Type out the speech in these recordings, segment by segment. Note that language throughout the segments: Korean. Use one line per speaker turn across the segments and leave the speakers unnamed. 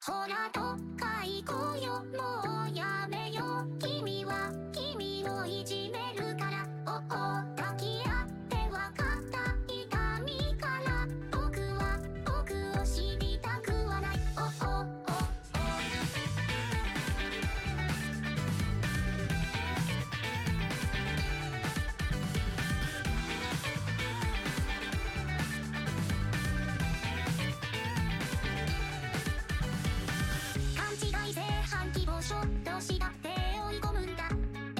空高い声よもうやめよう君は君をいじめるからおお抱き合って分かった痛みから僕は僕を知りたくはないおおお勘違い正反規模書どしだって追い込むんだ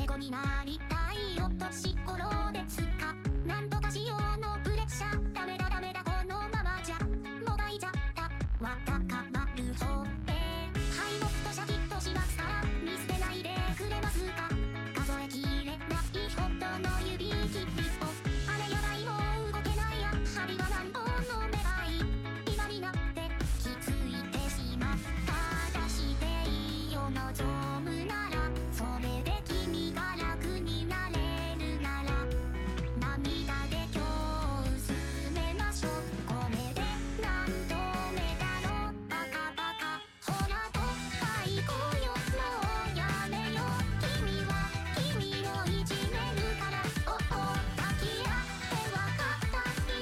エゴになりたいよ年頃ですかなんとかしようのプレッシャーダメだダメだこのままじゃもがいちゃったわたかまる方へ敗北とシャキッとしますから見捨てないでくれますか数えきれないほどの指切りをあれやばいもう動けないや針は何本の目がいい今になって気づいてしまった出していいよ望むならそれで君が楽になれるなら涙で今日薄めましょうこれで何度目だろうバカバカほらどっか行こうよもうやめよう君は君をいじめるからおお抱き合って分かった痛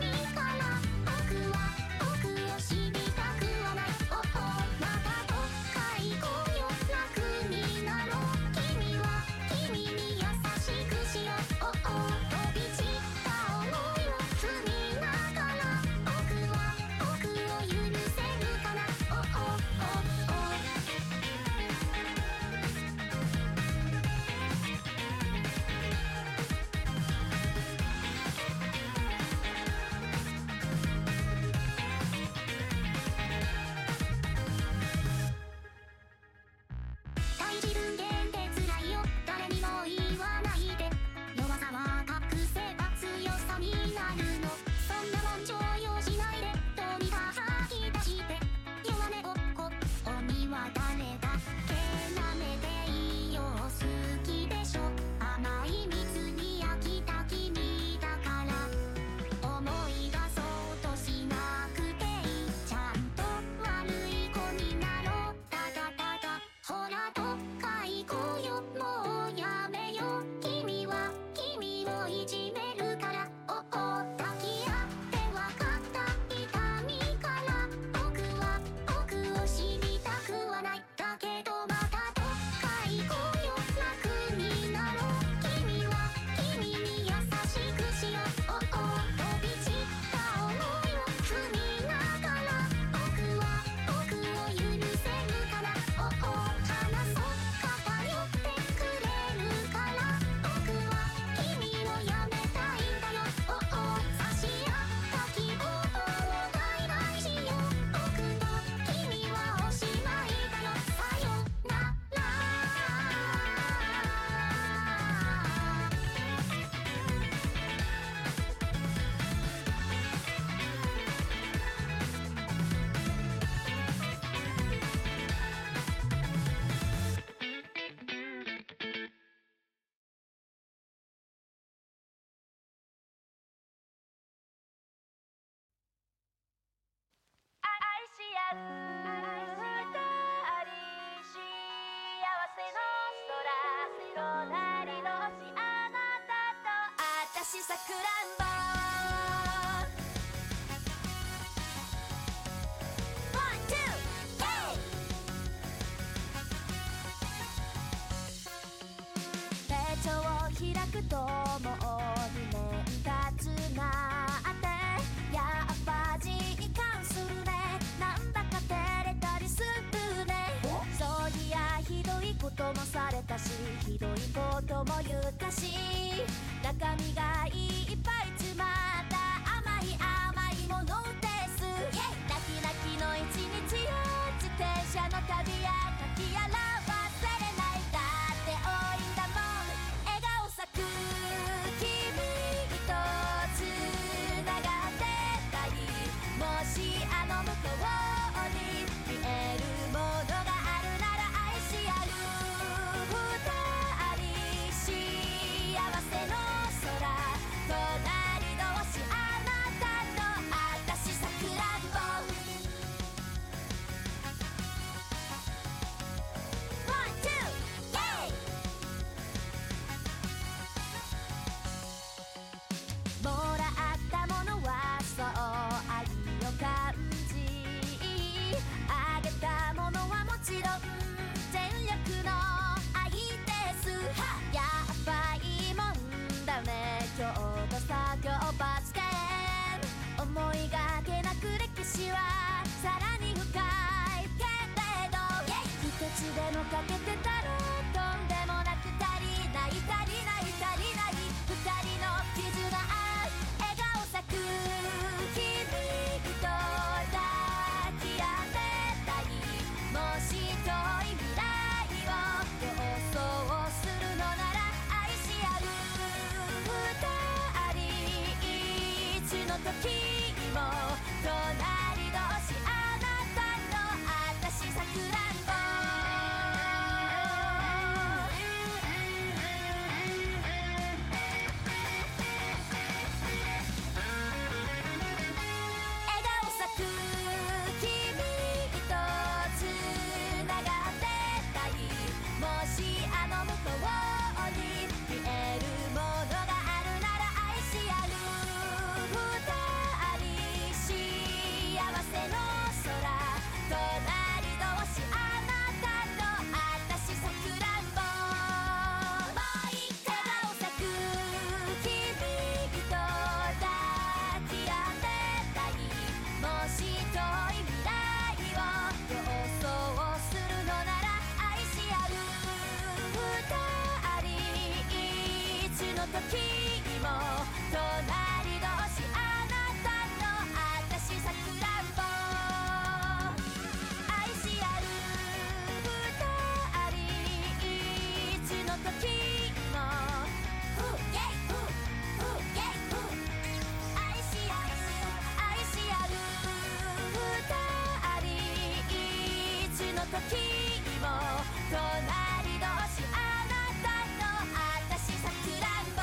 みから僕は僕を知りたくはないおおまたどっか行こうよ楽になろう君は君に優しくしようおお飛び散った思いを積みながら僕は僕を許せるかなおおおおお対自分限定辛いよ誰にも言わないで弱さは隠せば強さになるのそんなもん常用しないでどうにか吐き出して弱音をここには誰だって舐めていいよ好きでしょ甘い水に飽きた君だから思い出そうとしなくていいちゃんと悪い子になろうただただほらどっか行こうよもうやめよう君は君をいじめるからおお抱き合って分かった痛みから僕は僕を知りたくはないだけどまたどっか行こうよ楽になろう君は君に優しくしようおお飛び散った思いを踏みながら僕は僕を許せるかなおお話そう偏ってくれるから僕は君をやめたいんだよおお差し合った希望を代替しよう僕と君はおしまいだよさよなら
愛し合う愛し二人幸せの空隣の星あなたと私さくらんぼ One, two, go! 手帳を開くともう2年経つなってやっぱ実感するねなんだか照れたりするねそういやひどいこともされたしひどいことも言ったし中身がいっぱい詰まった甘い甘いものですラキラキの一日を自転車の旅やかきやら忘れないだって多いんだもん笑顔咲く君と繋がってたりもしあの向こうに見えるものがあるなら愛し合う二人幸せの空隣同士あなたと私さげてたらとんでもなく足りない足りない足りない二人の絆笑顔咲く響くと抱き合ってたいもし遠い未来を予想するのなら愛し合う二人一の時も隣同士あなたの私さくらんぼ笑顔咲く君とつながってたりもしあの向こうに見えるものがあるなら愛し合う二人幸せの空隣同士あなたと私さくらんぼもう一回笑顔咲く君と抱き合ってたりもし遠い未来を予想するのなら愛し合う二人一の時も隣同士あなたの私さくらんぼ愛し合う二人一の時もふうイェイふうふうイェイふう愛し合う愛し合う二人一の時も隣同士あなたの私さくらんぼ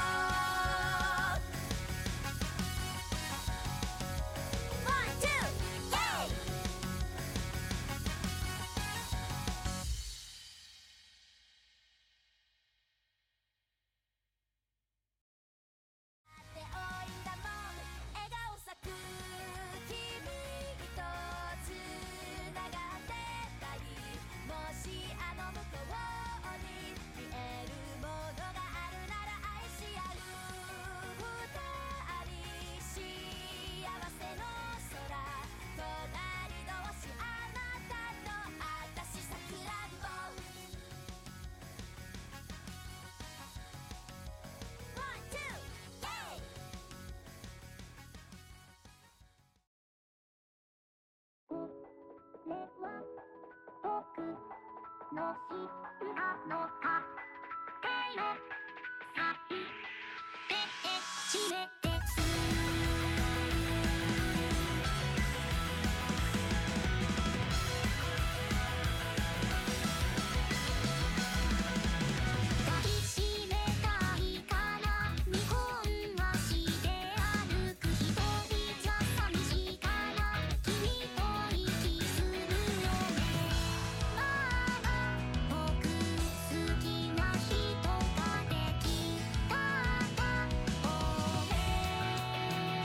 One, two, yay! っておいだもん笑顔咲く君とつながってたりもしあの向こうに見えるものがあるなら愛し合う二人幸せの空隣同士あなたの私さくらんぼ One, two, yay!
これは僕の死んだのか手をさいて閉めて抱きしめたいから二本足で歩く一人じゃ寂しいから君と息するよねまあ僕好きな人ができたら応援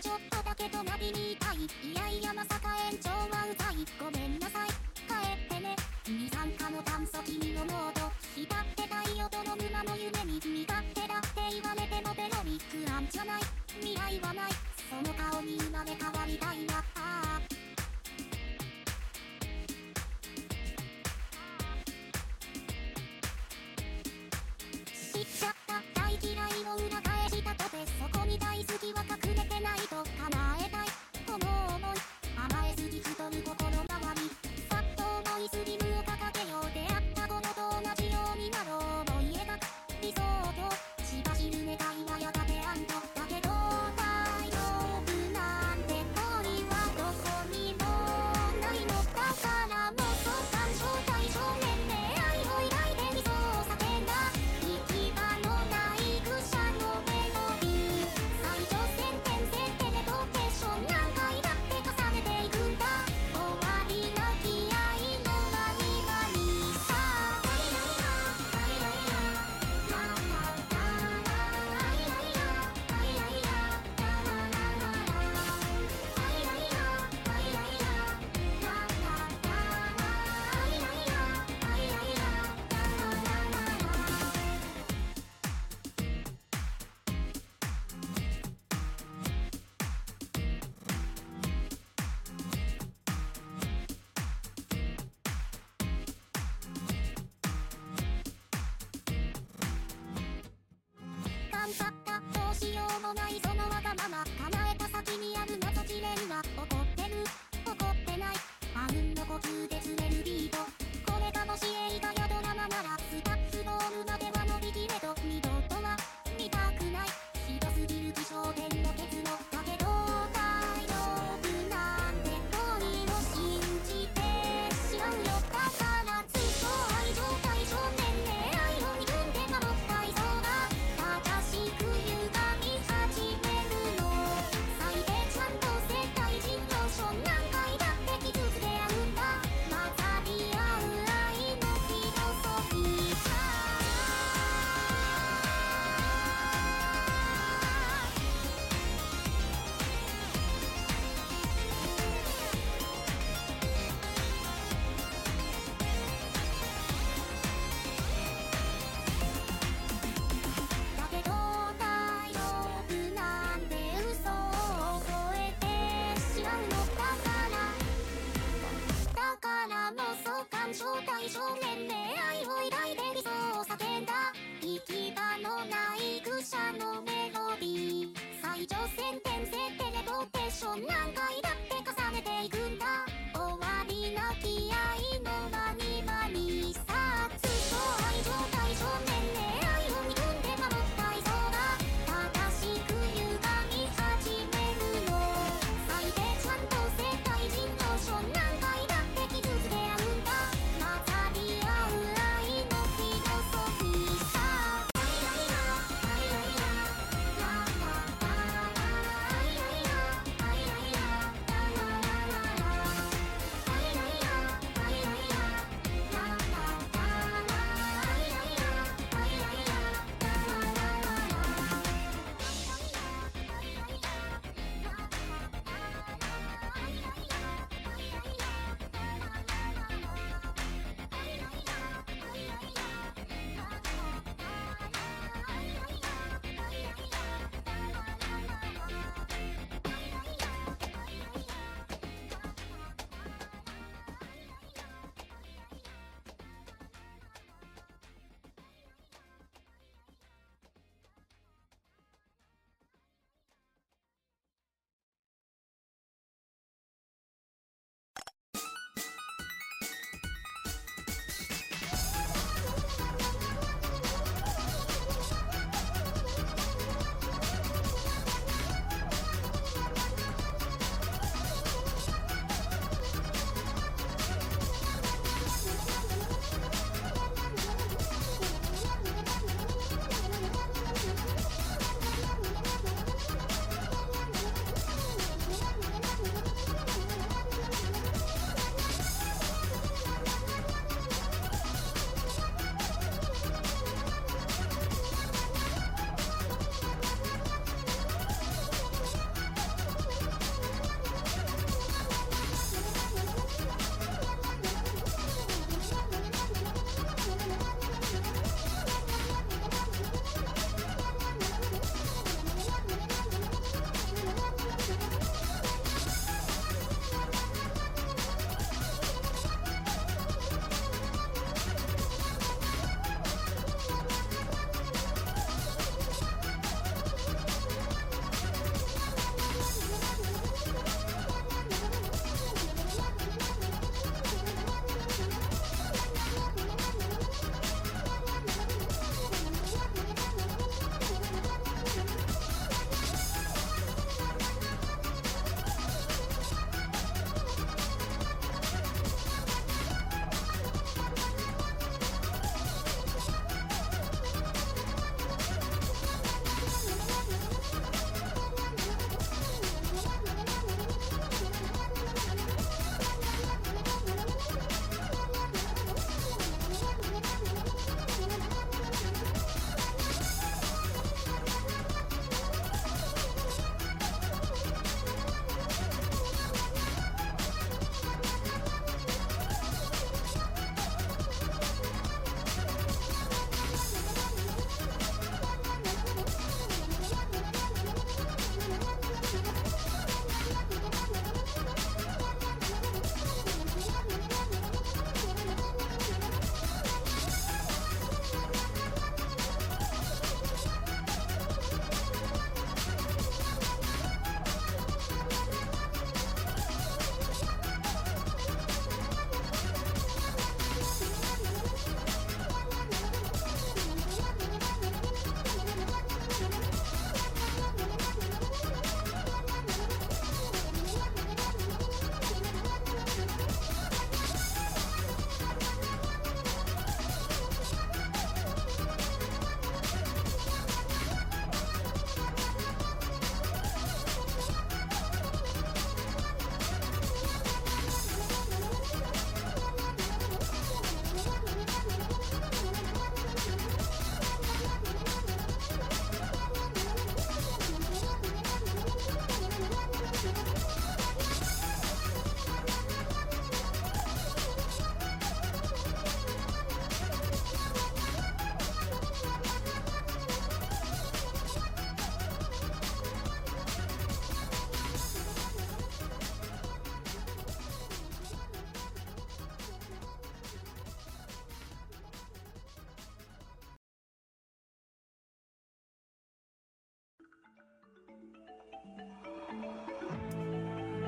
ちょっとだけ隣みたいいやいやまさか延長はうざいごめんなさい帰ってね二酸化の炭素君の濃度浸ってたいよどの沼の夢に見たってだって言われてもベロミックあんじゃない未来はないその顔に生まれ変わりたいなあー知っちゃった大嫌いを裏返したとてそこに大好きは隠れてないと叶えたいこの思い甘えすぎ太る心変わりさっと思いスリムを掲げよう出会った頃と同じようになろう思い描く理想としばしる願いはやがて安堵だけど大丈夫なんて恋はどこにもないのだからもっと感傷対象年齢愛を抱いて理想を叫んだ行き場のない愚者のメロディー最上線転生テレポテーション何回だって重ねていくんだ終わりなき愛の何々さ頑張ったどうしようもないそのわがまま叶えた先にある謎ジレンマ怒ってる怒ってないあうんの呼吸で釣れるビートこれがもし映画やドラマならスタッフのールまでは伸びきれど二度とは見たくないひどすぎる気象点の結論だけど大丈夫なんて恋を信じてしまうよだから通称愛情対象年齢愛を憎んで守ったいそうだ正しく歪み始め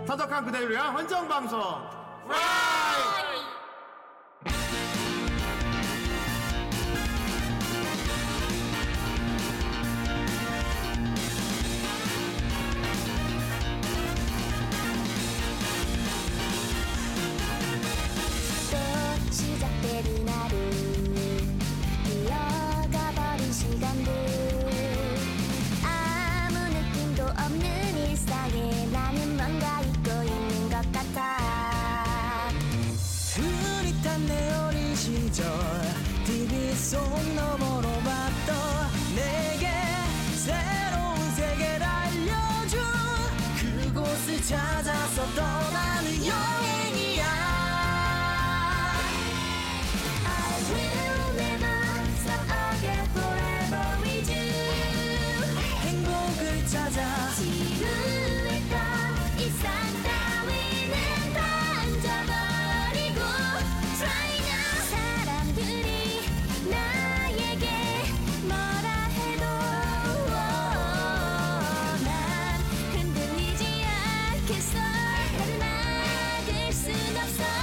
터덕한 그대를 위한 헌정방송 프라이
또 시작되는 하루 흘러가버린 시간들 아무 느낌도 없는 일상에 나는 뭔가 잊고 있는 것 같아
흐릿한 내 어린 시절 TV 속 너머로 봤던 내게 새로운 세계를 알려준 그곳을 찾아서 떠나는 여행이야
I will never stop again forever with you
행복을 찾아
지루했던 일상 따위는 던져버리고 Try now 사람들이 나에게 뭐라 해도 난 흔들리지 않겠어 나를 막을 순 없어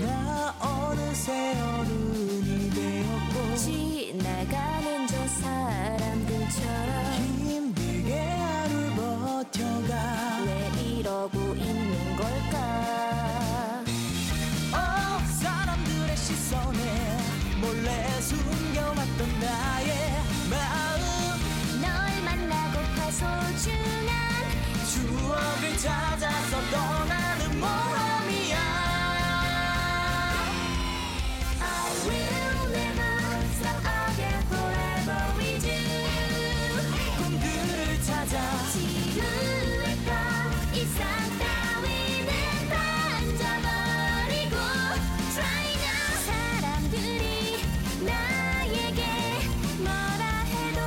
나 어느새 어른이 되었고
지나가는 저 사람들처럼
힘들게 하루 버텨가
왜 이러고 있는 걸까?
어, 사람들의 시선에 몰래 숨겨왔던 나의 마음
널 만나고파 소중한
추억을 찾아서 떠나는 모험이야
I will never stop again forever with you.
꿈들을 찾아
지루했던 일상 따위는 던져버리고 Try now 사람들이 나에게 뭐라 해도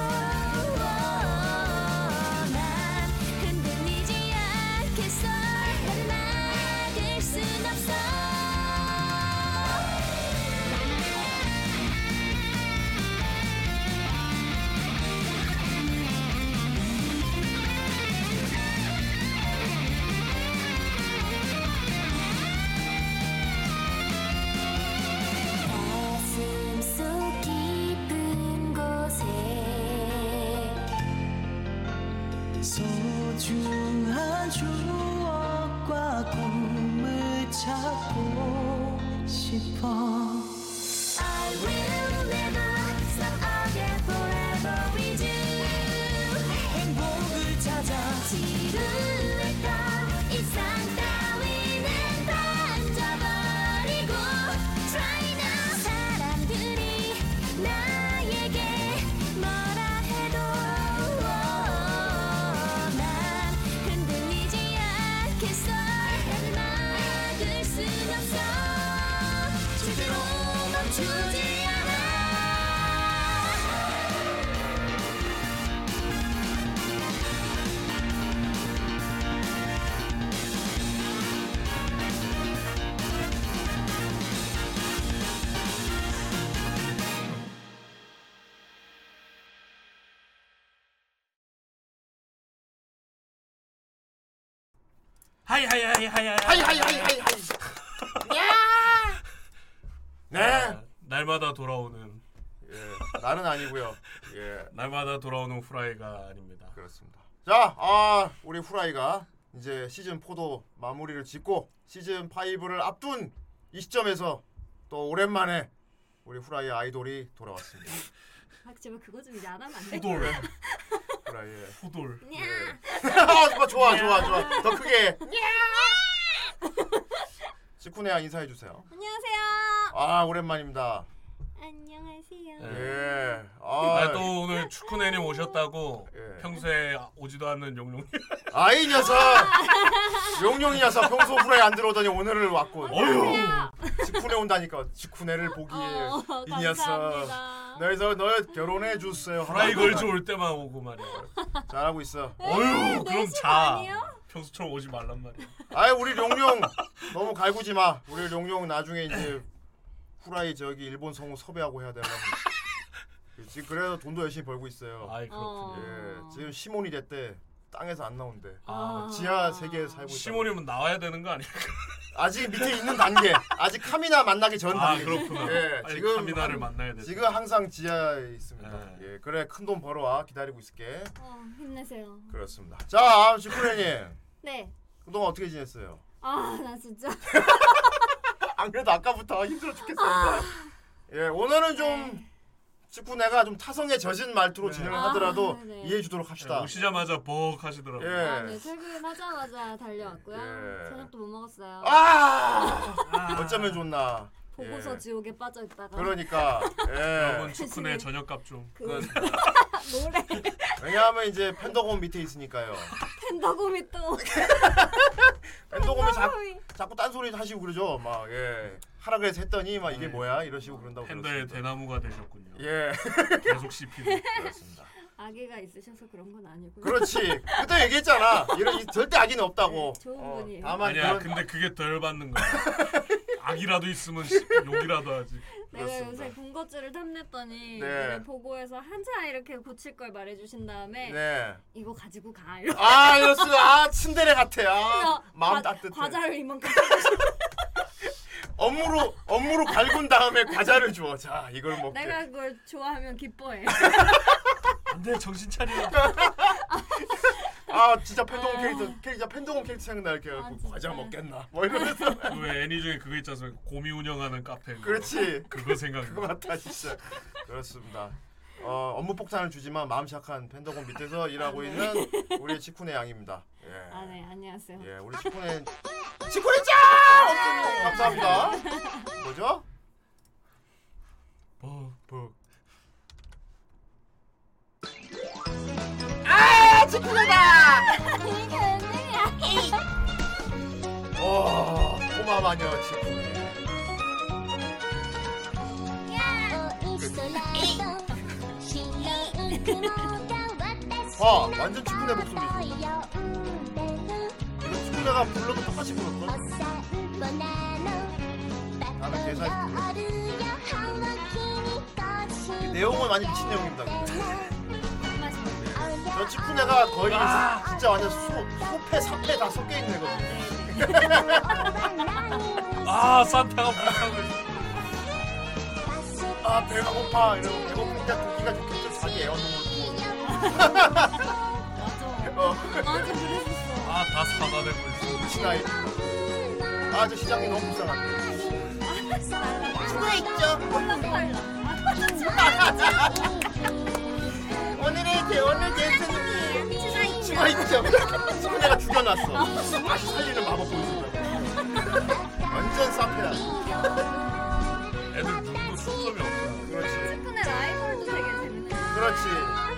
난 흔들리지 않겠어 나를 막을 순 없어 가슴 속 깊은 곳에
소중한 추억과 꿈을 찾고 싶어
I will never stop again forever with you
행복을 찾아
지루했던 일상 따위는 던져버리고 Try now 사람들이 나에게 뭐라 해도 난 흔들리지 않겠어 나를 막을 순 없어 절대로 멈추지 않아
하이 하이 하이 하이 하이.
하이 하이 하이 하이 하이 네
아, 날마다 돌아오는
예, 나는 아니고요 예
날마다 돌아오는 후라이가 아닙니다.
그렇습니다 자 아, 우리 후라이가 이제 시즌 4도 마무리를 짓고 시즌 5를 앞둔 이 시점에서 또 오랜만에 우리 후라이 아이돌이 돌아왔습니다 네.
아, 제발 그거 좀 이제 안 하면 안 돼?
후돌
후라이의
후돌.
예. 아, 좋아, 좋아, 좋아, 좋아. 더 크게. 시쿠네야 인사해 주세요.
안녕하세요.
아, 오랜만입니다.
안녕하세요.
네.
예.
아,
아,
또 오늘 축구 내님 오셨다고
예.
평소에 오지도 않는 용룡이
아이 녀석. 용용이 녀석 평소 후라이 안 들어오더니 오늘을 왔군.
어휴
직후네 온다니까. 직후네를 보기에
어,
이 녀석.
감사합니다.
너희서 너 결혼해 주세요.
프라이 걸즈 올 때만 오고 말이야
잘하고 있어.
네,
어휴 그럼
내심
자
아니에요?
평소처럼 오지 말란 말이야
아이 우리 용용 너무 갈구지 마. 우리 용용 나중에 이제 후라이 저기 일본 성우 섭외하고 해야 되려고. 지금 그래서 돈도 열심히 벌고 있어요.
아이 그렇군요
어.
예, 지금 시몬이 됐대. 땅에서 안 나온대.
아,
지하 세계에 살고 있다.
시몬이면 나와야 되는 거 아니야?
아직 밑에 있는 단계. 아직 카미나 만나기 전
아
단계.
그렇구나
예,
빨리
지금
카미나를
한-
만나야 돼
지금 항상 지하에 있습니다.
네.
예, 그래 큰 돈 벌어와 기다리고 있을게.
어, 힘내세요.
그렇습니다. 자, 지쿠레님
네.
그동안 어떻게 지냈어요?
아, 나 진짜.
안 그래도 아까부터 힘들어 죽겠습니다. 예,
네.
오늘은 좀 지쿠네가 좀 타성에 젖은 말투로
네.
진행을
아,
하더라도
네.
이해해 주도록 합시다.
예, 오시자마자 버벅 하시더라고요
예.
아, 네. 퇴근하자마자 달려왔고요.
예.
저녁도 못 먹었어요.
아,
아,
어쩌면 좋나.
네. 보고서
예.
지옥에 빠져 있다가
그러니까.
여러분
예.
축구네 저녁값 좀
그 노래
왜냐하면 이제 팬더곰 밑에 있으니까요.
팬더곰이 또
팬더곰이 자,
거의
자꾸 딴소리 하시고 그러죠. 막 예. 하라 그래서 했더니 막 이게
네.
뭐야 이러시고 그런다고
팬더의
그러셨습니다.
대나무가 되셨군요
예.
계속 씹히는
그렇습니다.
아기가 있으셔서 그런 건 아니고요.
그렇지. 그때 얘기했잖아. 이런 이- 절대 아기는 없다고.
네, 좋은
어,
분이에요.
다만
아니야
그런-
근데 그게 덜
예.
받는 거야 악이라도 있으면 씨, 욕이라도 하지
내가
네, 그렇습니다.
네, 요새 군것질을 탐냈더니
네.
내가 보고해서 한자 이렇게 고칠 걸 말해주신 다음에
네.
이거 가지고 가 이러고
아, 이럴수 아, 침대레 같아. 아, 마음
과-
따뜻해.
과자를 이만큼
업무로 업무로 갈군 다음에 과자를 줘. 자, 이걸 먹게. 네.
내가 그걸 좋아하면 기뻐해.
안돼 정신 차려
아, 진짜 팬동 캐릭터 캐릭터 팬동 캐릭터 생각나 이렇게
아, 네.
해갖고 과자
진짜.
먹겠나. 뭐 이러면서.
왜 애니 중에 그거 있잖아 곰이 운영하는 카페 그거.
그렇지.
그거 생각나
그거 같아 진짜. 그렇습니다. 어, 업무 폭탄을 주지만 마음 착한 팬더곤 밑에서
네.
일하고 있는 우리 치쿠네 양입니다. 예.
아 네 안녕하세요.
예, 우리 치코네 치코네
아,
짱! 감사합니다.
네.
뭐죠?
어, 뭐.
와, 어, 꼬마 마녀 치코네. 와, 아, 완전 치코네 목소리지. 이거 치코네가 불러도 똑같이 불렀어. 다음에 대사 내용은 많이 미친 내용입니다. 근데. 저 치코네가 거의 진짜 완전 소, 소패, 사패 다 섞여 있는 거거든요.
아 산타가 불타고 있어
아, 배가 고파. 이러고 배고프니까 고기가 좋겠죠. 자기 애완동.
맞아.
어,
맞아 그랬었어.
아다 사과되고 있어
미친 아이. 아, 저 시장이 너무 불쌍한데. 치코네
콜라.
오늘의 제 오늘 제스님이 치마 입죠. 치마내가 죽여놨어. 다시 살리는 마법 보여준다. 완전 쌍패야.
애들 눈도 초점이 없어
그렇지.
근데 라이벌도 되게 재밌는.
그렇지.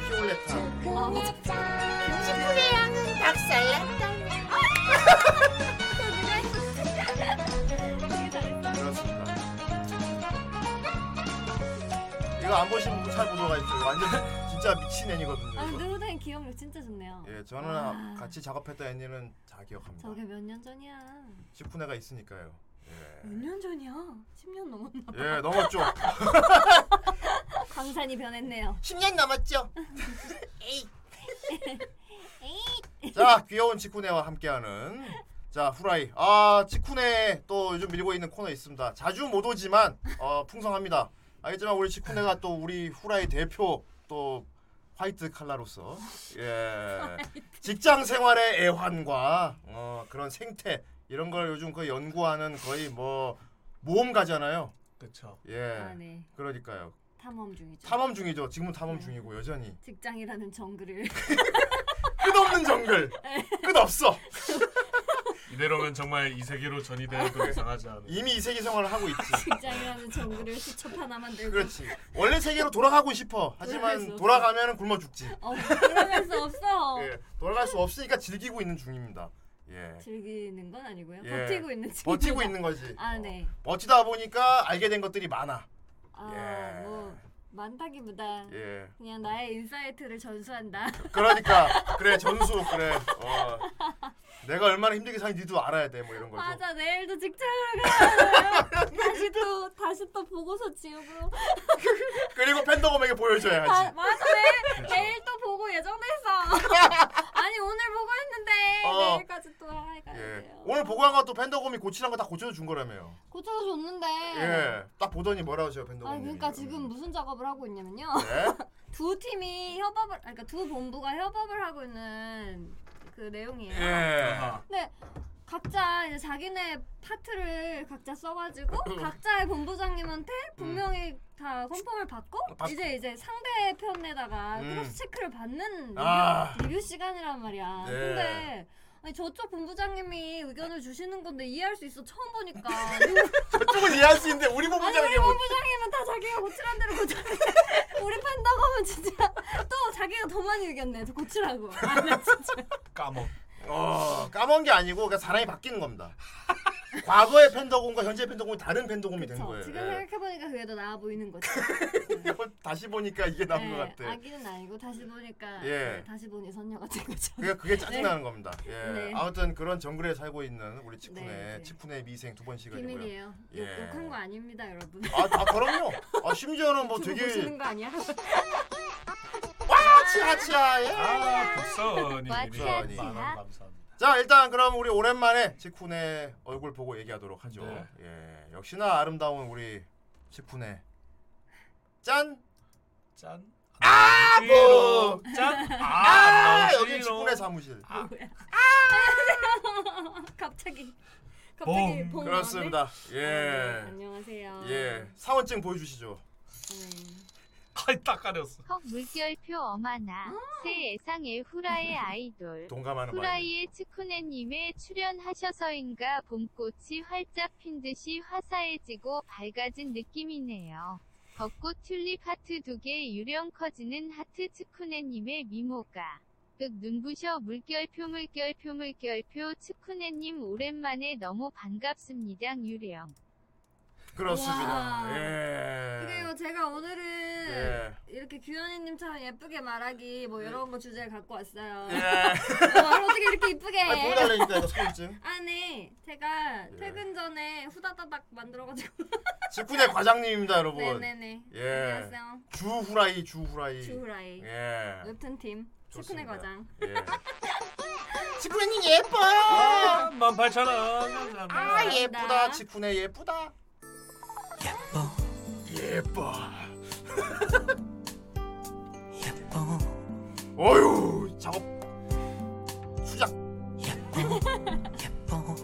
피올레타.
아 맞아.
그렇습니다. 이거 안 보신 분잘 보도가 있죠. 완전 진짜 미친 애니거든요.
아 근데
이거.
후대인 기억력 진짜 좋네요.
예, 저는 같이 작업했던 애니는 다 기억합니다.
저게 몇 년 전이야?
치쿠네가 있으니까요. 예.
몇 년 전이야? 10년 넘었나?
예, 넘었죠.
강산이 변했네요.
10년 넘었죠. 자, 귀여운 치쿠네와 함께하는 자 후라이. 아 치쿠네 또 요즘 밀고 있는 코너 있습니다. 자주 못 오지만 어, 풍성합니다. 알겠지만 우리 치쿠네가 또 우리 후라이 대표 또 화이트 칼라로서 예 직장 생활의 애환과 어, 그런 생태 이런 걸 요즘 그 연구하는 거의 뭐 모험가잖아요.
그쵸
아
예,
네.
그러니까요.
탐험 중이죠.
탐험 중이죠. 지금은 탐험 중이고 여전히
직장이라는 정글을
끝없는 정글 끝없어
이대로면 정말 이 세계로 전이되어도 이상하지 않은
이미 이 세계 생활을 하고
아,
있지.
직장이라는 정글을 수첩 하나 만들고
그렇지. 원래 세계로 돌아가고 싶어. 하지만
돌아갈 수
돌아가면 굶어 죽지.
어, 그러면 수 없어
예, 돌아갈 수 없으니까 즐기고 있는 중입니다. 예.
즐기는 건 아니고요
예.
버티고 있는 친구
버티고 있는 거지.
아, 네.
어, 버티다 보니까 알게 된 것들이 많아. 예.
아뭐 많다기보다
예.
그냥 나의 인사이트를 전수한다
그러니까 그래 전수 그래. 어. 내가 얼마나 힘들게 사는지 니도 알아야 돼. 뭐 이런 거죠.
맞아 내일도 직장으로 가 다시 또 다시 또 보고서 지우고
그리고 팬더곰에게
아,
보여줘야지. 그렇죠.
맞아 내일, 내일 또 보고 예정됐어 아니 오늘 보고 했는데
어.
내일까지 또 가야
예.
돼요
오늘 보고 한거또 팬더곰이 고치란 거 다 고쳐준 거라며요.
고쳐줬는데
예. 딱 보더니 뭐라고 하세요, 팬더곰.
아 그러니까 지금 무슨 작업을 하고 있냐면요
네.
두 팀이 협업을 아니, 그러니까 두 본부가 협업을 하고 있는 그 내용이에요
예.
아하.
근데 각자 이제 자기네 파트를 각자 써가지고 각자의 본부장님한테 분명히 다 컨펌을 받고
음. 아, 받-
이제 이제 상대 편에다가
음.
크로스 체크를 받는 리뷰,
아.
리뷰 시간이란 말이야.
네.
근데 아니, 저쪽 본부장님이 의견을 주시는 건데 이해할 수 있어 처음 보니까
저쪽은 이해할 수 있는데 우리
아니
본부장에게
우리
뭐
본부장님은 다 자기가 고치란 대로 고쳤는데 우리 판다고면 진짜 또 자기가 더 많이 의견 내 고치라고 아, 나 진짜
까먹
어, 까먼 게 아니고 그냥 사람이 바뀌는 겁니다. 과거의 팬더곰과 현재의 팬더곰이 다른 팬더곰이 된
그쵸.
거예요.
지금
예.
생각해보니까 그게 더 나아 보이는 거지
다시 보니까 이게 나온
네,
것 같아.
아기는 아니고 다시 보니까
예.
네, 다시 보니 선녀 같은 거죠.
그게 그게 짜증나는 겁니다. 예.
네.
아무튼 그런 정글에 살고 있는 우리 치쿠네,
네, 네.
치쿠네 미생 두 번씩이고요.
비밀이에요. 그
예.
욕, 욕한 거 아닙니다, 여러분.
아, 아 그럼요. 아 심지어는 뭐
되게
되게
보시는 거 아니야?
와치 하치야. 예.
아 국선이
와치하치.
감사합니다
자 일단 그럼 우리 오랜만에 치쿠네 얼굴 보고 얘기하도록 하죠.
네.
예. 역시나 아름다운 우리 치쿠네. 짠.
짠 아,
뭐.
짠!
아,
아,
여기 치쿠네 사무실.
갑자기 갑자기
봉.
봉
그렇습니다.
나왔네? 아, 네,
예.
안녕하세요.
예. 사원증 보여주시죠.
네.
아이 딱 가렸어
헉 물결표 어마나
음.
새 예상의 후라이 아이돌
동감하는 바람.
후라이의 츠쿠네님에 출연하셔서인가 봄꽃이 활짝 핀 듯이 화사해지고 밝아진 느낌이네요. 벚꽃 튤립 하트 두 개 유령 커지는 하트 츠쿠네님의 미모가 뜩 눈부셔 물결표 물결표 물결표 츠쿠네님 오랜만에 너무 반갑습니다 유령.
그렇습니다.
와.
예.
그리고 제가 오늘은
예.
이렇게 규현이님처럼 예쁘게 말하기
네.
뭐 이런 거 주제를 갖고 왔어요.
예.
말 어떻게 이렇게 이쁘게?
아, 보여달라니까 이거 사원증.
아니 네. 제가
예.
퇴근 전에 후다다닥 만들어가지고
치쿠네 과장님입니다, 여러분.
네네네
예.
안녕하세요
주 후라이, 주 후라이.
주후라이
예.
웹툰 팀 치쿠네
좋습니다.
과장
예. 치쿠네님 예뻐요.
아, 18,000원
아 예쁘다
감사합니다.
치쿠네 예쁘다
예뻐
예뻐
예뻐
어휴 작업 수작
예뻐 예뻐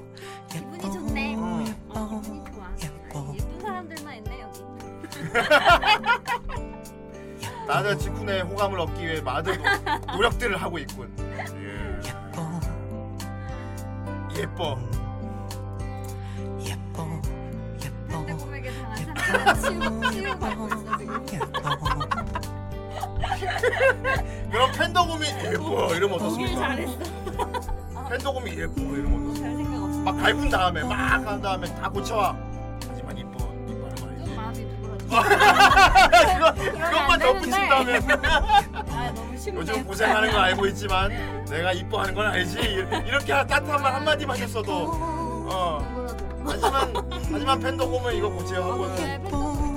기분이 좋네
어,
어,
예뻐
기분이 좋아
예뻐.
예쁜 사람들만 있네 여기
나는 치쿠네의 호감을 얻기 위해 많은 노- 노력들을 하고 있군 예.
예뻐
예뻐
예뻐 예뻐
꼼꼼하게 당한 사람들 치유 치유 받고 있어 지금
예뻐
그럼 팬더곰이 예뻐
오길
이러면 어떻습니까
잘했어
팬더곰이 예뻐 이러면 어떻습니까
잘 생각 없어
막 갈군 다음에 막 한 다음에 다 고쳐와 하지만 이뻐 이뻐는
좀
말이지
마음이 누그러져
그것만
안 되는데.
덧붙인다면
아 너무 쉽네
요즘 고생하는 거 알고 있지만 내가 이뻐하는 건 알지 이렇게 따뜻한 말 한마디만 했어도 어
누그러져
하지만 하지만 팬더곰은 이거 고치요 하고는
오늘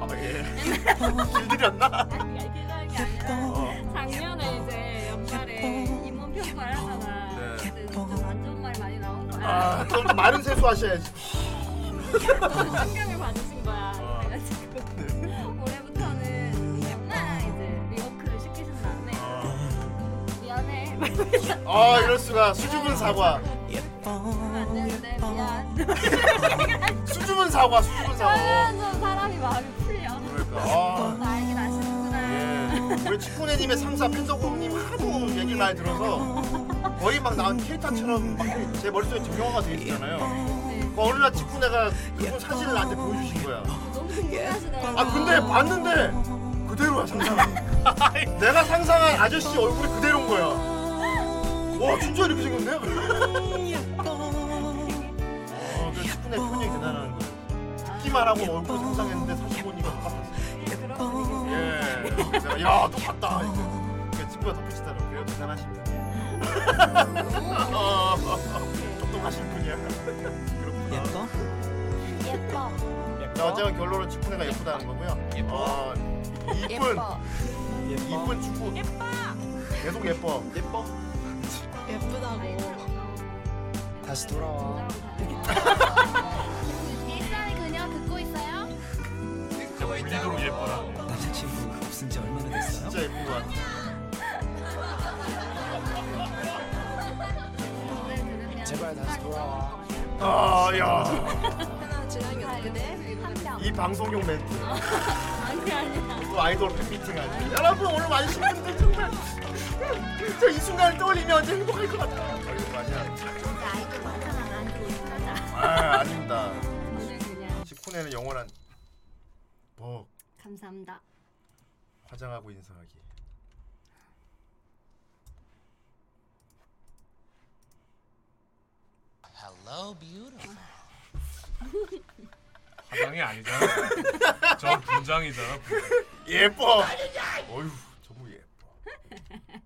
어, 네, 팬분들이
아,
보냈어요
예. 길들였나?
아니 이게 아니라
어.
작년에 이제 연말에 임원 평가를 하잖아.
네.
근데 진짜 안 좋은 말이 많이 나온 거야.
아, 좀 마른 세수 하셔야지.
너무 충격을 받으신 거야.
아.
그래가지고 올해부터는 정말 이제 리워크를 시키신 다음에 미안해.
아, 이럴 수가. 수줍은 사과.
안 되는데 미안.
수줍은 사과. 수줍은 사과.
그러면 좀 사람이 마음이 풀려.
그러니까. 아.
나 알긴 아시는구나.
예. 우리 치쿠네님의 상사 팬더곰님 하도 얘기를 많이 들어서 거의 막 나온 케이타처럼 막 제 머릿속에 정형화가 돼 있잖아요.
네.
그 어느 날 직후 내가 그분 사진을 나한테 보여주신 거야.
너무 궁금해하시더라고요.
아 근데 봤는데 그대로야 상상한. 내가 상상한 아저씨 얼굴이 그대로인 거야. 와 진짜 이렇게 생겼네?
음,
어, 그 10분의 표현이 대단한 거예요. 듣기만 하고 얼굴 상상했는데 사실 보니까 똑같았어. 예. 내가, 야, 또 봤다. 그 친구가 덧붙이더라고. 그래요, 대단하십니다. 어, 똑똑하신 분이야. 그렇구나.
예뻐
자, 어쨌든 결론은 직분애가 예쁘다는 거고요. 예뻐. 어, 이쁜,
예뻐
이쁜 축구. 예뻐. 계속 예뻐. 예뻐.
예쁘다고
다시 돌아와.
일상의 그녀 듣고 있어요?
울리도록 예뻐라.
남자친구 없은 지 얼마나 됐어요?
진짜 예쁜 거 같아.
제발 다시 돌아와.
아, 야.
하나 지나게 어떻게 한명
이 방송용 멘트. 아니, 아니야. 또 아이돌 팬미팅 아니야. 여러분, 오늘 와주신 분들 정말. 저 이 순간을 떠올리면 언제 행복할 것 같아요. 아, 이런 거 아니야.
아이돌 많잖아 안 좋은 하자
아, 아닙니다.
오늘 그냥
직분애는 영원한 뭐
감사합니다.
화장하고 인사하기.
화장이 아니잖아. 저 분장이잖아. 분장.
예뻐. 어휴, 정말 예뻐.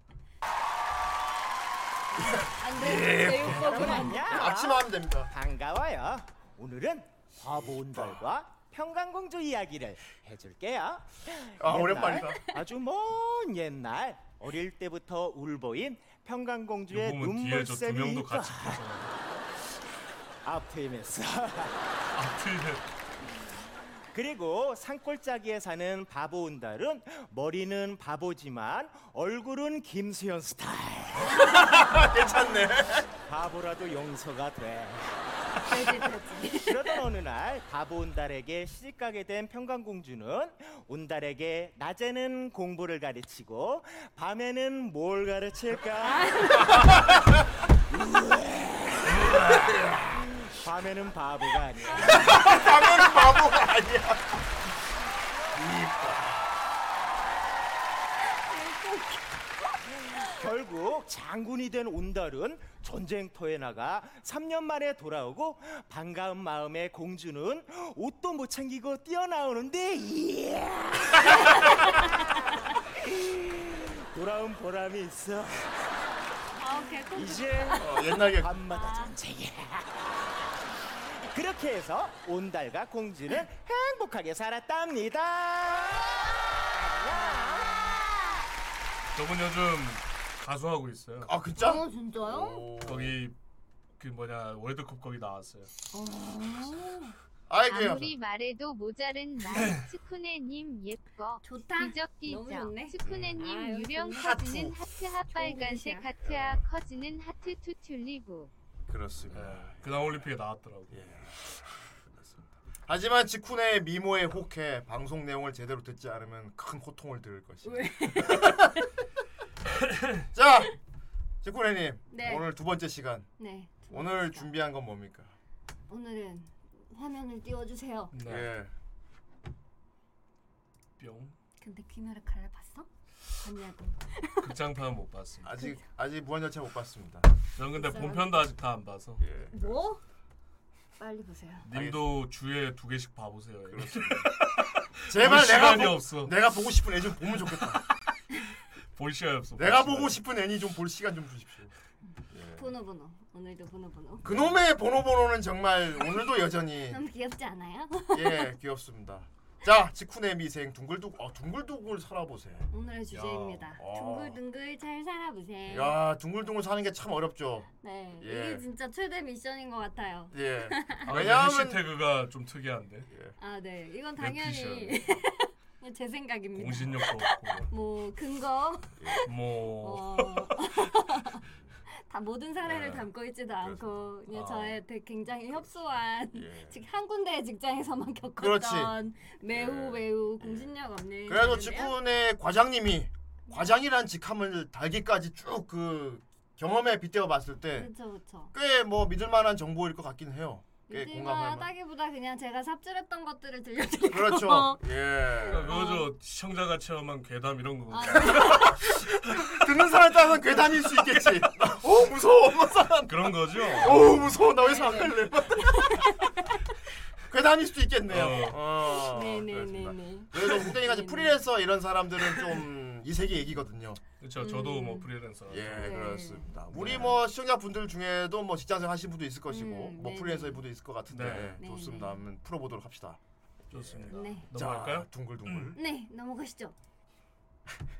앞치마 하면 됩니다.
반가워요. 오늘은 화보온달과 평강공주 이야기를 해줄게요.
아,
옛날,
오랜만이다.
아주 먼 옛날 어릴 때부터 울보인
이거
평강공주의
보면 뒤에 저 두 명도
눈물샘이니까
같이 붙어서
아프임했어.
앞을
그리고 산골짜기에 사는 바보온달은 머리는 바보지만 얼굴은 김수현 스타일.
괜찮네.
바보라도 용서가 돼.
돼지 돼지.
그러던 어느 날 바보 온달에게 시집가게 된 평강공주는 온달에게 낮에는 공부를 가르치고 밤에는 뭘 가르칠까? 밤에는 바보가 아니야.
당연히 바보가 아니야.
결국 장군이 된 온달은 전쟁터에 나가 3년 만에 돌아오고 반가운 마음에 공주는 옷도 못 챙기고 뛰어나오는데 이야! 돌아온 보람이 있어.
아 개꿀.
이제
어, 옛날에
밤마다 전쟁이야. 그렇게 해서 온달과 공주는 행복하게 살았답니다.
저분 요즘 가수하고 있어요.
아 진짜?
어 진짜요?
거기 그 뭐냐 월드컵 거기 나왔어요.
아, 아이고야.
아무리 말해도 모자른 말 스쿠네님 예뻐
좋다. 너무
삐적삐적
좋네. 아,
스쿠네님
여기
유령
좋네.
커지는 하트
좋은
핫빨간색 하트아 커지는 하트 투 튤리브
그렇습니다.
그다음 올림픽에 나왔더라고.
예. 그렇습니다. 하지만 직훈의 미모에 혹해 방송 내용을 제대로 듣지 않으면 큰 고통을 들을 것이다. 자, 직훈애님
네.
오늘 두 번째 시간
네.
오늘 준비한 건 뭡니까?
오늘은 화면을 띄워주세요.
네.
예.
뿅.
근데 그 귀멸의 칼날 봤어? 봤냐고.
극장판은 못 봤습니다.
아직 아직 무한열차 못 봤습니다.
전 근데 본편도 아직 다 안 봐서.
예.
뭐? 빨리 보세요.
님도 주에 두 개씩 봐보세요.
제발
볼
내가
시간이
보,
없어.
내가 보고 싶은 애 좀 보면 좋겠다.
볼 시간 없어. 볼
내가
시간이
보고 싶은 애니 좀 볼 시간 좀 주십시오.
번호 번호. 오늘도 번호 번호.
예. 그놈의 보노보노는 정말 오늘도 여전히
너무 귀엽지 않아요?
예 귀엽습니다. 자 직후의 미생 둥글둥 어 둥글둥글 살아보세요.
오늘의 주제입니다.
아.
둥글둥글 잘 살아보세요.
야 둥글둥글 사는 게 참 어렵죠.
네,
예.
이게 진짜 최대 미션인 것 같아요.
예.
아, 근데
왜냐하면 예.
해시태그가 좀 특이한데
아, 네, 이건
내
당연히 제 생각입니다.
공신력도 없고
뭐 근거, 어,
뭐
다 모든 사례를
네.
담고 있지도 않고 그냥
아.
저의 되게 굉장히 협소한
예.
즉 한 군데의 직장에서만
그렇지.
겪었던 매우
예.
매우 공신력 없는
그래도
일인데요.
직후의 과장님이 과장이란 직함을 달기까지 쭉 그 경험에 빗대어 봤을 때
그렇죠, 그쵸 그쵸.
꽤 뭐 믿을 만한 정보일 것 같긴 해요. 꽤 공감할 만.
믿을만하다기보다 그냥 제가 삽질했던 것들을 들려드리고 어.
그렇죠. 예.
그러니까 그거 저 시청자가 체험한 괴담 이런 거. 그렇죠.
듣는 사람에 따라서 괴담일 수 있겠지. 오 무서워. 엄마 사람.
그런 거죠.
오 무서워. 나 여기서 안 갈래. 괴담일 수도 있겠네요. 어. 그렇습니다.
네네네네.
그래서 후대인같이 프리랜서 이런 사람들은 좀 이 세계 얘기거든요.
아,
그렇죠. 저도
음.
뭐 프리랜서. 네.
네.
예, 그렇습니다. 우리 뭐 시청자분들 중에도 뭐 직장생 하신 분도 있을 것이고
음,
뭐
네,
프리랜서인 분도 있을 것 같은데
네.
네,
좋습니다.
네.
한번 풀어보도록 합시다.
좋습니다.
네.
넘어갈까요?
자, 둥글둥글.
네 넘어가시죠.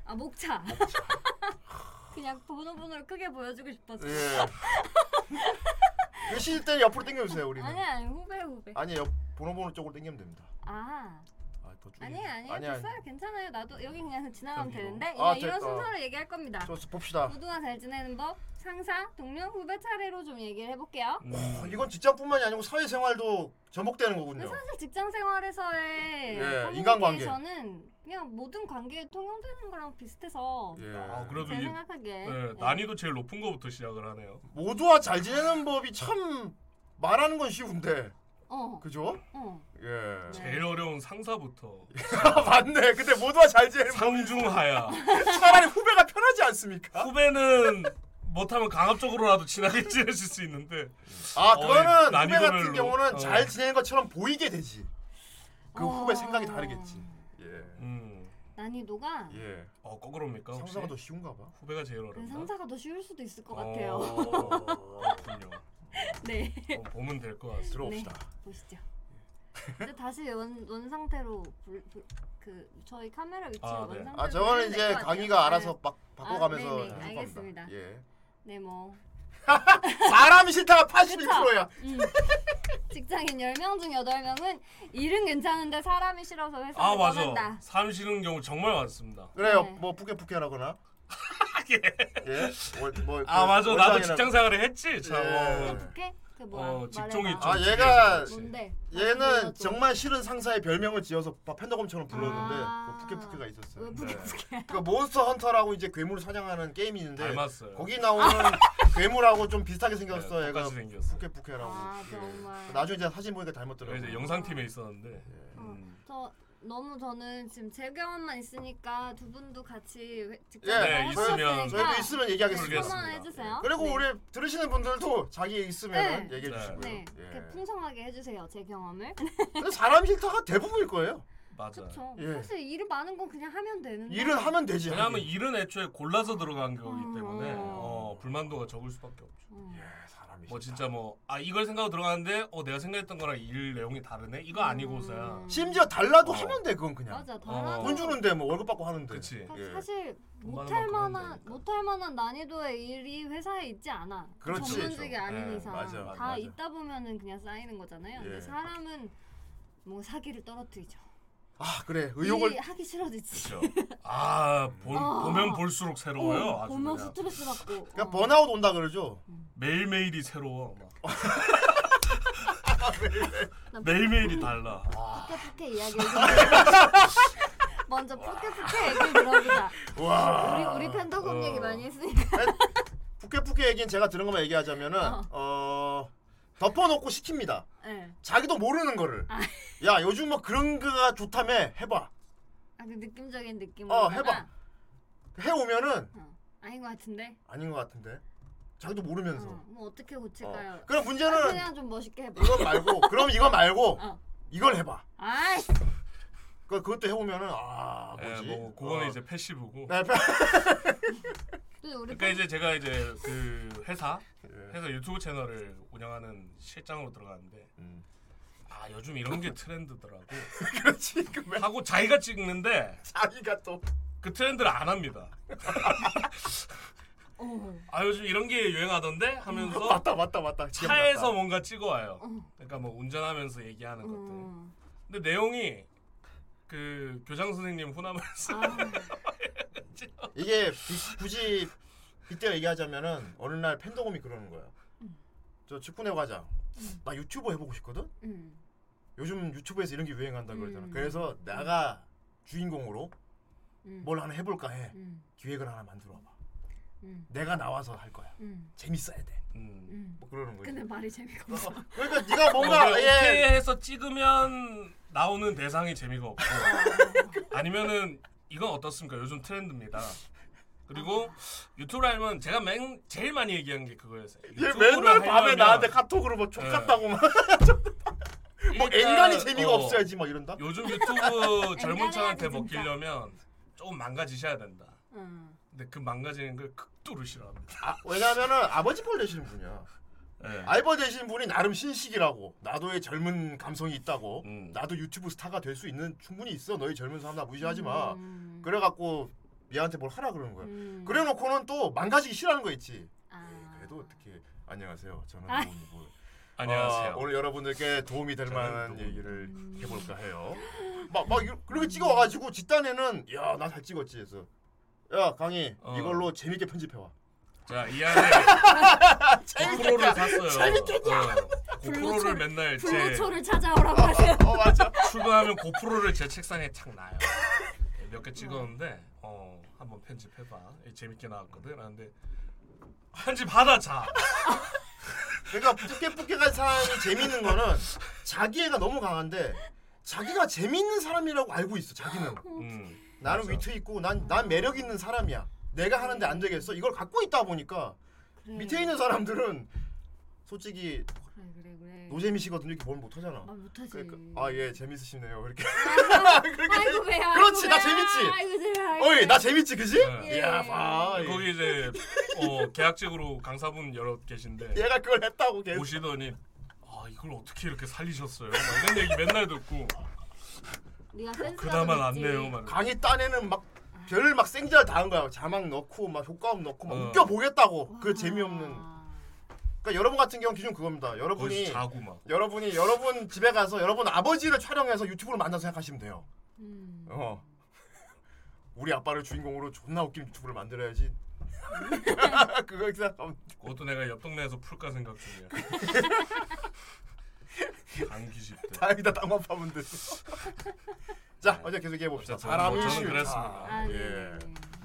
아 목차. 그냥 번호 번호를 크게 보여주고 싶어서.
예. 그 시일 때는 옆으로 당겨주세요 우리는.
아니 아니 후배 후배.
아니 옆 번호번호 쪽으로 당기면 됩니다.
아
아, 더 줄이네.
아니 아니
아니, 아니.
됐어요 그 괜찮아요 나도 여기 그냥 지나가면
저기요.
되는데
아,
이런- 이런
됐다.
순서로 얘기할 겁니다.
좋습 봅시다.
모두가 잘 지내는 법 상사 동료 후배 차례로 좀 얘기를 해볼게요.
어, 이건 직장뿐만이 아니고 사회생활도 전복되는 거군요.
사실 직장 생활에서의
예, 인간관계.
인간관계에서는 그냥 모든 관계에 통용되는 거랑 비슷해서
예.
아, 그래도
제
이
생각하기에
네, 난이도 제일 높은 거부터 시작을 하네요.
모두와 잘 지내는 법이 참 말하는 건 쉬운데
어,
그죠?
어.
예.
네.
제일 어려운 상사부터
아,
어.
맞네. 근데 모두와 잘 지내는 법
상중하야.
차라리 후배가 편하지 않습니까?
후배는 못하면 강압적으로라도 친하게 지내실 수 있는데
아
어,
그거는 후배
난이도별로.
같은 경우는
어.
잘 지내는 것처럼 보이게 되지. 그
어.
후배 생각이 다르겠지. 예.
음,
난이도가
예.
어 거꾸로입니까? 혹시?
상사가 더 쉬운가 봐.
후배가 제일 어렵다.
음, 상사가 더 쉬울 수도 있을 것
어,
같아요.
그렇군요.
네,
어, 보면 될 것 같습니다.
들어봅시다.
보시죠. 이제 다시 원, 원 상태로 불, 불, 그 저희 카메라 위치를
아,
원
네.
상태로
아 저거는
돌리면 될
이제
것 같아요.
강의가 알아서 막
아,
바꿔가면서
네네.
해줄
알겠습니다.
겁니다. 예.
네, 네, 뭐
사람이 싫다가
그쵸?
81%야.
음. 직장인 10명 중 8명은 일은 괜찮은데 사람이 싫어서 회사를
아 맞아.
떠난다.
사람 싫은 경우 정말 많습니다.
그래요.
네.
뭐 푸케푸케라거나. 예. 월, 뭐,
아
그
맞아. 나도
월장이나-
직장 생활을 했지. 참.
예.
어.
오케이? 그 뭐야?
어, 직종이
말해봐.
좀
아, 얘가
중요해서 그렇지.
뭔데? 아,
얘는
말해줘.
정말 싫은 상사의 별명을 지어서 바- 팬더곰처럼 불렀는데
아.
그 푸케푸케가 있었어요.
왜 부캐부캐?
그 몬스터 헌터라고 이제 괴물 사냥하는 게임이 있는데
닮았어요.
거기 나오는 괴물하고 좀 비슷하게 생겼어.
네,
얘가
똑같이 생겼어.
푸케푸케라고.
아,
예.
정말.
나중에 이제 사진 보니까
그래서
닮았더라고.
이제 영상팀에 있었는데. 음.
어, 저 너무 저는 지금 제 경험만 있으니까 두 분도 같이 회- 직접
예,
네, 있으면
저희도 있으면 얘기하겠습니다. 예.
모르겠습니다.
어, 그러니까
네.
한번 해주세요.
그리고 우리 들으시는 분들도 자기 있으면
네.
얘기해 주시고요.
네,
예.
이렇게 풍성하게 해주세요 제 경험을.
근데 사람 싫다가 아, 대부분일 거예요.
맞아.
그렇죠.
예.
사실 일을 많은 건 그냥 하면 되는데.
일은 하면 되지.
왜냐하면
하긴.
일은 애초에 골라서 들어간 거기 때문에
음.
어, 불만도가 적을 수밖에 없죠.
음.
예, 사람이
뭐
싫다.
진짜 뭐 아 이걸 생각하고 들어갔는데 어 내가 생각했던 거랑 일 내용이 다르네 이거
음.
아니고서야.
심지어 달라도
어.
하면 돼 그건 그냥.
맞아 달라도
어.
돈 주는데 뭐 월급 받고 하는데.
그렇지.
아, 사-
예.
사실
돈
못할
받는 만큼 하면
만한
되니까.
못할 만한 난이도의 일이 회사에 있지 않아.
그렇지.
전문직이 아닌
예,
이상
맞아,
다
맞아, 맞아.
있다 보면은 그냥 쌓이는 거잖아요.
예.
근데 사람은 뭐 사기를 떨어뜨리죠.
아 그래
일이
의욕을
하기 싫어지지.
아 보,
어.
보면 볼수록 새로워요.
어,
아주
보면
그냥.
스트레스 받고.
그러니까
어.
번아웃 온다 그러죠.
매일 매일이 새로워. 막. 매일 매일이
뭐
달라.
아.
푸케 푸케 이야기. 먼저 푸케 푸케 얘기 들어보자. 우리
와.
우리 팬더곰
어.
얘기 많이 했으니까.
푸케푸케 얘기는 제가 들은 것만 얘기하자면은
어.
어. 덮어놓고 시킵니다.
예.
자기도 모르는 거를. 야 요즘 뭐 그런 거가 좋다며 해봐.
아, 그 느낌적인 느낌으로.
어, 해봐. 해오면은
아닌 것 같은데.
아닌 것 같은데. 자기도 모르면서.
어, 뭐 어떻게
어.
고칠까요?
그럼
아,
문제는
그냥 좀 멋있게 해봐.
이건 말고 그럼 이거 말고
어.
이걸 해봐.
아이.
그 그것도 해보면은 아
예,
뭐지.
뭐 그거는
어.
이제 패시브고.
네, 팬-
근데 우리
그러니까 이제 제가 이제 그 회사
예.
회사 유튜브 채널을 운영하는 실장으로 들어갔는데
음.
아 요즘 이런 게 트렌드더라고
그렇지. 그 왜-
하고 자기가 찍는데
자기가 또
그 트렌드를 안 합니다.
어.
아 요즘 이런 게 유행하던데 하면서
맞다 맞다 맞다. 기억났다.
차에서 뭔가 찍어와요. 그러니까 뭐 운전하면서 얘기하는 것들.
음.
근데 내용이 그 교장 선생님 후남에서
아,
이게 비- 굳이 이때 얘기하자면은 어느 날 팬더곰이 그러는 거야. 저 직군에 가자. 나 유튜버 해보고 싶거든.
음.
요즘 유튜브에서 이런 게 유행한다 그러잖아.
음.
그래서 내가 주인공으로
음.
뭘 하나 해볼까 해.
아, 예.
음.
기획을 하나 만들어 봐.
음.
내가 나와서 할 거야.
음.
재밌어야 돼.
음.
음.
뭐 그러는 거지.
근데 말이 재미가 없어.
그러니까 네가 뭔가
오케이
예.
해서 찍으면 나오는 대상이 재미가 없고 아니면은 이건 어떻습니까? 요즘 트렌드입니다. 그리고 유튜브를 하면 제가 맨 제일 많이 얘기한 게 그거였어요.
얘
유튜브를
맨날 밤에
하려면
나한테 카톡으로 뭐
예.
족같다고 막. 뭐
일단,
엔간히 재미가
어,
없어야지 막 이런다.
요즘 유튜브 젊은
엔간해야지, 진짜.
층한테 먹히려면 조금 망가지셔야 된다.
음.
근데 그 망가지는 걸 극도로 싫어합니다.
아, 왜냐면은 아버지 뻘 되시는 분이야.
예.
알버 되시는 분이 나름 신식이라고. 나도의 젊은 감성이 있다고.
음.
나도 유튜브 스타가 될 수 있는 충분히 있어. 너희 젊은 사람 나 무시하지 마.
음.
그래갖고 얘한테 뭘 하라 그러는 거야.
음.
그래놓고는 또 망가지기 싫어하는 거 있지.
아.
그래도 어떻게 안녕하세요. 저는
아.
뭐,
안녕하세요.
아, 오늘 여러분들께 도움이 될
저는
만한
누구-
얘기를 해볼까 해요. 막, 막 이러- 그렇게 찍어와가지고 집단에는 야 나 잘 찍었지 해서 야 강희
어.
이걸로 재밌게 편집해와.
자, 이 안에 고프로를 샀어요. 어, 고프로를
불로초를-
맨날 제
불로초를 찾아오라고 하세요.
어 맞아.
출근하면 고프로를 제 책상에 착 놔요. 몇 개 찍었는데 어 한번 편집해봐. 재밌게 나왔거든. 아, 근데 편집하다 자.
그러니까 뿌께뿌께한 사람이 재밌는 거는 자기애가 너무 강한데 자기가 재밌는 사람이라고 알고 있어 자기는.
음.
나는 위트 있고 난 난 매력 있는 사람이야. 내가 하는데 안 되겠어. 이걸 갖고 있다 보니까
음.
그래.
밑에 있는 사람들은 솔직히
그래 그래 그래.
노잼이시거든요. 이렇게 뭘 못하잖아.
아 못하지.
그러니까 아 예 재밌으시네요. 이렇게.
아이고
그렇게.
배야.
그렇지, 나
아이고, 배야.
재밌지?
아이고 제발.
어이 나 재밌지 그지?
예.
이야 봐. 이-
거기 이제 어, 계약직으로 강사분 여러 계신데
얘가 그걸 했다고 계속.
오시더니 아 이걸 어떻게 이렇게 살리셨어요? 막 이런 얘기 맨날 듣고
네가 센스
어, 그나마 낫네요. 막
강의 딴에는 막 별을 막 생지를 다한 거야. 자막 넣고 막 효과음 넣고 막
어.
웃겨 보겠다고. 그 재미없는. 그러니까 여러분 같은 경우 기준 그겁니다.
거기서
여러분이
자고 막.
여러분이 여러분 집에 가서 여러분 아버지를 촬영해서 유튜브로 만나 생각하시면 돼요.
음.
어. 우리 아빠를 주인공으로 존나 웃긴 유튜브를 만들어야지. 그거 생각하면
그것도 내가 옆 동네에서 풀까 생각 중이야. 감기 집대.
다행이다 땅만 파면 돼. 자 어제 계속 얘기해 봅시다.
네. 어쨌든 뭐 저는 그랬습니다.
아, 네.
예.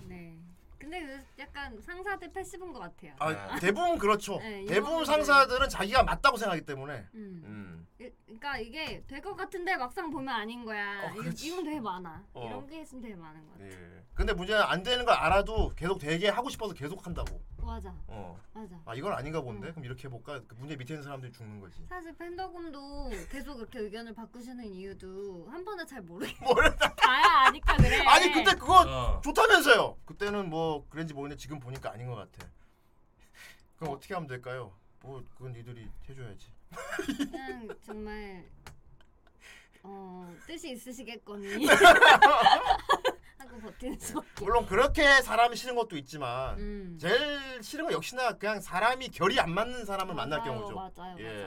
네. 근데 그 약간 상사들 패시브인 것 같아요.
네.
아, 대부분 그렇죠.
네,
대부분
이거는-
상사들은 자기가 맞다고 생각하기 때문에.
음.
음.
이- 그러니까 이게 될 것 같은데 막상 보면 아닌 거야.
어,
이건,
그렇지.
이건 되게 많아.
어.
이런 게 있으면 되게 많은 것 같아.
예. 근데 문제는 안 되는 걸 알아도 계속 되게 하고 싶어서 계속 한다고.
맞아,
어.
맞아.
아 이건 아닌가 본데. 그럼 이렇게 해볼까? 그 문제 밑에 있는 사람들이 죽는 거지.
사실 팬더곰도 계속 이렇게 의견을 바꾸시는 이유도 한 번에 잘 모르.
모르겠다.
다야 아니까 그래.
아니 그때 그거
어.
좋다면서요. 그때는 뭐 그런지 모르는데 지금 보니까 아닌 것 같아. 그럼 어떻게 하면 될까요? 뭐 그건 니들이 해줘야지.
그냥 정말 어 뜻이 있으시겠거니 하고 버티는 수밖에.
물론 그렇게 사람이 싫은 것도 있지만
음.
제일 싫은 건 역시나 그냥 사람이 결이 안 맞는 사람을 만날
맞아요,
경우죠.
맞아요,
예.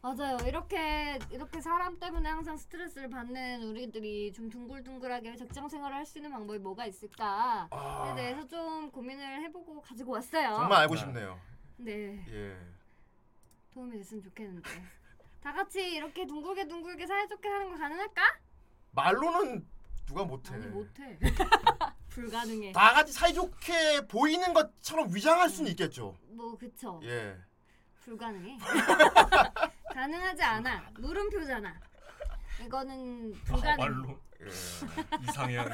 맞아요. 맞아요. 이렇게 이렇게 사람 때문에 항상 스트레스를 받는 우리들이 좀 둥글둥글하게 직장 생활을 할 수 있는 방법이 뭐가 있을까에
아,
대해서 좀 고민을 해보고 가지고 왔어요.
정말 알고
네.
싶네요.
네
예.
도움이 됐으면 좋겠는데 다 같이 이렇게 둥글게 둥글게 사이좋게 사는 거 가능할까?
말로는 누가 못해.
아니 못해. 불가능해.
네. 다 같이 사이좋게 보이는 것처럼 위장할 수는 있겠죠.
뭐 그쵸.
예.
불가능해. 가능하지 않아. 물음표잖아. 이거는
아,
불가능.
말로
예.
이상향이야.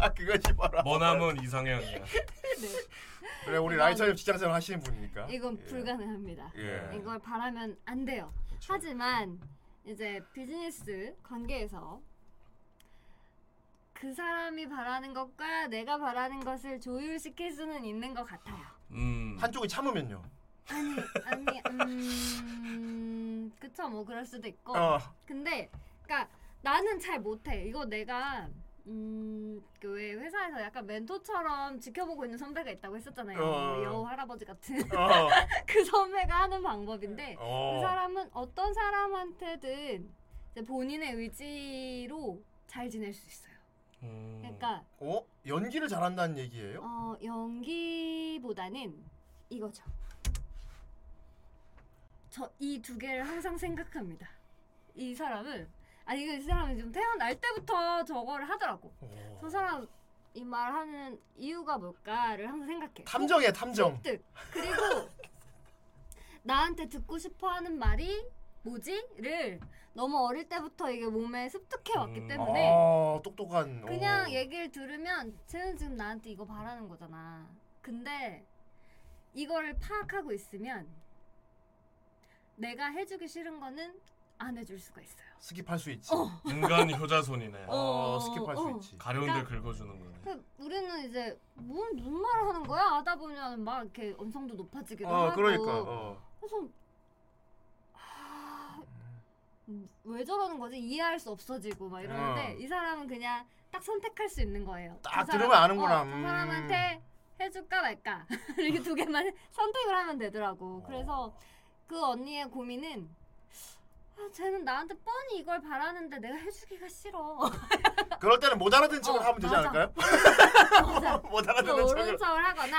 아 그거지 봐라.
머나먼 이상향이야.
네.
그래 우리 라이처님 직장생활 하시는 분이니까.
이건
예.
불가능합니다.
예. 그렇죠.
이걸 바라면 안 돼요. 하지만 이제 비즈니스 관계에서 그 사람이 바라는 것과 내가 바라는 것을 조율시킬 수는 있는 것 같아요.
음.
한쪽이 참으면요.
아니 아니 음 그쵸 뭐 그럴 수도 있고
어.
근데 그러니까 나는 잘 못해. 이거 내가 음그왜 회사에서 약간 멘토처럼 지켜보고 있는 선배가 있다고 했었잖아요. 뭐
어.
여우 할아버지 같은
어.
그 선배가 하는 방법인데 그
어.
사람은 어떤 사람한테든 이제 본인의 의지로 잘 지낼 수 있어요.
음.
그러니까
어? 연기를 잘한다는 얘기예요?
어 연기보다는 이거죠. 저 이 두 개를 항상 생각합니다. 이 사람은 아니 이거 이 사람은 좀 태어날 때부터 저거를 하더라고.
오.
저 사람 이 말 하는 이유가 뭘까를 항상 생각해.
탐정이야 탐정.
획득. 그리고 나한테 듣고 싶어 하는 말이 뭐지?를 너무 어릴 때부터 이게 몸에 습득해 왔기
음.
때문에
아 똑똑한.
그냥
어.
얘기를 들으면 쟤는 지금 나한테 이거 바라는 거잖아. 근데 이걸 파악하고 있으면 내가 해주기 싫은 거는 안 해줄 수가 있어요.
스킵할 수 있지.
인간 효자손이네.
어,
어,
스킵할
어.
수 있지.
가려운 데 긁어주는 거네.
그 우리는 이제 뭔 무슨 말을 하는 거야? 하다 보면 막 이렇게 언성도 높아지기도
어
하고
그러니까. 어.
그래서 아, 왜 저러는 거지 이해할 수 없어지고 막 이러는데
어.
이 사람은 그냥 딱 선택할 수 있는 거예요.
딱
그
들으면 아는구나.
어, 저
음.
사람한테 해줄까 말까 이렇게 두 개만 선택을 하면
어.
되더라고. 그래서 그 언니의 고민은 아, 쟤는 나한테 뻔히 이걸 바라는데 내가 해주기가 싫어.
그럴 때는 못 알아듣는 척을
어,
하면 되지
맞아.
않을까요?
맞아.
못
그
알아듣는
옳은
척을.
척을 하거나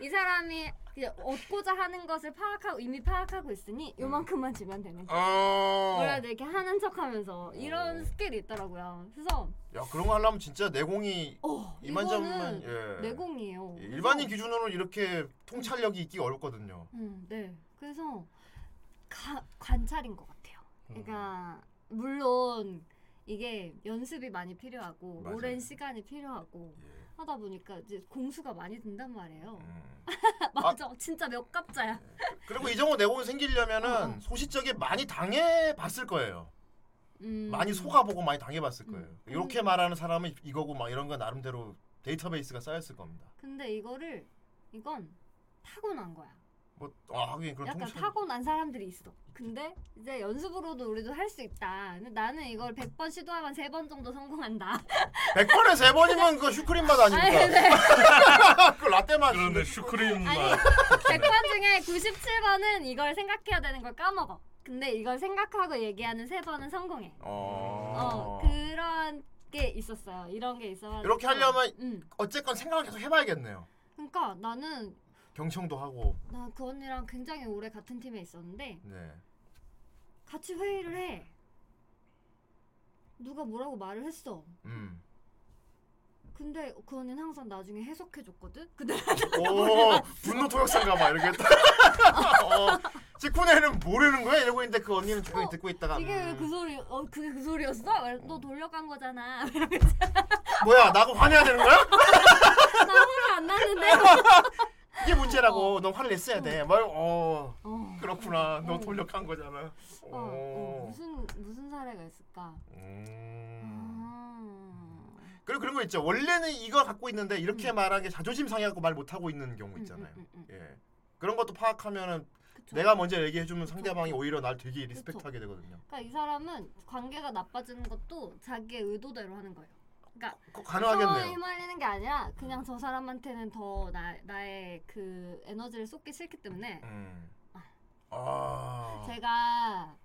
이 사람이 그냥 얻고자 하는 것을 파악하고 이미 파악하고 있으니
음.
요만큼만 주면 되는 거야.
어.
뭐라 해야 돼 이렇게 하는 척하면서 이런 스킬이 있더라고요. 그래서
야 그런 거 하려면 진짜 내공이
어,
이만저만.
이거는
예.
내공이에요.
예, 일반인
그래서-
기준으로 이렇게 통찰력이 있기 어렵거든요.
음, 네. 그래서 가, 관찰인 것 같아요.
음.
그러니까 물론 이게 연습이 많이 필요하고
맞아요. 예.
오랜 시간이 필요하고 하다 보니까 이제 공수가 많이 든단 말이에요.
음. 예.
맞아, 진짜 몇 갑자야.
그리고 이 정도 내공이 생기려면은
네. 어, 어.
소시적에 많이 당해봤을 거예요.
음.
많이 속아보고 많이 당해봤을 거예요.
음.
이렇게 말하는 사람은 이거고 막 이런 건 나름대로 데이터베이스가 쌓였을 겁니다.
근데 이거를 이건 타고난 거야.
뭐아 하긴 그런
약간
통찰.
타고난 사람들이 있어. 근데 이제 연습으로도 우리도 할 수 있다. 근데 나는 이걸 100번 시도하면 3번 정도 성공한다.
100번에 3번이면 그거 슈크림 맛 아닙니까? 그 라떼 맛.
그런데 슈크림 맛.
네. 아니, 100번 중에 97번은 이걸 생각해야 되는 걸 까먹어. 근데 이걸 생각하고 얘기하는 3번은 성공해. 어,
어.
그런 게 있었어요. 이런 게 있어가지고.
이렇게 하려면
음.
어쨌건 생각을 계속 해봐야겠네요.
그러니까 나는
경청도 하고.
나 그 언니랑 굉장히 오래 같은 팀에 있었는데
네.
같이 회의를 해. 누가 뭐라고 말을 했어.
음.
근데 그 언니는 항상 나중에 해석해줬거든? 근데
오 분노 토역상가 봐 이렇게 했다. 어, 직후에는 모르는 거야 이러고 있는데 그 언니는 조용히 듣고 있다가
어. 이게 왜
음,
그 소리, 어, 그게 그 소리였어? 그래서 너 돌려간 거잖아. 나
뭐야 나고 화내야 되는 거야?
화가 안 났는데?
이게 문제라고 너 화를 냈어야 돼. 뭐, 어
어,
그렇구나 너
어.
돌려한 거잖아.
어, 어,
어.
무슨, 무슨 사례가 있을까?
뭐 음.
아.
그리고 그런 거 있죠. 원래는 이걸 갖고 있는데 이렇게 말한 게 자존심 상해갖고 말 못하고 있는 경우
음,
있잖아요.
음, 음, 음.
예. 그런 것도 파악하면은
그쵸.
내가 먼저 얘기해주면 상대방이 오히려 날 되게 리스펙트하게 되거든요.
그러니까 이 사람은 관계가 나빠지는 것도 자기의 의도대로 하는 거예요. 그러니까
그거
상황에
가능하겠네요.
휘말리는 게 아니라 그냥 저 사람한테는 더 나, 나의 그 에너지를 쏟기 싫기 때문에
음. 아.
제가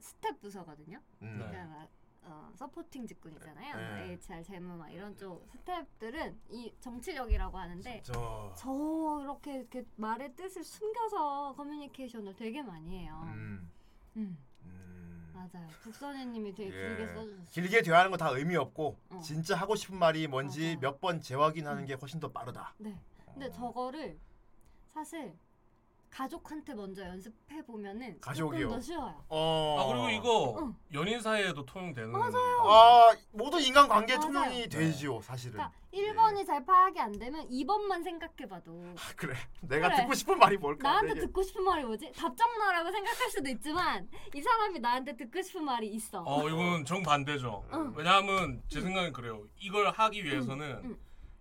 스텝 부서거든요.
음.
네.
그러니까 막, 어, 서포팅 직군 있잖아요. 뭐
네.
HR 재무 막 이런 쪽 스텝들은 이 정치력이라고 하는데
저.
저렇게 이렇게 말의 뜻을 숨겨서 커뮤니케이션을 되게 많이 해요. 음.
음. 음.
맞아요. 국선생님이 되게
예.
네, 길게 써주셨어요.
길게 대화하는 거 다 의미 없고
어.
진짜 하고 싶은 말이 뭔지
맞아요.
몇 번 재확인하는 게 훨씬 더 빠르다.
네.
어.
근데 저거를 사실 가족한테 먼저 연습해 보면은
가족이요?
조금 더 쉬워요.
어.
아 그리고 이거
응. 어,
연인 사이에도 통용되는.
음. 아 모든 인간 관계
맞아요.
통용이 되지요 사실은.
그러니까 1번이 잘 파악이 안 되면 2번만 생각해 봐도
아, 그래. 내가
그래.
듣고 싶은 말이 뭘까? 네, 예.
나한테
되게.
듣고 싶은 말이 뭐지? 답정너라고 생각할 수도 있지만 이 사람이 나한테 듣고 싶은 말이 있어.
어 이건 정 반대죠.
응.
왜냐하면 제 생각엔 그래요. 이걸 하기 위해서는
응.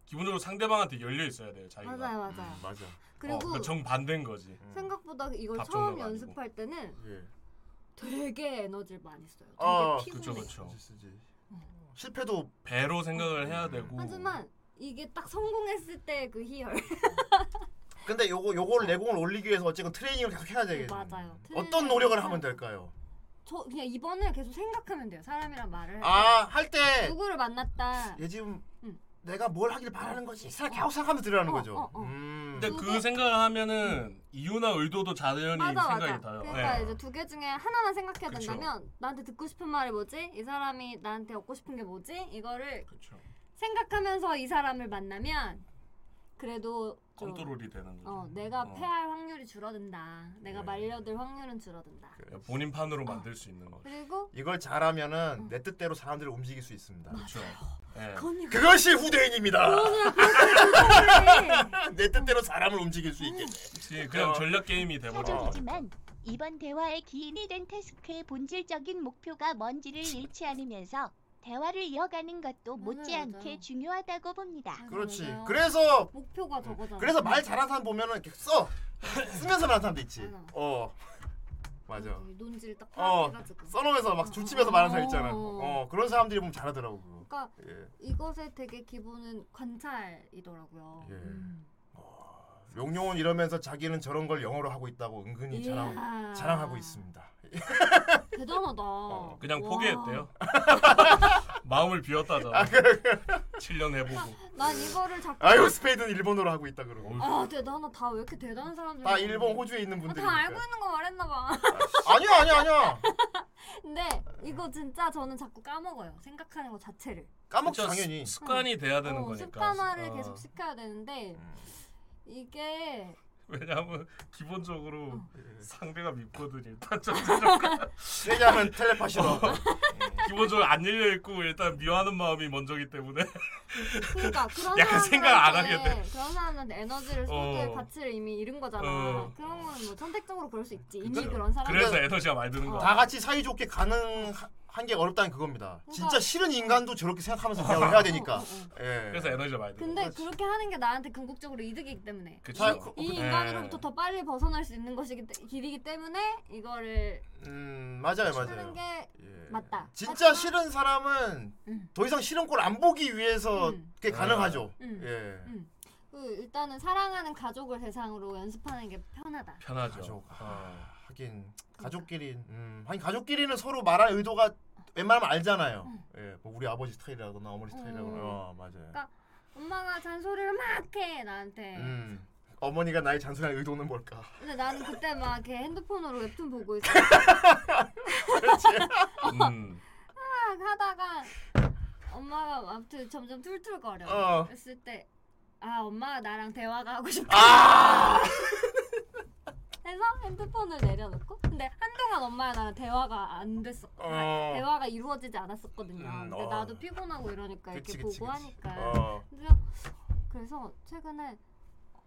기본적으로 상대방한테 열려 있어야 돼요. 자기가. 어,
맞아요,
음,
맞아요.
맞아.
그리고
정 반대인 거지.
음.
생각보다 이걸
답정너가
처음
아니고.
연습할 때는
예. 되게
되게 에너지를 많이 써요. 되게
아,
피곤해.
그쵸 그쵸.
쓰지, 쓰지. 실패도
배로 생각을 해야 되고.
하지만 이게 딱 성공했을 때 그 희열.
근데 요거 요걸 내공을 올리기 위해서 어쨌건 트레이닝을 계속 해야 되겠죠.
맞아요.
네, 어떤
트레이닝을
노력을
해야
하면
돼요.
될까요?
저 그냥 이번을 계속 생각하면 돼요. 사람이랑 말을 할
아 할
때.
때
누구를 만났다.
얘 지금
네. 응.
내가 뭘 하길 바라는 거지. 생각 계속 생각하면서 들으라는
어,
거죠.
어, 어.
음.
근데 그 생각을 하면은 이유나 의도도 자연히
맞아
생각이
맞아.
나요.
그러니까
네.
이제 두 개 중에 하나만 생각해야
그쵸.
된다면 나한테 듣고 싶은 말이 뭐지? 이 사람이 나한테 얻고 싶은 게 뭐지? 이거를
그쵸.
생각하면서 이 사람을 만나면 그래도 좀
컨트롤이 되는
어,
거죠.
내가
어.
패할 확률이 줄어든다. 내가
네.
말려들 확률은 줄어든다.
본인 판으로 만들 수 있는 거죠.
그리고
이걸 잘하면은 내 뜻대로 사람들을 움직일 수 있습니다.
그렇죠. 예.
음. 그언니
그것이 후대인입니다.
그렇게
내 뜻대로 사람을 움직일 수 있게. 그렇죠.
그치, 그냥 전략 게임이 돼버려.
그렇죠.
사적이지만 이번 대화의 기인이 된 태스크의 본질적인 목표가 뭔지를 잃지 않으면서 대화를 이어가는
맞아요,
것도
맞아요.
못지않게 중요하다고 봅니다.
그렇지.
맞아요.
그래서
목표가 저거잖아.
그래서 말 잘하는 사람 보면은 이렇게 써 쓰면서 말하는 사람도 있지.
맞아. 음,
어 맞아.
저기 논지를 딱
어.
파악해가지고.
써놓으면서 막 줄치면서 말하는 사람 있잖아.
어.
어 그런 사람들이 보면 잘하더라고. 그거.
그러니까
예.
이것의 되게 기본은 관찰이더라고요. 음.
예. 용용은 이러면서 자기는 저런 걸 영어로 하고 있다고 은근히 자랑
이야.
자랑하고 있습니다.
대단하다.
어,
그냥
와.
포기했대요. 마음을 비웠다잖아. 7년 해보고.
난 이거를 자꾸
아유 스페인은 일본어로 하고 있다 그러고.
아 대단하 다왜 이렇게 대단한 사람들
다 일본 호주에 있는 분들이니까.
다 알고 있는 거 말했나 봐.
아니야 아니야 아니야.
근데 이거 진짜 저는 자꾸 까먹어요. 생각하는 거 자체를.
까먹죠
그쵸,
당연히.
습- 습관이 돼야 되는
어,
거니까.
습관화를
어.
계속 시켜야 되는데
음.
이게
왜냐하면 기본적으로
어.
예.
상대가 믿거든 일단 좀
왜냐하면 텔레파시로.
기본적으로 안 열려 있고 일단 미워하는 마음이 먼저기 때문에
그러니까 그런
약간 생각 안
사람들한테-
하게
그런 사람한테 에너지를 쏟을
어.
가치를 이미 잃은 거잖아.
어.
그런 거는 뭐 선택적으로 그럴 수 있지. 이미
그쵸.
그런 사람.
그래서 에너지가 많이 드는 거야.
그러니까 다 같이 사이좋게 가능한 게 어렵다는 그겁니다. 진짜
그러니까-
싫은 인간도 저렇게 생각하면서 대화를 해야
어,
되니까.
어, 어.
예.
그래서 에너지가 많이 드는
근데
거야.
그렇게 하는 게 나한테 궁극적으로 이득이기 때문에
자,
그렇죠.
그-
이
네.
인간으로부터 더 빨리 벗어날 수 있는 것이기 때- 길이기 때문에 이거를
음 맞아요 맞아요.
하는 게
예.
맞다.
진짜
하지만-
싫은 사람은
어. 음.
더 이상 싫은 꼴 안 보기 위해서
음.
그게 가능하죠.
네.
음.
예.
음. 그 일단은 사랑하는 가족을 대상으로 연습하는 게
예.
편하다.
편하죠.
가족. 아,
어.
하긴 가족끼리 음 하긴 가족끼리는 서로 말할 의도가 웬만하면 알잖아요. 예. 뭐 우리 아버지 스타일이라거나 어머니 스타일이라거나.
음.
어, 맞아요.
그러니까- 네. 엄마가 잔소리를 막 해 나한테.
음. 어머니가 나의 잔소리할 의도는 뭘까?
근데 나는 그때 막 이렇게 핸드폰으로 웹툰 보고 있어.
음.
막 하다가 엄마가 아무튼 점점 툴툴거려.
어.
그랬을 때. 아 엄마가 나랑 대화가 하고 싶다
아!
해서 핸드폰을 내려놓고 근데 한동안 엄마랑 나랑 대화가 안 됐어
어.
대화가 이루어지지 않았었거든요
음,
근데
어.
나도 피곤하고 이러니까
그치,
이렇게
그치,
보고
그치.
하니까
어.
근데 그래서 최근에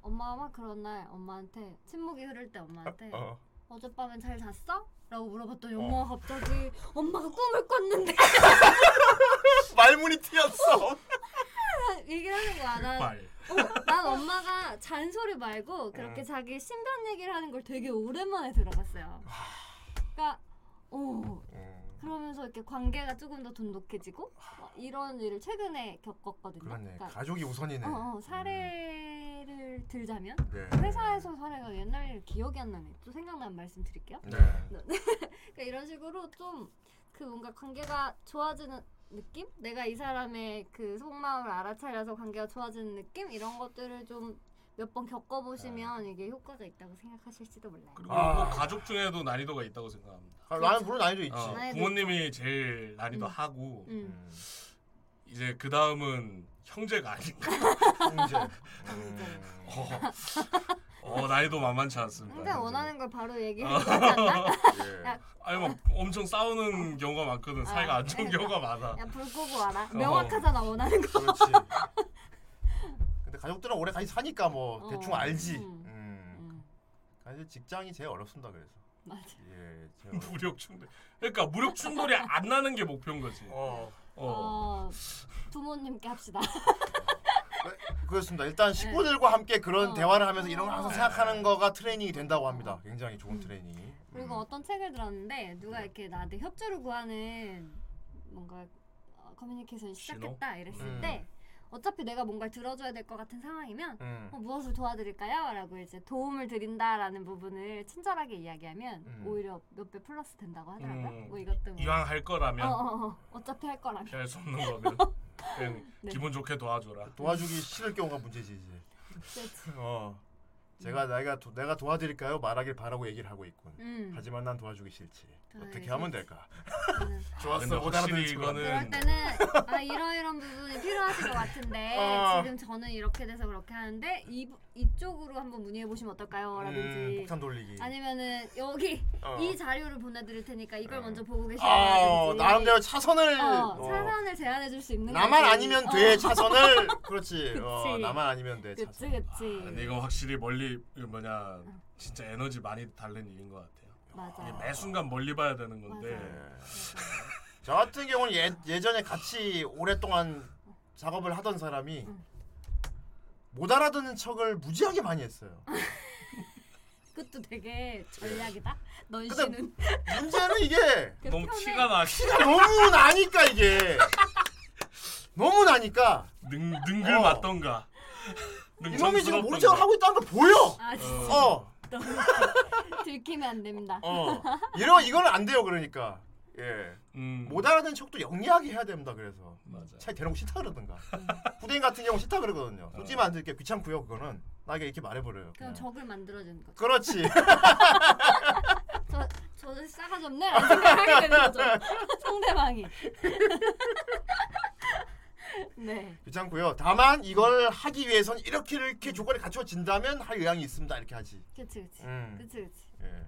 엄마가 그런 날 엄마한테 침묵이 흐를 때 엄마한테 어.
어.
젯밤엔잘 잤어? 라고 물어봤더니 엄마가 갑자기 엄마가 꿈을 꿨는데
말문이 트였어.
얘기를 하는 거야 난,
빨.
어, 난 엄마가 잔소리 말고 그렇게
음.
자기 신변 얘기를 하는 걸 되게 오랜만에 들어봤어요 그러니까 오
음,
그러면서 이렇게 관계가 조금 더 돈독해지고 어, 이런 일을 최근에 겪었거든요
그렇네.
그러니까
가족이 우선이네. 음.
어, 어, 사례를 들자면
네.
회사에서 사례가 옛날 일 기억이 안 나네. 또 생각나면 말씀드릴게요.
네.
그러니까 이런 식으로 좀 그 뭔가 관계가 좋아지는 느낌? 내가 이 사람의 그 속마음을 알아차려서 관계가 좋아지는 느낌? 이런 것들을 좀 몇 번
네.
겪어보시면 이게 효과가 있다고 생각하실지도 몰라요.
그리고
아.
뭐 가족 중에도 난이도가 있다고 생각합니다.
아, 나는 물론 난이도 있지.
어,
난이도
부모님이 제일 난이도
음.
하고
음.
음.
이제 그 다음은 형제가 아닌가.
형제. 음.
어, 어 난이도 만만치 않습니다.
상대 원하는 걸 바로 얘기해
어.
주지 않나?
예.
아니 막 엄청 싸우는 경우가 많거든. 사이가
아.
안 좋은 경우가 많아.
야, 불 끄고 와라.
어.
명확하잖아, 원하는 거.
그렇지. 근데 가족들은 오래 같이 사니까 뭐
어.
대충 알지.
음.
음.
음,
사실 직장이 제일 어렵습니다. 그래서.
맞아.
예. 제일 어렵-
무력 충돌. 그러니까 무력 충돌이 안 나는 게 목표인 거지.
어.
어.
어, 부모님께 합시다.
그렇습니다. 일단 식구들과 함께 그런
네. 어.
대화를 하면서 이런 걸 항상
어.
네.
생각하는 거가 트레이닝이 된다고 합니다. 굉장히 좋은 트레이닝.
그리고
음.
어떤 책을 들었는데 누가 이렇게 나한테 협조를 구하는 뭔가 어, 커뮤니케이션을
신호?
시작했다 이랬을
음.
때 어차피 내가 뭔가를 들어줘야 될 것 같은 상황이면
음.
어, 무엇을 도와드릴까요? 라고 이제 도움을 드린다라는 부분을 친절하게 이야기하면
음.
오히려 몇 배 플러스 된다고 하더라고요.
음.
뭐 이것도 뭐.
이왕 할
어,
거라면
어, 어. 어차피 할 거라면.
피할 수 없는 거면 그냥
네.
기분 좋게 도와줘라.
도와주기 싫을 경우가 문제지 이제.
그렇지.
어. 제가 내가 도, 내가 도와드릴까요? 말하길 바라고 얘기를 하고 있군.
음.
하지만 난 도와주기 싫지.
도와주기
어떻게
싫지. 음. 뭐
하면 될까?
저는
좋았어.
근데
못
확실히
알아듣는 친구가.
이거는-
그럴 때는 아 이러이런 부분이 필요하실 것 같은데
어.
지금 저는 이렇게 돼서 그렇게 하는데 이 이쪽으로 한번 문의해 보시면
음,
어떨까요?라든지
폭탄 돌리기.
아니면은 여기
어.
이 자료를 보내드릴 테니까 이걸
어.
먼저 보고
아,
계시라든지
나름대로 차선을
어,
어,
차선을 제안해 줄 수 있는
나만
거지.
아니면
어.
돼 차선을 그렇지. 어,
그치.
나만 아니면 돼
그치 어.
차선.
그치
근데 이건 확실히 멀리 이거 뭐냐 진짜 에너지 많이 다른 일인 것 같아요.
맞아
이게 매 순간 멀리 봐야 되는 건데
맞아요.
저 같은 경우는 예, 예전에 같이 오랫동안 작업을 하던 사람이 못 알아듣는 척을 무지하게 많이 했어요.
그것도 되게 전략이다 넌
예. 근데
씨는
문제는 이게
너무 티가 나.
피가 너무 나니까 이게 너무 나니까
능 능글
어.
맞던가.
이놈이 지금 모른 척을
능청스럽던가.
하고 있다는 걸 보여.
아 진짜
어,
들키면 안 됩니다
어. 이러 이거는 안 돼요. 그러니까 예.
음.
못 알아듣는 척도 영리하게 해야 됩니다. 그래서
맞아.
차라리 대놓고 싫다 그러든가. 후대인 같은 경우 싫다
어.
그러거든요. 솔직히 말안 듣게 귀찮고요. 그거는 나에게 이렇게 말해버려요.
그럼
그냥.
적을 만들어주는 거죠
그렇지.
저 저는 싸가지 없네 라는 생각을 하게 되는 거죠 상대방이 네
귀찮고요. 다만 이걸 하기 위해선 이렇게 이렇게 조건이 갖춰진다면 할 의향이 있습니다. 이렇게 하지.
그치 그치
음.
그치 그치
예.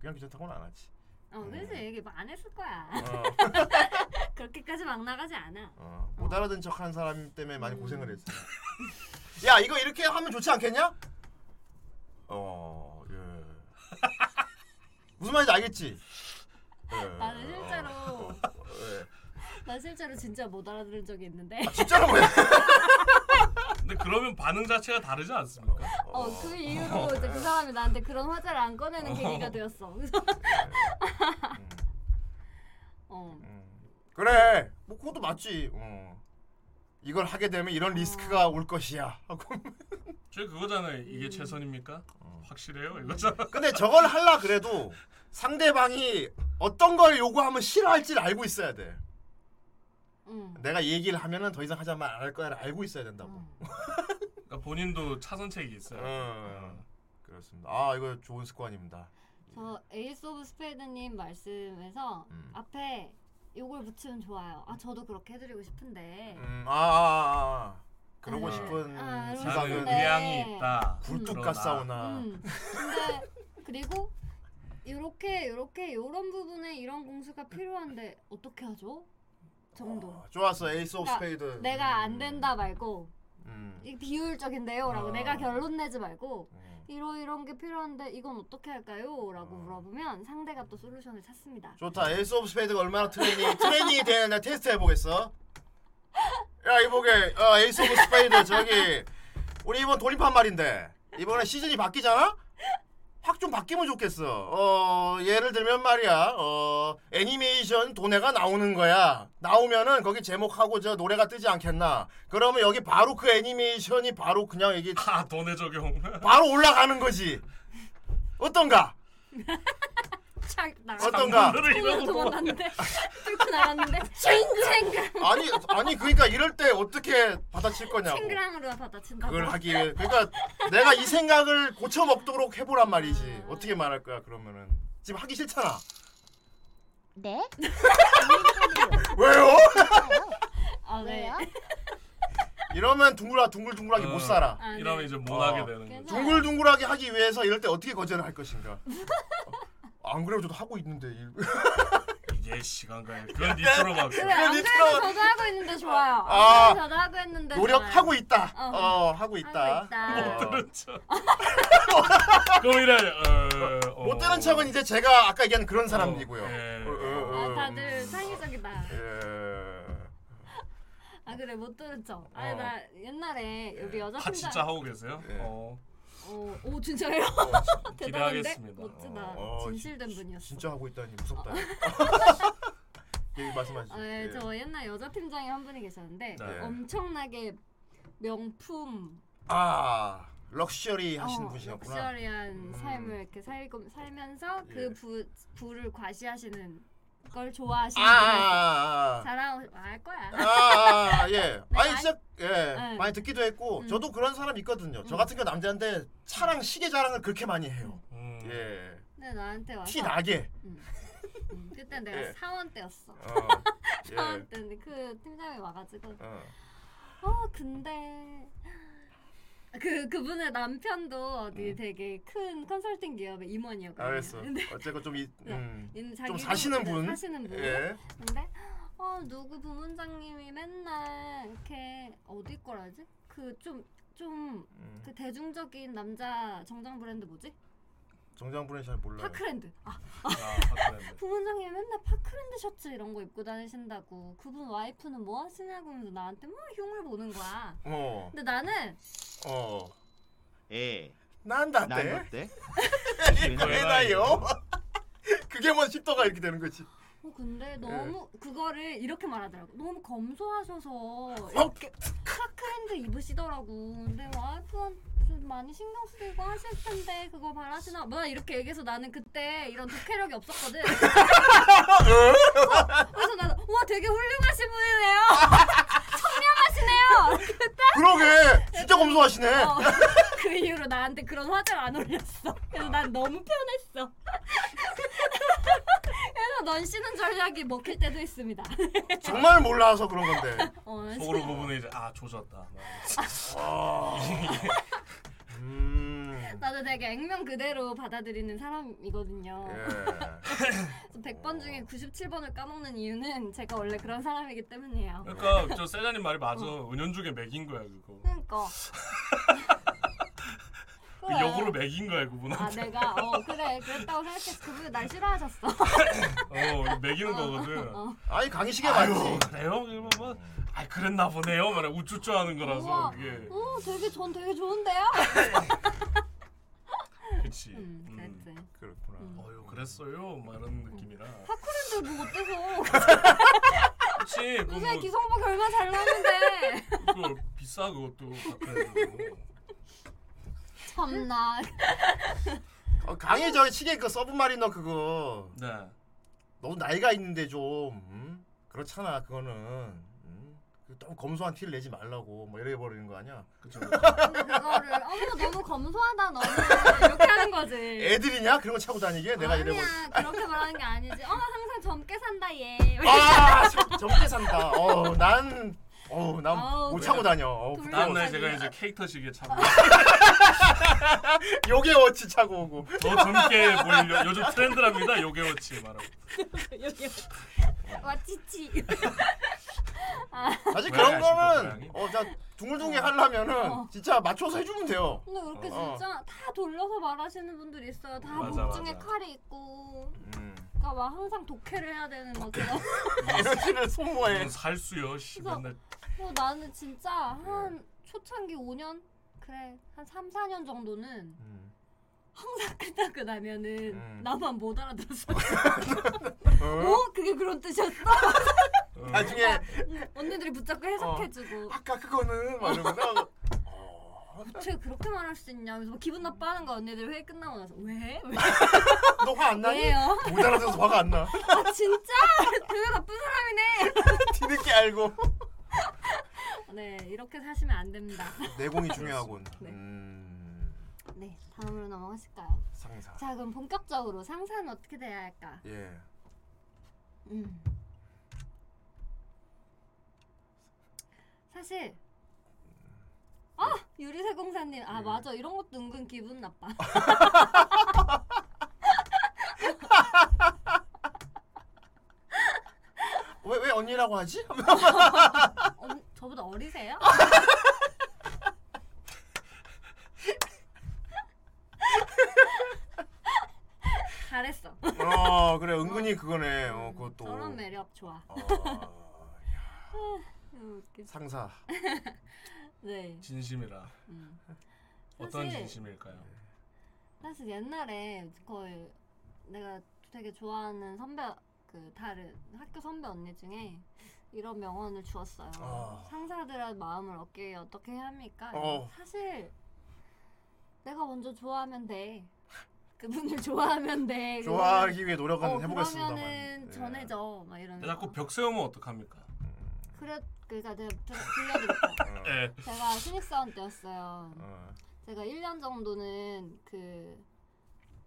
그냥 귀찮다고는 안 하지.
어 그래서 얘기 뭐안 했을 거야
음. 어.
그렇게까지 막 나가지 않아
어, 못 알아듣는 척하는 사람 때문에 많이 고생을 했어요. 야 이거 이렇게 하면 좋지 않겠냐? 어 예. 무슨 말인지 알겠지? 예.
나는 실제로
어, 예.
나 실제로 진짜 못 알아들은 적이 있는데
진짜로 뭐야?
근데 그러면 반응 자체가 다르지 않습니까?
어 그 이후로 이제 그 사람이 나한테 그런 화제를 안 꺼내는 계기가 되었어 그래서 어
네. 음. 그래. 뭐 그것도 맞지. 어. 이걸 하게 되면 이런 리스크가 올 것이야. 하고.
저희 그거잖아요. 이게
음.
최선입니까? 확실해요. 이거잖아.
어. 근데 저걸 할라 그래도 상대방이 어떤 걸 요구하면 싫어할지를 알고 있어야 돼.
음.
내가 얘기를 하면은 더 이상 하지 말안 할 거야를 알고 있어야 된다고.
그러니까 본인도 차선책이 있어요.
음, 그렇습니다. 아 이거 좋은 습관입니다.
저 에이스 오브 스페이드님 말씀에서
음.
앞에 요걸 붙이면 좋아요. 아 저도 그렇게 해드리고 싶은데
음, 아, 아, 아. 그러고
아,
싶은
아, 그러고
나는
생각은 음,
싶은데.
의향이 있다.
굴뚝가
그러나
사우나.
음. 근데 그리고 요렇게 요렇게 요런 부분에 이런 공수가 필요한데 어떻게 하죠? 정도.
아, 좋았어 에이스 오브
그러니까
스페이드.
내가 안
음,
된다 말고
음,
이게 비효율적인데요라고
아.
내가 결론 내지 말고
음.
이러 이런 게 필요한데 이건 어떻게 할까요?라고
음.
물어보면 상대가 또 솔루션을 찾습니다.
좋다 에이스 오브 스페이드가 얼마나 트레이닝 트레이닝이 되는 내 테스트 해보겠어. 야 이보게 어, 에이스 오브 스페이드 저기 우리 이번 돌림판 말인데 이번에 시즌이 바뀌잖아. 확 좀 바뀌면 좋겠어. 어 예를 들면 말이야 어 애니메이션 도네가 나오는 거야. 나오면은 거기 제목하고 저 노래가 뜨지 않겠나? 그러면 여기 바로 그 애니메이션이 바로 그냥 이게
아 돈의 적용.
바로 올라가는 거지. 어떤가?
착 나가.
어떤가?
돈을
뚫고
이러고 뭐-
도망갔는데 뚫고 나갔는데 쨍쨍
아니 아니 그러니까 이럴 때 어떻게 받아칠 거냐고.
쨍그랑으로 받아친다고
그걸 하기 위해 그러니까 내가 이 생각을 고쳐 먹도록 해보란 말이지 어떻게 말할 거야 그러면은 지금 하기 싫잖아
네?
왜요?
아, 네.
왜요?
이러면 둥글아 둥글둥글하게 못 살아
아, 네.
이러면 이제 못 하게
어.
되는 거죠.
괜찮아요.
둥글둥글하게 하기 위해서 이럴 때 어떻게 거절을 할 것인가 어, 안 그래도 저도 하고 있는데 일-
이게 예, 시간가요. 그건 니트로 막.
그래 안
그건
그래도
이처럼-
저도 하고 있는데 좋아요
아.
안 그래도 저도 하고 했는데
노력하고 있다
어.
어 하고 있다,
하고 있다.
어.
그럼 이래. 어, 어.
못 들은 척은 이제 제가 아까 얘기한 그런 사람이고요
어, 예.
어, 어, 어,
좋아요. 아,
음.
다들 창의적이다
예.
아 그래 못 들었죠 아니
어. 네.
나 옛날에 여기 여자
아 진짜
팀장
하고 계세요?
예.
어.
오, 오 진짜예요? 대단한데?
기대하겠습니다.
멋지다
어, 어,
진실된 분이었어 어.
진짜 하고 있다니 무섭다 얘기 말씀하시죠 예.
아, 네, 저 옛날 여자 팀장이 한 분이 계셨는데
네.
엄청나게 명품
아 럭셔리 하신
어,
분이셨구나.
럭셔리한
음.
삶을 이렇게 살고 살면서
예.
그 부, 부를 과시하시는 걸 좋아하시는 분들
아, 아, 아.
잘하고 알 거야.
아, 아, 아, 예.
네,
아니
아니-
진짜 예
네.
많이 듣기도 했고
음.
저도 그런 사람 있거든요. 저 같은 경우 남자인데 차랑 시계 자랑을 그렇게 많이 해요.
음.
예.
근데 나한테 와서
티 나게.
음, 그때 내가
예.
사원 때였어.
어. 예.
사원 때인데 그 팀장이 와가지고
어.
어 근데 그 그분의 남편도 어디
음.
되게 큰 컨설팅 기업의 임원이었거든요.
알았어.
근데
아, 어쨌건 좀 이, 음.
음. 네. 인-
좀
자기도
사시는
그냥
분.
사시는 분.
예.
근데 어 누구 부문장님이 맨날 이렇게 어디 거라지? 그 좀 좀 그
음.
대중적인 남자 정장 브랜드 뭐지?
정장 분은 잘 몰라요.
파크랜드. 아
아, 바꿔야 돼.
부문장님이 맨날 파크랜드 셔츠 이런 거 입고 다니신다고 그분 와이프는 뭐 하시냐고 하면서 나한테 막 흉을 보는 거야.
어.
근데 나는
어.
에,
예. 난다
난 어때?
때. 왜 나요? 그게 뭔 십도가 이렇게 되는 거지.
어 근데 너무 그거를 이렇게 말하더라고. 너무 검소하셔서
어?
이렇게 파크랜드 입으시더라고. 근데 와이프한테 좀 많이 신경 쓰이고 하실 텐데 그거 바라시나? 뭐 이렇게 얘기해서 나는 그때 이런 독해력이 없었거든. 그래서 나는 와 되게 훌륭하신 분이네요. 청렴하시네요.
그러게. 진짜 검소하시네.
어, 그 이후로 나한테 그런 화제를 안 올렸어. 그래서 난 너무 편했어. 그래서 넌 씨는 전략이 먹힐 때도 있습니다.
정말 몰라서 그런 건데.
어, 아, 난
속으로 부분에 이제 아 조졌다.
아. 음.
나도 되게 액면 그대로 받아들이는 사람이거든요.
예.
그래서 100번 중에 97번을 까먹는 이유는 제가 원래 그런 사람이기 때문이에요.
그러니까 저 세자님 말이 맞아. 은연중에 맥인 거야 그거.
그러니까.
그 역으로 맥인 거야
아
그분한테.
내가 어 그래 그랬다고 생각했어. 그분이 날 싫어하셨어.
어 맥이는 거거든.
어.
아니 강의식에 맞지.
그래요? 이거 뭐, 아 그랬나 보네요. 말해 우쭈쭈하는 거라서 예.
우와.
그게.
어 되게 전 되게 좋은데요?
그렇지.
음 그랬지.
그렇구나.
어유 그랬어요. 막 이런 느낌이라.
근데 뭐 어때서?
그렇지. 그거
요새
뭐,
기성복 얼마 잘 나오는데.
그거 비싸 그것도. 바꿔야 되고.
그
참나.
어, 강의 저 시계 그 서브마리너 그거
네.
너무 나이가 있는데 좀 음? 그렇잖아 그거는 음? 그 너무 검소한 티를 내지 말라고 뭐 이래 버리는 거 아니야?
그쵸.
근데 그거를 어머 너무 검소하다 너는 이렇게 하는 거지.
애들이냐 그런 거 차고 다니게 내가 이래 버리.
아니야 그렇게 말하는 게 아니지. 어 항상 젊게 산다 얘.
아 참, 젊게 산다. 어난어난
아우,
못 차고 다녀. 어,
돌려.
부끄러워.
다음날 제가
아.
이제 캐릭터 시계 차고
요게 워치 차고 오고.
더 젊게 보이려 요즘 트렌드랍니다. 요게워치 말하고.
여기 와 찌찌.
사실
왜
그런
아십니까,
거는
고양이?
어자 둥글둥글 하려면은
어.
진짜 맞춰서 해주면 돼요.
근데 그렇게
어.
진짜 다 돌려서 말하시는 분들 있어요. 다
맞아,
목중에
맞아.
칼이 있고.
음.
그러니까 막 항상 독해를 해야 되는 것처럼.
에너지를 소모해.
무슨 살수요. 씨
그래서-
맨날
어, 나는 진짜
예.
한 초창기 5년? 그래 한 3, 4년 정도는
음.
항상 끝나고 나면은
음.
나만 못 알아들었어.
어?
오 그게 그런 뜻이었어? 음,
나중에 어.
언니들이 붙잡고 해석해주고 어.
아까 그거는 어. 말하구나.
어떻게 그렇게 말할 수 있냐? 그래서 막 기분 나빠하는 거 언니들 회의 끝나고 나서 왜?
너 화 안
왜?
나니?
왜요?
못 알아들어서 화가 안 나.
아 진짜? 되게 나쁜 사람이네.
뒤늦게 알고.
네 이렇게 사시면 안 됩니다.
내공이 중요하군.
네.
음,
네 다음으로 넘어가실까요?
상사.
자 그럼 본격적으로 상사는 어떻게 돼야 할까?
예.
음. 사실 아 유리세공사님 아
네.
맞아 이런 것도 은근 기분 나빠
왜, 왜 언니라고 하지?
언, 저보다 어리세요? 잘했어
어, 그래. 은근히 그거네. 어, 그것도.
저런 매력 좋아
아,
음, 웃기.
상사.
네
진심이라.
음.
어떤
사실-
진심일까요?
사실 옛날에 거의 내가 되게 좋아하는 선배 그 다른 학교 선배 언니 중에 이런 명언을 주었어요.
아.
상사들의 마음을 얻기 위해 어떻게 해야 합니까?
어.
사실 내가 먼저 좋아하면 돼. 그분을 좋아하면 돼.
좋아하기 위해 노력은
어,
해보겠습니다만.
그러면은
예.
전해져 막 이런.
근데 자꾸 벽 세우면 어떡합니까?
네.
그래 그러니까 내가 들- 들려드릴게요.
예.
제가 신입 사원 때였어요.
어.
제가 1년 정도는 그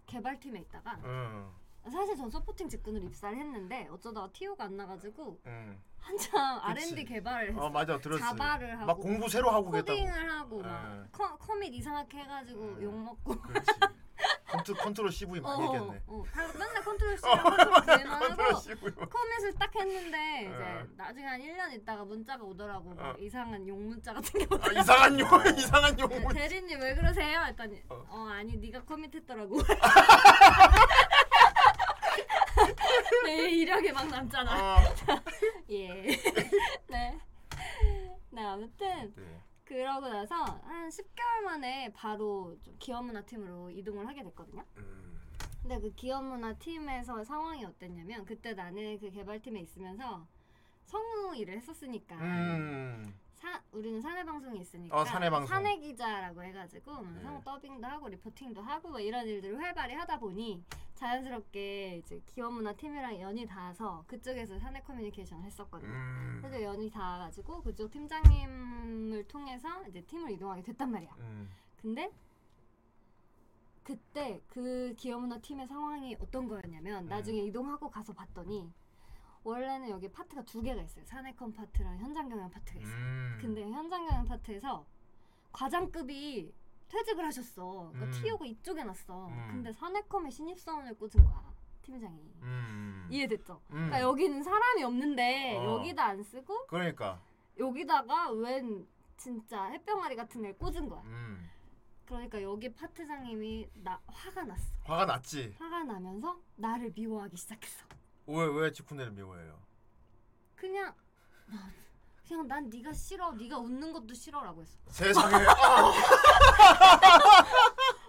개발팀에 있다가
어, 응.
사실 전 서포팅 직군으로 입사를 했는데 어쩌다가 TO가 안 나가지고
응.
한참
그치.
R&D 개발을
어
했어.
맞아 들었어.
자바를 하고
막 공부 새로 하고 겠다고.
코딩을 하고
예.
막 커, 커밋 이상하게 해가지고
음.
욕 먹고
그렇지. 컨트 컨트롤 CV 많이 얘기했네.
어, 다- 맨날 컨트롤 C 하고 그만
컨트롤
하고
CV.
커밋을 딱 했는데
예.
이제 나중에 한 1년 있다가 문자가 오더라고 막
어.
이상한 욕 문자 같은 게
아, 이상한 용 이상한 용.
네, 대리님 왜 그러세요? 했더니 어, 아니 네가 커밋했더라고. 내 이력이 막 남잖아.
아.
예. 네. 네 아무튼
네.
그러고 나서 한 10개월 만에 바로 좀 기업 문화 팀으로 이동을 하게 됐거든요.
음.
근데 그 기업 문화 팀에서 상황이 어땠냐면 그때 나는 그 개발팀에 있으면서 성우 일을 했었으니까
음.
사, 우리는 사내 방송이 있으니까
어, 사내 방송.
기자라고 해가지고 뭐
네.
성우 더빙도 하고 리포팅도 하고 뭐 이런 일들을 활발히 하다 보니 자연스럽게 이제 기업문화 팀이랑 연이 닿아서 그쪽에서 사내 커뮤니케이션을 했었거든요.
음.
그래서 연이 닿아가지고 그쪽 팀장님을 통해서 이제 팀을 이동하게 됐단 말이야.
음.
근데 그때 그 기업문화 팀의 상황이 어떤 거였냐면
음.
나중에 이동하고 가서 봤더니 원래는 여기 파트가 두 개가 있어요. 사내컴 파트랑 현장 경영 파트가 있어요.
음.
근데 현장 경영 파트에서 과장급이 퇴직을 하셨어. 그러니까
음.
TO가 이쪽에 났어.
음.
근데 사내컴에 신입사원을 꽂은 거야 팀장이.
음.
이해됐죠?
음.
그러니까 여기는 사람이 없는데
어.
여기다 안 쓰고
그러니까.
여기다가 웬 진짜 햇병아리 같은 애를 꽂은 거야.
음.
그러니까 여기 파트장님이 나 화가 났어.
화가 났지.
화가 나면서 나를 미워하기 시작했어.
왜왜 지쿠네를 미워해요?
그냥 그냥 난 네가 싫어. 네가 웃는 것도 싫어라고 했어.
세상에. 아,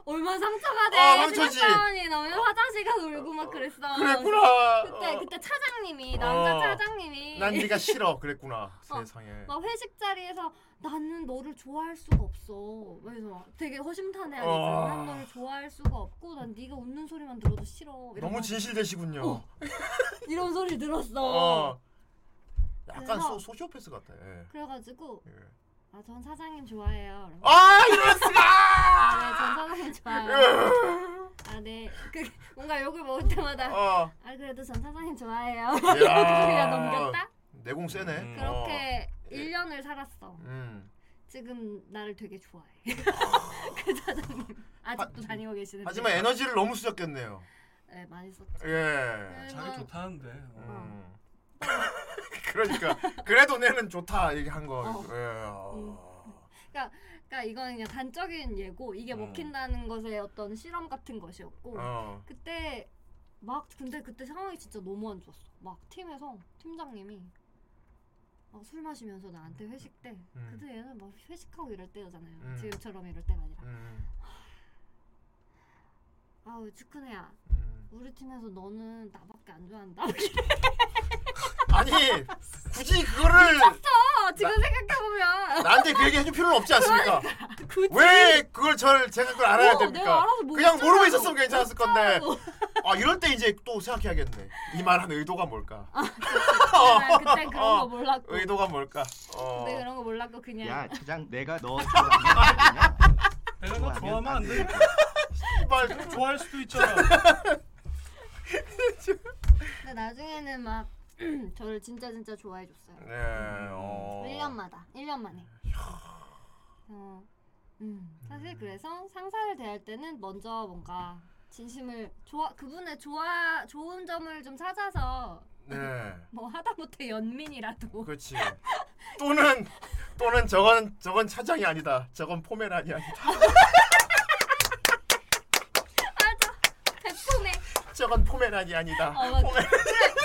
얼마나 상처가 돼.
아, 상처지.
신입사원이 너무 화장실 가서 울고 막 그랬어.
그랬구나.
그때
어.
그때 차장님이 남자
어.
차장님이
난 네가 싫어 그랬구나. 세상에.
막 회식 자리에서 나는 너를 좋아할 수가 없어. 그래서 막 되게 허심탄회하게
어.
난 너를 좋아할 수가 없고 난 네가 웃는 소리만 들어도 싫어. 이런
너무
말-
진실되시군요.
어. 이런 소리 들었어.
어. 약간
그래서-
소, 소시오패스 같아. 예.
그래가지고
예.
아 전 사장님 좋아해요. 이러면서
아 이럴 수가!
아, 네, 전 사장님 좋아해요. 아, 네. 그, 뭔가 욕을 먹을 때마다
예. 어.
아, 그래도 전 사장님 좋아해요. 그냥 넘겼다?
내공 세네.
음.
그렇게 1년을 살았어.
어. 예. 음.
지금 나를 되게 좋아해. 그 사장님. 아직도 다니고 계시는데.
하지만 에너지를 너무 쓰셨겠네요.
네, 많이 썼죠.
예.
네.
자기 좋다는데. 어.
음. 그러니까 그래도 내는 좋다 얘기한 거.
어.
예. 어.
음. 그러니까 이건 그냥 단적인 예고. 이게
음.
먹힌다는 것의 어떤 실험 같은 것이었고.
어.
그때 막 근데 그때 상황이 진짜 너무 안 좋았어. 막 팀에서 팀장님이 막 술 마시면서 나한테 회식 때
음.
그때 얘는 막 회식하고 이럴 때잖아요.
음.
지금처럼 이럴 때가 아니라
음.
아우 주크네야
음.
우리 팀에서 너는 나밖에 안 좋아한다.
아니 굳이 그거를
아, 지금 생각해 보면 그러니까.
나한테 그 얘기 해줄 필요는 없지 않습니까?
굳이
왜 그걸 저를 제가 그걸 알아야
어, 내가
됩니까?
알아서 못
그냥 모르고
참아요.
있었으면 괜찮았을 건데 아 이럴 때 이제 또 생각해야겠네 이 말한 의도가 뭘까
아, 그때 그런
어.
거 몰랐고
의도가 뭘까 어.
네, 그때 그런 거 몰랐고 그냥
차장 내가 너 좋아하냐?
내가 너 좋아하면 안 돼.
이발
좋아할 수도 있잖아.
근데 나중에는 막 저를 진짜 진짜 좋아해 줬어요.
네, 어.
1년마다 1년 만에 어, 음, 사실 그래서 상사를 대할 때는 먼저 뭔가 진심을 좋아 그분의 좋아 좋은 점을 좀 찾아서
네
뭐 하다못해 연민이라도
그렇지 또는 또는 저건 저건 차장이 아니다 저건 포메란이 아니다
백품에
저건 포메란이 아니다
어, 맞아.
포메-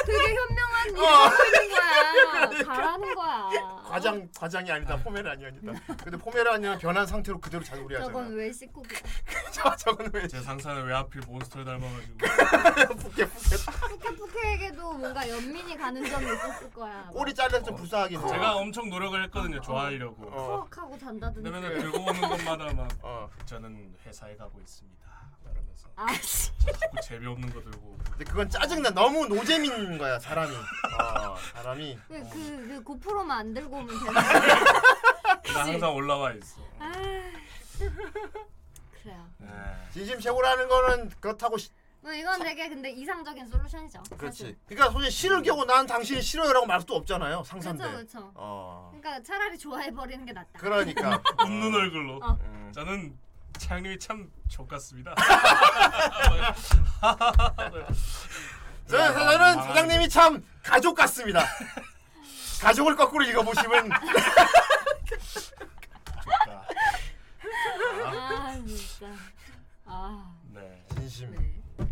되게
어.
현명한 일을 하고 있는 거야
그러니까.
잘하는 거야
과장 과장이 아니다 포메란이 아니다 근데 포메란이는 변한 상태로 그대로
저건
잔소리하잖아
왜 씻고 그래
저 저건 왜
제 상사는 왜 하필 몬스터를 닮아가지고
푸케푸케에게도 뭔가 연민이 가는 점이 있었을 거야.
꼬리 잘려서 좀 불쌍하긴 해.
제가 엄청 노력을 했거든요 좋아하려고
어.
푸억하고 잔다든지.
그러면 들고 오는 것마다 막
어.
저는 회사에 가고 있습니다 이러면서
아, 씨.
자꾸 재미없는 거 들고 오고.
근데 그건 짜증나. 너무 노잼인 거야 사람이. 어, 사람이.
그, 그, 그 고프로만 안 들고 오면 되나?
나 항상 올라와 있어
아, 그래요.
네.
진심 최고라는 거는 그렇다고 시,
뭐 이건 되게 근데 이상적인 솔루션이죠.
그렇지.
사실.
그러니까 솔직히 싫을 경우 난 당신이 싫어요라고 말 수도 없잖아요 상사인데.
그렇죠, 그렇죠.
어.
그러니까 차라리 좋아해 버리는 게 낫다.
그러니까.
웃는 얼굴로
어.
음.
저는 차영님이 참 좋같습니다 네.
저는, 저는
아, 네.
사장님이 참 가족 같습니다. 가족을 거꾸로 읽어보시면
좋다
아 진짜. 아.
네
진심.
네.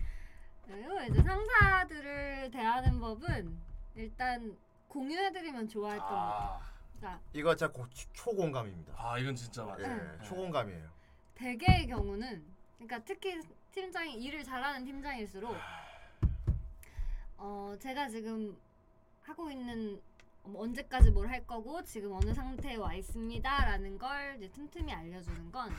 그리고 이제 상사들을 대하는 법은 일단 공유해드리면 좋아할 겁니다.
아,
그러니까
이거 진짜 고, 초공감입니다.
아 이건 진짜 네. 맞아
예, 초공감이에요.
대개의 경우는 그러니까 특히 팀장이 일을 잘하는 팀장일수록 어 제가 지금 하고 있는 뭐 언제까지 뭘 할 거고 지금 어느 상태에 와 있습니다라는 걸 이제 틈틈이 알려주는 건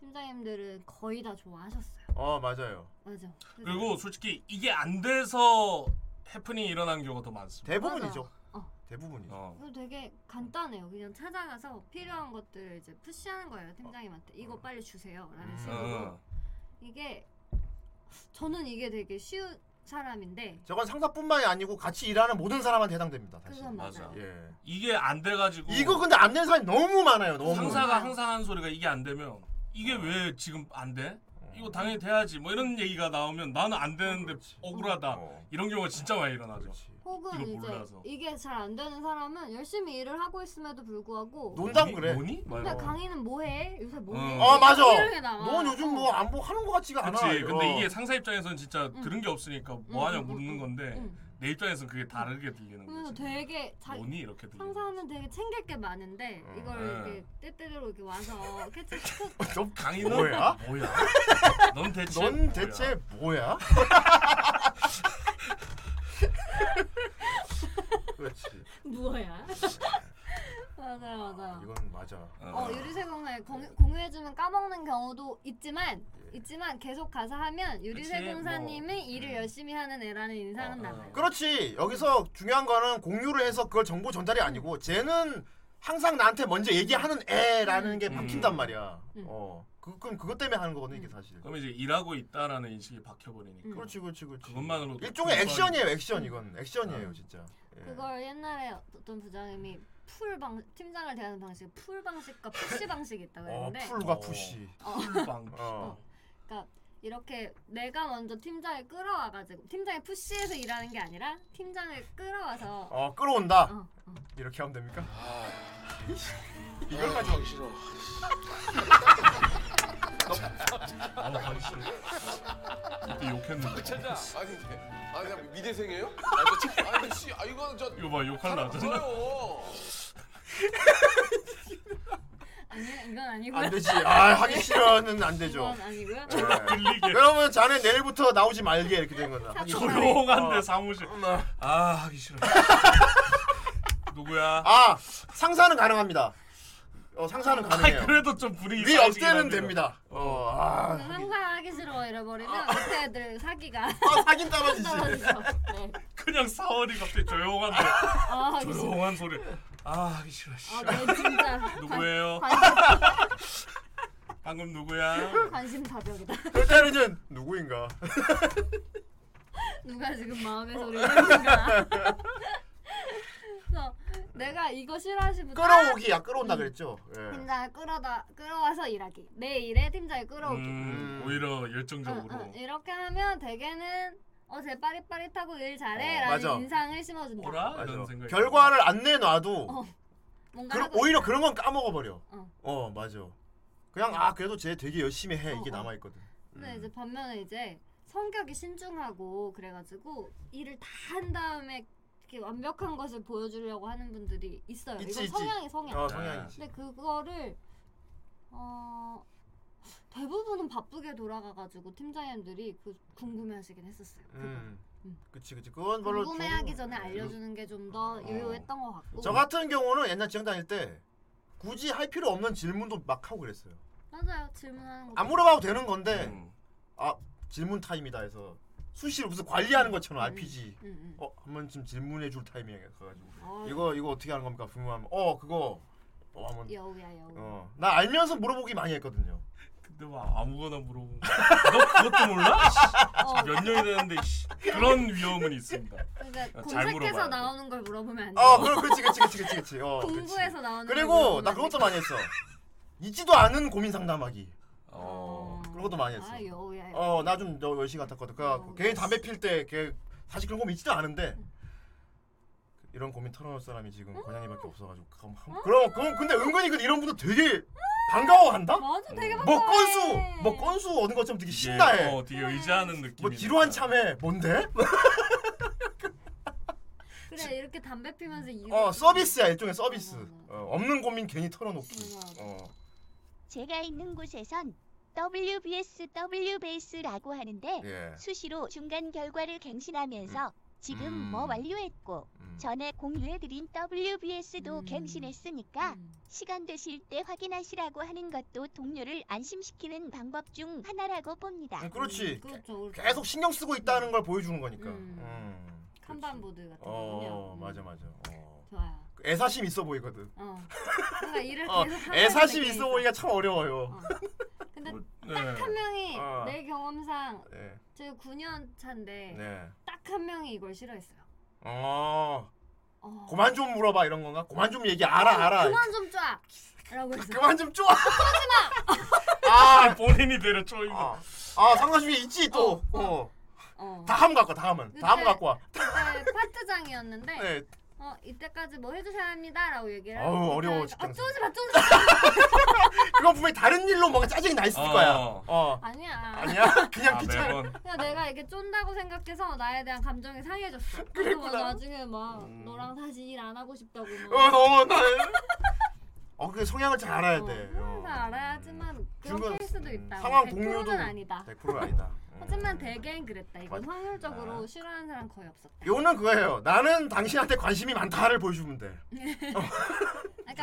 팀장님들은 거의 다 좋아하셨어요.
어 맞아요.
맞아. 그래서
그리고 솔직히 이게 안 돼서 해프닝이 일어난 경우가 더 많습니다
대부분이죠.
어.
대부분이죠.
어.
그거 되게 간단해요. 그냥 찾아가서 필요한 것들 이제 푸시하는 거예요 팀장님한테 이거 빨리 주세요라는 식으로
어.
이게 저는 이게 되게 쉬운 사람인데
저건 상사뿐만이 아니고 같이 일하는 모든 사람한테 해당됩니다. 사실.
그건
맞아.
맞아요.
예.
이게 안 돼가지고
이거 근데 안 되는 사람이 너무 많아요. 너무.
상사가 항상 하는 소리가 이게 안 되면 이게 왜 지금 안 돼? 이거 당연히 돼야지 뭐 이런 얘기가 나오면 나는 안 되는데
그렇지.
억울하다
어.
이런 경우가 진짜 많이 일어나죠
혹은
이걸
이제
몰라서.
이게 잘 안 되는 사람은 열심히 일을 하고 있음에도 불구하고
논담
뭐니?
그래.
뭐니? 막
근데
이러고.
강의는 뭐해? 요새 뭐해?
어. 아,
맞아.
이런 게 나와.
넌 요즘 뭐 안 보고 하는 것 같지가 않아.
그치 근데
어.
이게 상사 입장에서는 진짜
응.
들은 게 없으니까 뭐 하냐
응, 응,
묻는
응,
건데
응.
내 입장에서는 그게 다르게 들리는
그래서
거지
되게 잘
뭐니? 이렇게 들리는 거지
상사는 되게 챙길 게 많은데 이걸
네.
이렇게 때때로 이렇게 와서 캐치
넌
강의는
뭐야?
뭐야? 넌 대체
아? 넌
뭐야?
대체 뭐야? 그렇지.
뭐야? 맞아요, 맞아요.
이건 맞아.
어 유리세공을 공- 공유해주면 까먹는 경우도 있지만 있지만 계속 가서 하면
예. 그치,
유리세공사님이
뭐.
일을 열심히 하는 애라는 인상은
어,
남아요.
그렇지. 여기서 중요한 거는 공유를 해서 그걸 정보 전달이 아니고 쟤는 항상 나한테 먼저 얘기하는 애라는 게
음.
박힌단 말이야.
음.
어. 그, 그럼 그것 때문에 하는 거거든 이게 사실.
그럼 이제 일하고 있다라는 인식이 박혀버리니까
음.
그렇지, 그렇지, 그렇지.
그것만으로도
일종의
큰 소리.
액션이에요, 액션 이건. 액션이에요, 진짜. 예.
그걸 옛날에 어떤 부장님이 풀 방, 팀장을 대하는 방식, 풀 방식과 푸시 방식이 있다고
어,
했는데 그러니까
풀과
어.
푸시.
풀방
어.
이렇게 내가 먼저 팀장을 끌어와가지고 팀장이 푸시해서 일하는 게 아니라 팀장을 끌어와서
어, 끌어온다.
어, 어.
이렇게 하면 됩니까? 아. 이걸 가지고
아우 하기 싫어 그때 욕했는데
아
뭐
그냥 미대생이에요? 아, 저 참- 아, 근데 씨, 아 이거는 저
이거 봐 욕할 나잖아
저요.
아니 이건 아니고요.
안 되지. 아 하기 싫어는 안 되죠.
이건 아니고요.
네.
들리게
그러면 자네 내일부터 나오지 말게 이렇게 된 거다. 하기 싫어.
조용한데
어.
사무실 아 하기 싫어 누구야
아 상사는 가능합니다. 어 상사는 가능해요.
아, 그래도 좀 분위기
네
빠지긴
업대는
합니다.
됩니다. 어, 아,
상상하기 싫어 잃어버리면 밑에 애들 사기가
아 사긴 떨어지지.
떨어지죠. 네.
그냥 사월이 갑자기 조용한데
아 하기 싫어.
조용한 소리 아 하기 싫어 씨.
아내 네, 진짜
누구예요
관,
방금 누구야
관심 다벽이다.
그럴 때는 누구인가.
누가 지금 마음의 소리를 내는가. 그래서 내가 이거 싫어하시면 아,
끌어오기야
음.
끌어온다 그랬죠. 예.
팀장을 끌어다 끌어와서 일하기. 내 일에 팀장을 끌어오기.
음,
음. 뭐.
오히려
응,
열정적으로
응. 이렇게 하면 대개는 어쟤 빠릿빠릿하고 일
어,
잘해라는
맞아.
인상을 심어준다.
뭐라
맞아.
이런 생각
결과를 안 내놔도
어, 뭐 뭔가
그,
하고
오히려 그런 건 까먹어 버려.
어.
어 맞아. 그냥 아 그래도 쟤 되게 열심히 해 이게
어, 어.
남아 있거든. 음.
근데 이제 반면에 이제 성격이 신중하고 그래가지고 일을 다 한 다음에 이렇게 완벽한 것을 보여주려고 하는 분들이 있어요.
있지,
이건
아.
네.
있지.
성향이 성향.
어 성향이지.
근데 그거를 어 대부분은 바쁘게 돌아가가지고 팀장님들이 그 궁금해하시긴 했었어요. 그
음. 그치 그치 그건 별로 좀- 음.
궁금해하기 전에 알려주는 게 좀 더 유효했던 것 같고.
저 같은 경우는 옛날 직장 다닐 때 굳이 할 필요 없는 질문도 막 하고 그랬어요.
맞아요 질문하는 거.
안 물어봐도 되는 건데
음.
아 질문 타임이다 해서 수시로 무슨 관리하는 것처럼 RPG
음, 음.
어 한 번쯤 질문해 줄 타이밍이 가가지고
어.
이거 이거 어떻게 하는 겁니까 궁금하면 어 그거 어 한번
예.
여우야 여우.
어나 알면서 물어보기 많이 했거든요.
근데 막 아무거나 물어보고 너 그것도 몰라? 씨, 몇 년이 되는데 씨. 그런 위험은 있습니다.
그러니까
잘
검색해서
물어봐야 돼.
나오는 걸 물어보면 안 돼.
어 그럼 그치 그치 그치 그치 그치 어 그치.
공부해서 나오는. 걸
그리고
물어보면
나
안
그것도
돼.
많이 했어. 있지도 않은 고민 상담하기.
어.
그런 것도 많이 했어.
아 여우야 여우.
어 나 좀 너 열심히 같았거든. 그래갖고 걔 담배 필 때 걔 사실 그런 고민 있지도 않은데 이런 고민 털어놓을 사람이 지금
음.
권양이밖에 없어가지고 그럼 한- 그럼 그럼 근데 은근히 근데 이런 분들 되게 반가워한다.
맞아 음. 되게
뭐 건수 뭐 건수 얻은 것처럼 되게 신나해.
어, 되게 의지하는 느낌.
뭐 기로한 참에 뭔데?
그래 이렇게 담배 피면서 이.
어 서비스야 일종의 서비스.
음.
어, 없는 고민 괜히 털어놓기. 어.
제가 있는 곳에선 WBS, WBS라고 하는데
예.
수시로 중간 결과를 갱신하면서 지금
음.
뭐 완료했고 전에 공유해드린
음.
WBS도 갱신했으니까 시간 되실 때 확인하시라고 하는 것도 동료를 안심시키는 방법 중 하나라고 봅니다.
음, 그렇지.
그렇죠.
계속 신경 쓰고 있다는 걸 보여주는 거니까.
음.
음.
칸반 보드 같은 거군요. 음.
어 맞아 맞아. 어.
좋아요.
그 애사심 있어 보이거든.
어. 뭔가 일을
어,
계속 하는
애사심
느낌이
있어 보기가 참 어려워요.
근데
뭐,
네.
딱 한 명이
어.
내 경험상
네.
제가 9년 차인데
네.
딱 한 명이 이걸 싫어했어요.
어.
어.
그만 좀 물어봐 이런 건가? 그만 좀 얘기 알아 알아.
그만 좀 쫙. 라고 해서.
그만 좀 쪼아. 아
본인이 내려 쪼이고.
아, 아 상관심이 있지 또. 어.
어.
다음 갖고 와 다음은 다음
그때-
갖고 와.
그때 파트장이었는데
네.
어 이때까지 뭐 해주셔야 합니다라고 얘기를.
어우,
하고
어려워,
그러니까 아
직장생.
쪼지 마 쪼지 마.
그건 분명히 다른 일로 뭔가 짜증이 나 있을
어.
거야. 어.
아니야.
아니야? 그냥
아,
귀찮아.
매번.
그냥 내가 이게 쫀다고 생각해서 나에 대한 감정이 상해졌어. 그래서 막 나중에 막 너랑 다시 일 안 하고 싶다고 막.
음. 어 너무 나. 어 그게 성향을 잘 알아야 돼. 어.
항상 알아야지만 그런
중간-
케이스도 있다.
상황
100%는
공유도
네, 아니다.
100% 아니다.
하지만 대개는 그랬다. 이건
맞-
확률적으로
아.
싫어하는 사람 거의 없었다.
요는 그거예요. 나는 당신한테 관심이 많다를 보여주면 돼.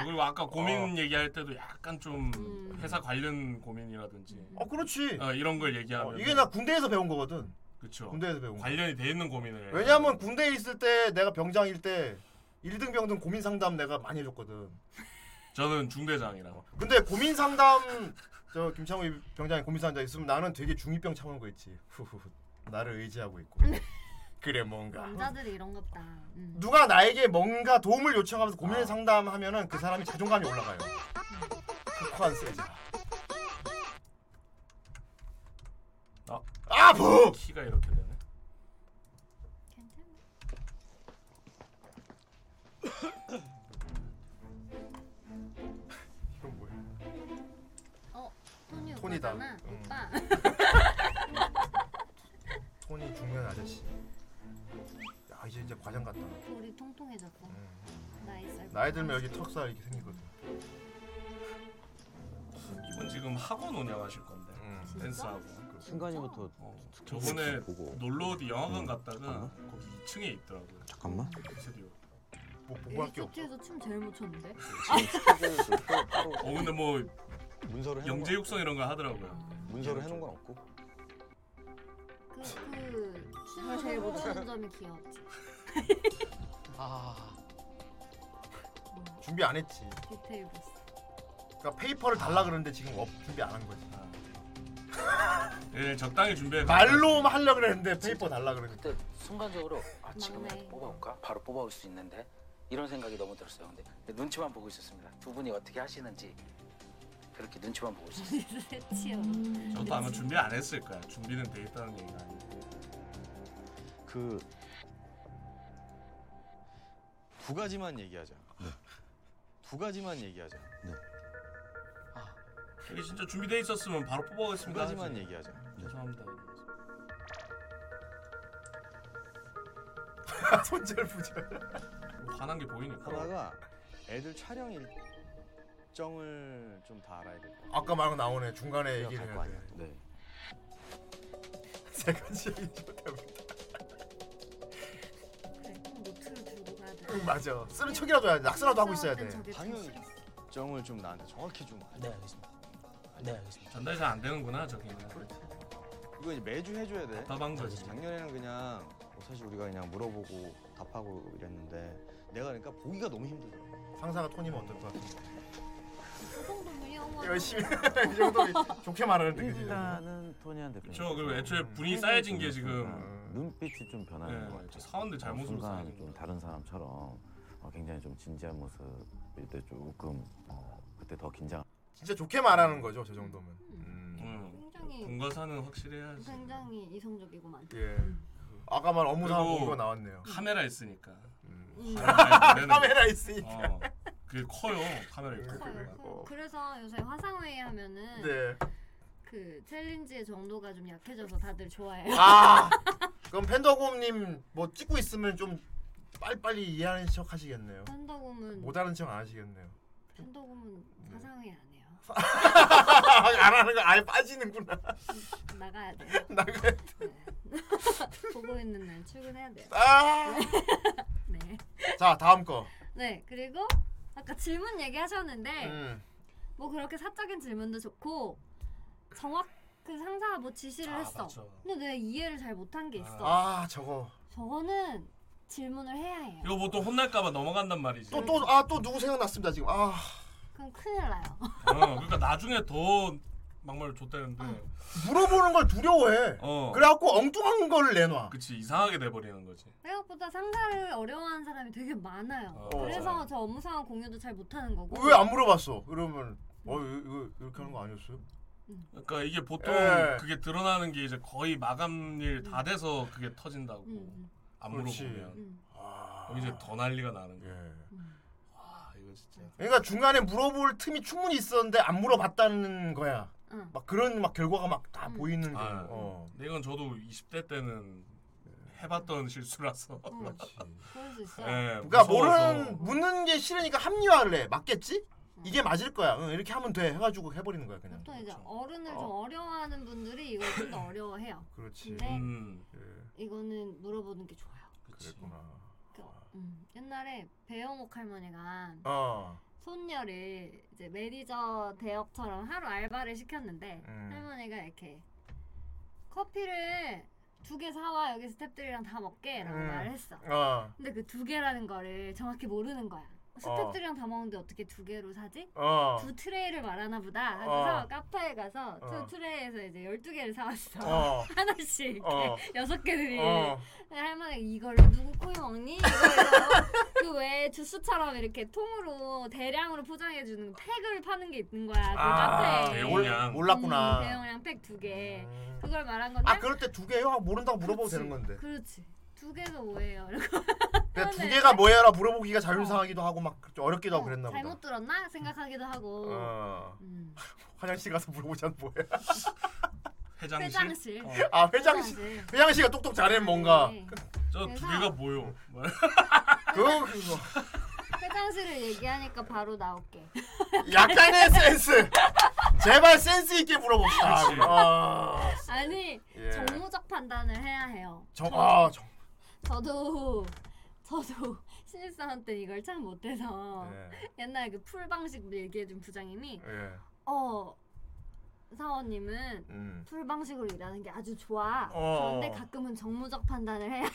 그리고 아까
어.
고민 얘기할 때도 약간 좀
음.
회사 관련 고민이라든지.
어 그렇지.
어, 이런 걸 얘기하면
이게 나 군대에서 배운 거거든.
그렇죠.
군대에서 배운 거.
관련이 돼 있는 고민을.
왜냐면 군대에 있을 때 내가 병장일 때 1등 병등 고민 상담 내가 많이 해줬거든.
저는 중대장이라.
근데 고민 상담 저 김창우 병장이 고민 상담 있으면 나는 되게 중이병 참은 거 있지. 후후 나를 의지하고 있고. 그래 뭔가.
남자들이 이런 없다 음.
누가 나에게 뭔가 도움을 요청하면서 고민
어.
을 상담하면은 그 사람이 자존감이 올라가요. 코한 세자.
아,
아 부.
키가 이렇게 되네.
이건 뭐야?
어, 토니
토니다.
오빠잖아.
음.
오빠.
손이 중요한 아저씨. 야 이제 이제 과장 같다.
볼이 통통해졌고. 나이스. 음.
나이 들면 여기 턱살 이렇게 생기거든.
이분 지금 학원 운영하실 건데 댄스하고 어.
순간이부터
저번에
보고.
놀러 어디 영화관
음.
갔다가
잠깐만.
거기 2층에 있더라고요.
잠깐만.
스튜디오.
여기 쇼트에서 춤 제일 못 췄는데. 아.
어 근데 뭐
문서를 해놓은
영재
건
육성 이런 거 하더라고요.
문서를 해놓은 건 없고.
그 춤을 제일 못 추는 점이 귀엽지.
아
준비 안 했지.
디테일 보스.
그러니까 페이퍼를
아.
달라 그러는데 지금 업 준비 안 한 거지.
예, 적당히 준비해.
말로 하려 그랬는데 페이퍼 달라 그러니까.
순간적으로 아 지금 뽑아올까? 바로 뽑아올 수 있는데 이런 생각이 너무 들었어요. 근데 눈치만 보고 있었습니다. 두 분이 어떻게 하시는지 그렇게 눈치만 보고 있었어요.
치요.
저도 아마 준비 안 했을 거야. 준비는 돼 있다는 얘기가 아니고.
그. 두 가지만 얘기하자. 두 가지만 얘기하자. 아.
이게 진짜 준비돼 있었으면 바로
두
뽑아오겠습니다.
가지만
하지.
얘기하자.
죄송합니다.
손절 부절.
화난 게 보이니까.
하다가 애들 촬영일 일정을 좀 다 알아야 될 것 같아요.
아까 말한 거 나오네. 중간에 얘기를
갈거
해야 돼.
아니야, 또. 네.
세 가지 얘기 좀 해볼게.
그래 꼭 노트를 들고 가야 돼.
응, 맞아. 쓰는 척이라도 해야 돼. 낙서라도 하고 있어야 돼.
당연히 일정을 좀 나한테 정확히 좀 알려. 네, 알겠습니다. 네, 알겠습니다. 그렇죠.
전달 잘 안 되는구나 저기는.
이거 이제 매주 해줘야 돼.
답답한 거지.
작년에는 그냥 뭐 사실 우리가 그냥 물어보고 답하고 이랬는데 내가 그러니까 보기가 너무 힘들더라고.
상사가 톤이면 어떨 것 같아?
열심히
이 정도 좋게 말하는데 그지?
일단은 토니한테
저 그렇죠.
네.
그리고 애초에
음.
분위기 쌓여진 게 지금
눈빛이 좀 변하는
네,
것 같아요.
사원들 잘못으로
어, 순간
쌓이는
좀 다른 사람처럼 어, 굉장히 좀 진지한 모습일 때 조금 어, 그때 더 긴장.
진짜 좋게 말하는 거죠, 저 정도면.
음.
음.
굉장히
공과사는 확실히 해야지.
음. 굉장히 이성적이고만.
음. 예. 아까 말 업무 상황
그리고
보고 나왔네요.
카메라 있으니까.
음.
카메라 있으니까. 음.
어. 그게 커요. 카메라 있고.
커요. 그래서 요새 화상회의 하면은
네.
그 챌린지의 정도가 좀 약해져서 다들 좋아해요.
아 그럼 팬더곰님 뭐 찍고 있으면 좀 빨리빨리 이해하는 척 하시겠네요.
팬더곰은
못 하는 척 안 하시겠네요.
팬더곰은 화상회의 안 해요.
안 하는 네. 거 아예 빠지는구나.
나가야 돼요. 네.
나가야 돼.
보고 있는 날 출근해야 돼요.
아!
네.
자 다음 거.
네 그리고 아까 질문 얘기하셨는데
음.
뭐 그렇게 사적인 질문도 좋고 정확 그 상사가 뭐 지시를
아,
했어.
맞죠.
근데 내가 이해를 잘 못한 게 있어.
아 저거.
저거는 질문을 해야 해요.
이거 보통 혼날까봐 넘어간단 말이지.
또 또 아 또 누구 생각났습니다 지금. 아
그럼 큰일 나요.
어, 그러니까 나중에 더 막말 줬다는데.
물어보는 걸뭐 두려워해.
어.
그래갖고 엉뚱한 걸 내놔.
그치 이상하게 돼버리는 거지.
생각보다 상사를 어려워하는 사람이 되게 많아요.
어.
그래서 저 업무 상황 공유도 잘 못하는 거고.
왜 안 물어봤어? 그러면 어 이거, 이거 이렇게 하는 거 아니었어요?
그러니까 이게 보통
예.
그게 드러나는 게 이제 거의 마감일 다 돼서 그게 터진다고 안
그렇지. 예.
물어보면 그럼 이제 더 난리가 나는 거야. 와 이거 진짜
그러니까 중간에 물어볼 틈이 충분히 있었는데 안 물어봤다는 거야. 막 그런 막 결과가 막 다 보이는 게.
아,
어.
근데 이건 저도 20대 때는 해봤던 실수라서.
그럴 수 있어.
예,
그러니까
무서워서.
모르는 묻는 게 싫으니까 합리화를 해. 맞겠지? 이게 맞을 거야. 응, 이렇게 하면 돼. 해가지고 해버리는 거야 그냥.
보통 이제 어른을
어.
좀 어려워하는 분들이 이걸 좀 더 어려워해요.
그렇지.
근데
음.
예,
이거는 물어보는 게 좋아요.
그랬구나. 아.
음, 옛날에 배영옥 할머니가
어.
손녀를 이제 매니저 대역처럼 하루 알바를 시켰는데
음.
할머니가 이렇게 커피를 두 개 사와 여기 스탭들이랑 다 먹게라고
음.
말을 했어.
어.
근데 그 두 개라는 거를 정확히 모르는 거야.
어.
스탭들이랑 다 먹는데 어떻게 두 개로 사지?
어.
두 트레이를 말하나 보다. 그래서
어.
카페에 가서 두
어.
트레이에서 이제 열두 개를 사왔어.
어.
하나씩 이렇게
어.
여섯 개들이.
어.
근데 할머니가 이걸 누구 코에 먹니? 이걸 그왜 주스처럼 이렇게 통으로 대량으로 포장해 주는 팩을 파는 게 있는 거야. 그
아,
카페에.
대용량. 몰랐구나.
음, 대용량 팩 두 개. 그걸 말한 건데.
아 그럴 때 두 개요? 하고 모른다고 물어봐도
그렇지,
되는 건데.
그렇지. 두 개가 뭐예요? 이러고
그냥 두 개가 뭐야라 물어보기가 자존상하기도 하고 막좀 어렵기도 하고 그랬나 보다.
잘못 들었나 생각하기도 하고.
어.
음.
화장실 가서 물어보자는 뭐야?
회장실?
회장실.
어.
아 회장실. 회장실가 똑똑 잘해 뭔가.
저 두 개가 뭐요?
그거 그거.
화장실을 얘기하니까 바로 나올게.
약간의 센스. 제발 센스 있게 물어봅시다.
그치.
아,
아니
예.
정무적 판단을 해야 해요.
정, 아, 정.
저도 저도 신입사원 때 이걸 참 못해서 옛날 그 풀방식 얘기해준 부장님이
예.
어 사원님은
음.
풀방식으로 일하는 게 아주 좋아.
어.
그런데 가끔은 정무적 판단을 해야 해.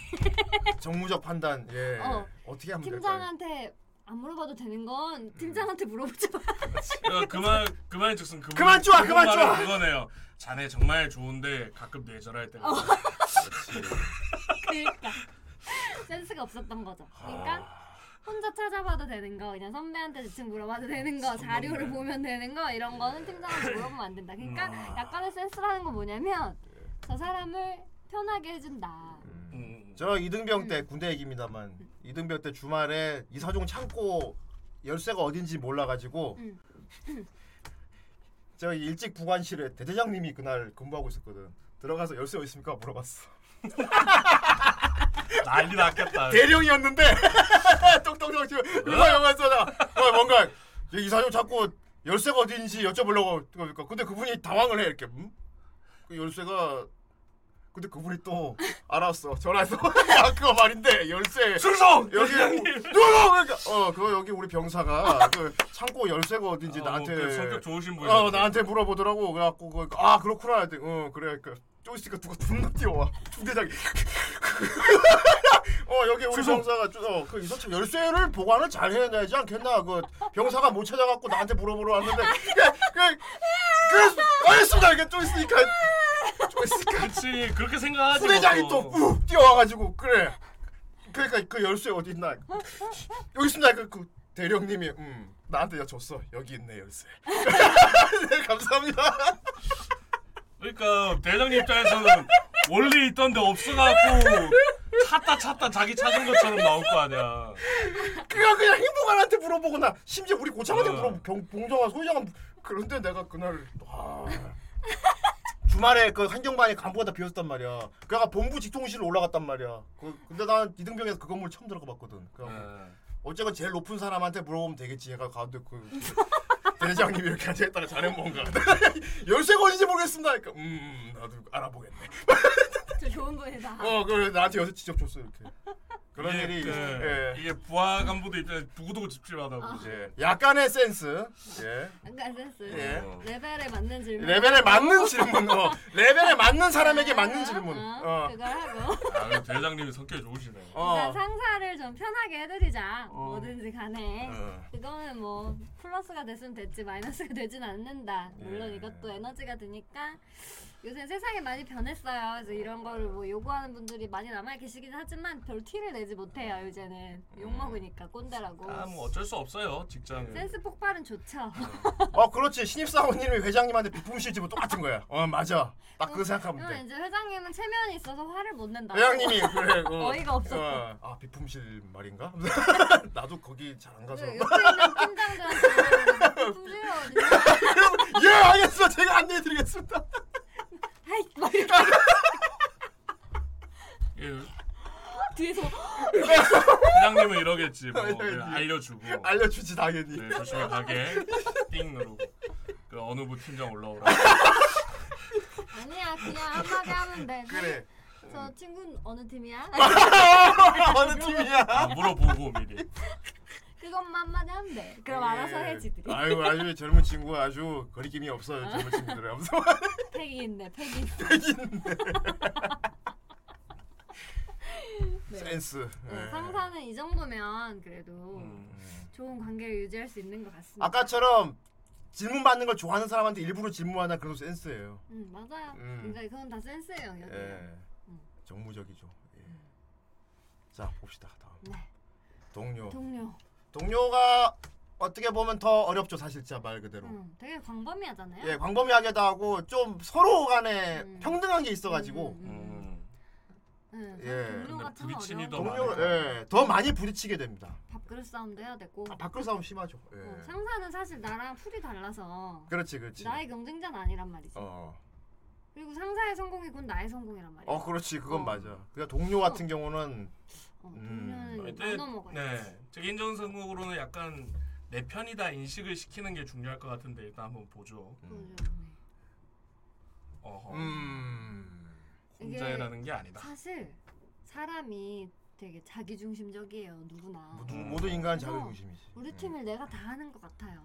정무적 판단. 예.
어.
어. 떻게 하면 될까요?
팀장한테 안 물어봐도 되는 건
음.
팀장한테 물어보지 마.
그러니까 그만 그만즉슨 그
그만 쪼아, 그만 쪼아.
그거네요. 자네 정말 좋은데 가끔 뇌절할 때가.
아.
어.
있어요.
그러니까 센스가 없었던 거죠.
아.
그러니까 혼자 찾아봐도 되는 거, 그냥 선배한테 지금 물어봐도 되는 거, 자료를 보면 되는 거 이런 거는 팀장한테 물어보면 안 된다.
음.
그러니까
아.
약간의 센스라는 건 뭐냐면
예.
저 사람을 편하게 해준다.
음.
음.
저 이등병 때 군대 얘기입니다만 이등병 때 주말에 이사종 창고 열쇠가 어딘지 몰라가지고
음.
저 일찍 부관실에 대대장님이 그날 근무하고 있었거든. 들어가서 열쇠 어디 있습니까 물어봤어.
난리 났겠다.
어, 대령이었는데 똑똑똑 지금 이거 영화 써나 뭔가 이사종 자꾸 열쇠가 어디인지 여쭤보려고 그러니까 근데 그분이 당황을 해 이렇게 음? 그 열쇠가 근데 그분이 또 알았어 전화해서 야 그거 말인데 열쇠
충성!
여기
대장님!
누구 그러니까 어 그거 여기 우리 병사가 그 창고 열쇠가 어딘지 나한테
그 성격 좋으신 분이
어 나한테 물어보더라고 그래갖고 그거 아 그렇구나 했더니 어 그래 그 조이스가 누가 존나 뛰어와 중대장이 어 여기 우리
죄송.
병사가 어그 이서철 열쇠를 보관을 잘 해야 되지 않겠나 그 병사가 못 찾아갖고 나한테 물어보러 왔는데 예, 그그그 알겠습니다 아, 이게 좀 있으니까 좀 있으니까
그치 그렇게 생각하지
후대장이
뭐
또 훅 뛰어와가지고 그래 그러니까 그 열쇠 어디 있나 여기 있습니다 그, 그 대령님이 음 나한테 야 줬어 여기 있네 열쇠 네, 감사합니다
그러니까 대장님 입장에서는 원래 있던데 없어갖고 찾다 찾다 자기 찾은 것처럼 나올 거 아니야
그냥 그냥 행복한한테 물어보거나 심지어 우리 고창한테
어.
물어보 병 봉정아 소희장아 그런데 내가 그날 아, 주말에 그 한경반이 간부가다 비웠단 말이야. 그래가 본부 직통실로 올라갔단 말이야. 그, 근데 난 이등병에서 그 건물 처음 들어가봤거든. 그래갖고
네.
어쨌건 제일 높은 사람한테 물어보면 되겠지. 얘가 가운데 그 대장님 이렇게 앉아있다가 자네 뭔가 열쇠가 어딘지 모르겠습니다. 그러니까 음 나도 알아보겠네.
저 좋은 분이다.
어 그래 나한테 열쇠 직접 줬어 이렇게. 그런
이게
일이
그,
예.
이게 부하 간부들 입장에 두고두고 집중하다고
아.
예. 약간의 센스. 예.
약간 센스.
예.
레벨에 맞는 질문.
레벨에 맞는 질문. 어. 레벨에 맞는 사람에게 맞는 질문.
어,
어.
그걸 하고
아, 근데 대장님이 성격이 좋으시네
일단 아, 상사를 좀 편하게 해드리자
어.
뭐든지 간에
어.
그거는 뭐 플러스가 됐으면 됐지 마이너스가 되진 않는다 물론
예.
이것도 에너지가 드니까 요새 세상이 많이 변했어요 그래서 이런 거를 뭐 요구하는 분들이 많이 남아 계시긴 하지만 별 티를 내지 못해요 요새는
음.
욕 먹으니까 꼰대라고
아 뭐 어쩔 수 없어요 직장은
센스 폭발은 좋죠
어, 그렇지. 신입사원님이 회장님한테 비품 실집은 똑같은 거야. 어, 맞아. 딱 그 생각하면
그러면
돼.
이제 회장님은 체면이 있어서 화를 못 낸다
회장님이 그래. 어.
어이가 없어
어. 아, 비품실 말인가? 나도 거기 잘 안 가서.
그 옆에 있는 팀장들한테 부지러
예, 알겠습니다. 제가 안내해 드리겠습니다.
하이 막 이렇게
예.
뒤에서
예. 대장님은 이러겠지 뭐 그냥 알려주고
알려주지 당연히
네, 조심히 가게 띵 누르고 그 어느 부 팀장 올라오라
아니야 그냥 한마디 하면 돼
그래.
저 친구는 어느 팀이야?
어느 팀이야 아, 물어보고 미리
그것만 한마디 하면 돼 그럼
예.
알아서 해 지들이
아유, 아주 젊은 친구 아주 거리낌이 없어요. 젊은 친구들. 하면서
팩이 있네 팩이 있네 네.
센스.
네,
예. 음,
상사는 이 정도면 그래도 좋은 관계를 유지할 수 있는 것 같습니다
아까처럼 질문 받는 걸 좋아하는 사람한테 일부러 질문하나 그런 센스예요.
음 맞아요
음.
그러니까 그건 다 센스의 영역이에요
예.
음.
정무적이죠. 예. 자 봅시다 다음.
네.
동료.
동료
동료가 어떻게 보면 더 어렵죠 사실 진짜 말 그대로.
음, 되게 광범위하잖아요
예 광범위하게도 하고 좀 서로 간에 평등한 게 있어가지고.
음,
예.
동료가 참 어려운
동료 예더 많이 부딪히게 됩니다.
밥그릇 싸움도 해야 되고
아,
밖으로 싸움 심하죠. 예.
어, 상사는 사실 나랑 풀이 달라서
그렇지 그렇지.
나의 경쟁자는 아니란 말이지
어.
그리고 상사의 성공이 곧 나의 성공이란 말이야
어 그렇지 그건 맞아. 그냥 동료 같은 경우는
어.
음.
음,
동료는
근데,
나눠 먹어요
네, 제 개인적인 생각으로는 약간 내 편이다 인식을 시키는 게 중요할 것 같은데 일단 한번 보죠.
음.
어허.
음.
이게
혼자라는 게 아니다.
사실 사람이 되게 자기중심적이에요 누구나
누- 모든 인간은
그래서
자기중심이지.
음.
우리 팀을 내가 다 하는 것 같아요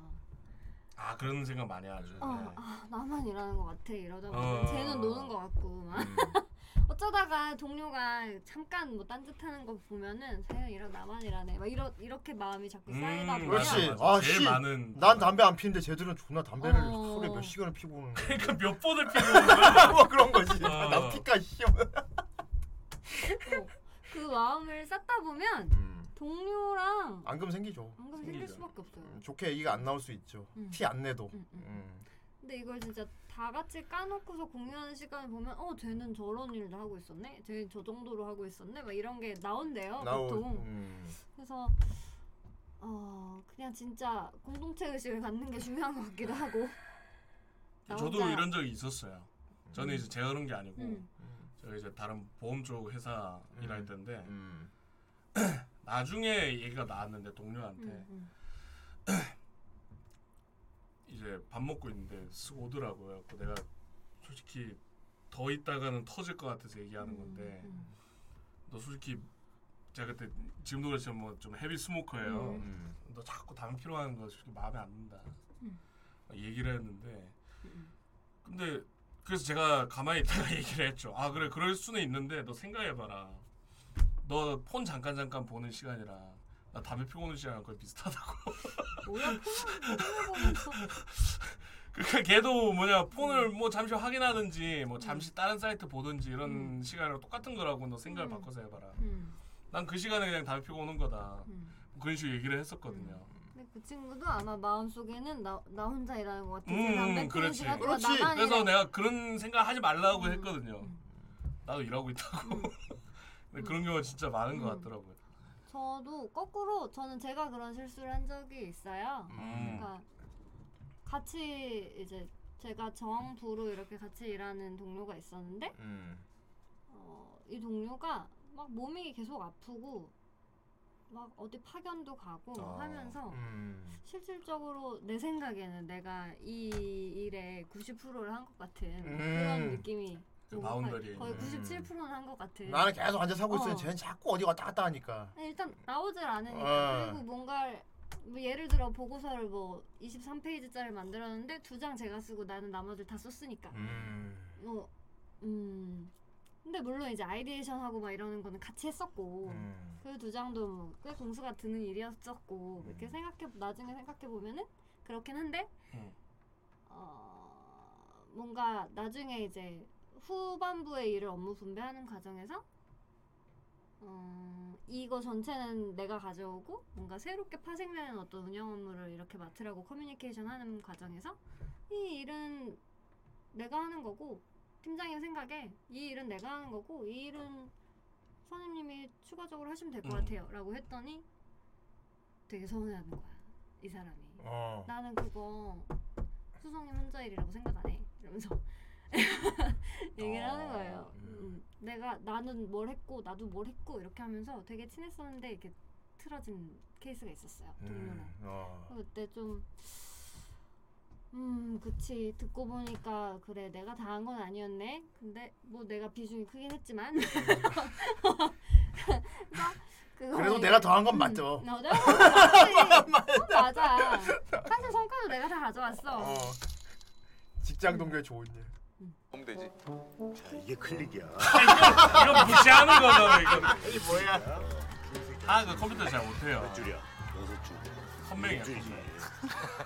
아 그런 생각 많이 하죠.
어,
네.
아, 나만 일하는 것 같아 이러다 보면
어. 음.
쟤는 노는 것 같고 막 어쩌다가 동료가 잠깐 뭐 딴짓하는 거 보면은 쟤는 이러 나만 일하네 막 이러 이렇게 마음이 자꾸 쌓이다 보면
그렇지.
맞아.
아,
제일
씨.
많은- 그
난 담배 안 피는데 쟤들은 존나 담배를
어.
하루에 몇 시간을 피고 오는 거야.
그러니까 몇 번을 피는 거야.
뭐 그런 거지.
어.
나 피까 씨.
그 마음을 쌓다 보면 동료랑
안금 생기죠. 음,
안금 생길 수밖에 없어요.
음.
좋게 얘기가 안 나올 수 있죠.
음.
티 안 내도.
음,
음.
근데 이걸 진짜 다 같이 까놓고서 공유하는 시간을 보면 어 쟤는 저런 일도 하고 있었네, 쟤는 저 정도로 하고 있었네, 막 이런 게 나온대요
나오-
보통.
음.
그래서 어 그냥 진짜 공동체 의식을 갖는 게 중요한 것 같기도 하고. 나
저도
혼자-
이런 적이 있었어요. 저는 이제 제가 그런 게 아니고
음.
제가 이제 다른 보험 쪽 회사
음.
일할 때인데 나중에 얘기가 나왔는데 동료한테
음, 음.
이제 밥 먹고 있는데 쓱 오더라고요. 그래서 내가 솔직히 더 있다가는 터질 것 같아서
음,
얘기하는 건데 너 솔직히 제가 그때 지금도 그렇지만 뭐좀 헤비 스모커예요.
음.
너 자꾸 담 피로하는 거 솔직히 마음에 안 든다.
음.
얘기를 했는데 근데 그래서 제가 가만히 있다가 얘기를 했죠. 아 그래 그럴 수는 있는데 너 생각해봐라. 너 폰 잠깐 잠깐 보는 시간이랑 나 담배 피고 오는 시간이랑 거의 비슷하다고.
뭐야 폰을 보면서
그러니까 걔도 뭐냐 폰을 뭐 잠시 확인하든지 뭐
음.
잠시 다른 사이트 보든지 이런 시간이랑 똑같은 거라고 너 생각을 바꿔서 해봐라.
음.
난 그 시간에 그냥 담배 피고 오는 거다. 뭐
음.
그런 식으로 얘기를 했었거든요.
근데 그 친구도 아마 마음속에는 나, 나 혼자 일하는 것 같아.
음, 그렇지. 그렇지. 그래서 내가 그런 생각 하지 말라고 했거든요. 나도 일하고 있다고.
음.
근데 그런 경우가 진짜 많은 것 같더라고요.
저도 거꾸로 저는 제가 그런 실수를 한 적이 있어요.
음.
그러니까 같이 이제 제가 정부로 이렇게 같이 일하는 동료가 있었는데
음.
어, 이 동료가 막 몸이 계속 아프고 막 어디 파견도 가고 막
아,
하면서
음.
실질적으로 내 생각에는 내가 이 일에 90%를 한 것 같은
음.
그런 느낌이
그
뭔가
바운더리.
거의
음.
97%는 한 것 같은
나는 계속 앉아 사고 있으니
어.
쟤는 자꾸 어디 왔다 갔다 하니까.
아니, 일단 나오질 않으니까
어.
그리고 뭔가 뭐 예를 들어 보고서를 뭐 23페이지짜리 만들었는데 두 장 제가 쓰고 나는 나머지를 다 썼으니까 뭐, 음. 근데 물론 이제 아이디에이션 하고 막 이러는 거는 같이 했었고
음.
그 두 장도 뭐 꽤 공수가 드는 일이었었고 이렇게 생각해 나중에 생각해 보면은 그렇긴 한데
음.
어, 뭔가 나중에 이제 후반부의 일을 업무 분배하는 과정에서 어, 이거 전체는 내가 가져오고 뭔가 새롭게 파생되는 어떤 운영 업무를 이렇게 맡으라고 커뮤니케이션 하는 과정에서 이 일은 내가 하는 거고 팀장님 생각에 이 일은 내가 하는 거고 이 일은 선생님이 추가적으로 하시면 될 것
음.
같아요 라고 했더니 되게 서운해하는 거야 이 사람이
어.
나는 그거 수성님 혼자 일이라고 생각 안 해 이러면서 얘기를 하는 거예요 음. 내가 나는 뭘 했고 나도 뭘 했고 이렇게 하면서 되게 친했었는데 이렇게 틀어진 케이스가 있었어요 동료랑
음.
음.
아.
그때 좀 음, 그치. 듣고 보니까, 그래, 내가 다 한 건 아니었네. 근데, 뭐, 내가 비중이 크긴 했지만.
음,
막 그거
그래도
이제-
내가 더 한 건
음,
맞죠.
어, 내가 더한 거지. 어, 맞아. 사실 성과도 내가 다 가져왔어.
어. 직장 동료의 좋은 일.
하면 되지.
자, 이게 클릭이야.
아, 이거 무시하는 거잖아, 이거.
이게 뭐야?
아, 그 컴퓨터 잘 못해요.
몇 줄이야? 여섯 줄.
네
선명이야,
줄이지.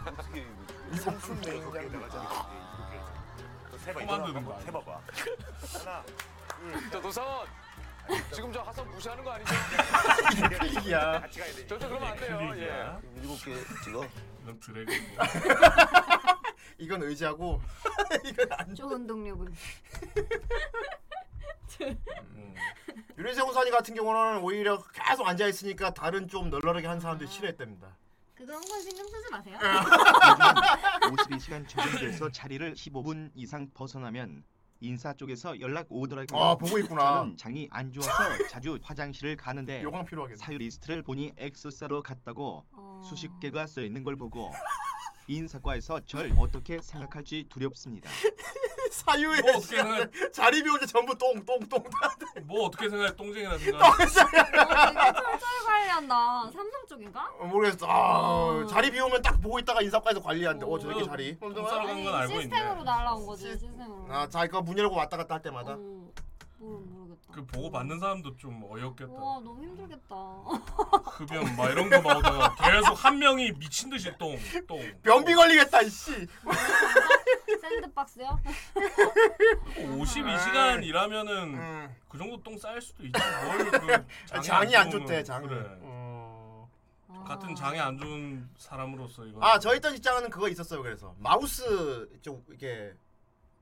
어떻게
이 상품
아,
여섯
냉장고.
개에다가 저기 이렇게. 세봐
또 만드는
이거
거
세봐 봐. 하나,
저 노사원 지금 저 하선 무시하는 거 아니죠?
클릭이야.
같이 가야 돼. 절대 그러면 안 돼요.
네,
예.
일곱 개 찍어.
이건 드래그.
이건 의지하고
좋은 동료군.
윤희생 우산이 음. 같은 경우는 오히려 계속 앉아 있으니까 다른 좀 널널하게 한 사람들이 싫어했답니다.
그런 건 신경 쓰지 마세요.
어.
어,
52시간 적용돼서 자리를 15분 이상 벗어나면 인사 쪽에서 연락 오더라고요.
아, 보고 있구나.
저는 장이 안 좋아서 자주 화장실을 가는데
요강 필요하겠네.
사유 리스트를 보니 엑소사로 갔다고 수십 개가 써 있는 걸 보고 인사과에서 절 어떻게 생각할지 두렵습니다.
사유의
뭐 어떻게
시간 자리 비울 때 전부 똥똥똥
뭐 어떻게 생각해? 똥쟁이라 생각해.
철저히 관리한다. 삼성 쪽인가?
모르겠어. 아, 자리 비우면 딱 보고 있다가 인사과에서 관리한다. 어, 저렇게 자리.
아니, 시스템으로 날라온 거지, 시스템으로.
아, 자기가 문 열고 왔다 갔다 할 때마다.
음. 모르, 모르겠다.
그 보고 받는 사람도 좀 어이없겠다.
와, 너무 힘들겠다.
흡연 막 이런 거 막 오다가 계속 한 명이 미친 듯이 똥, 똥.
변비 걸리겠다, 씨.
샌드박스요?
아.
52시간 일하면은 그 정도 똥 쌓일 수도 있지. 뭘그
음. 장이 안 좋대, 장이. 어.
같은 장이 안 좋은 사람으로서 이거.
아, 저 있던 직장은 그거 있었어요. 그래서 마우스 좀 이게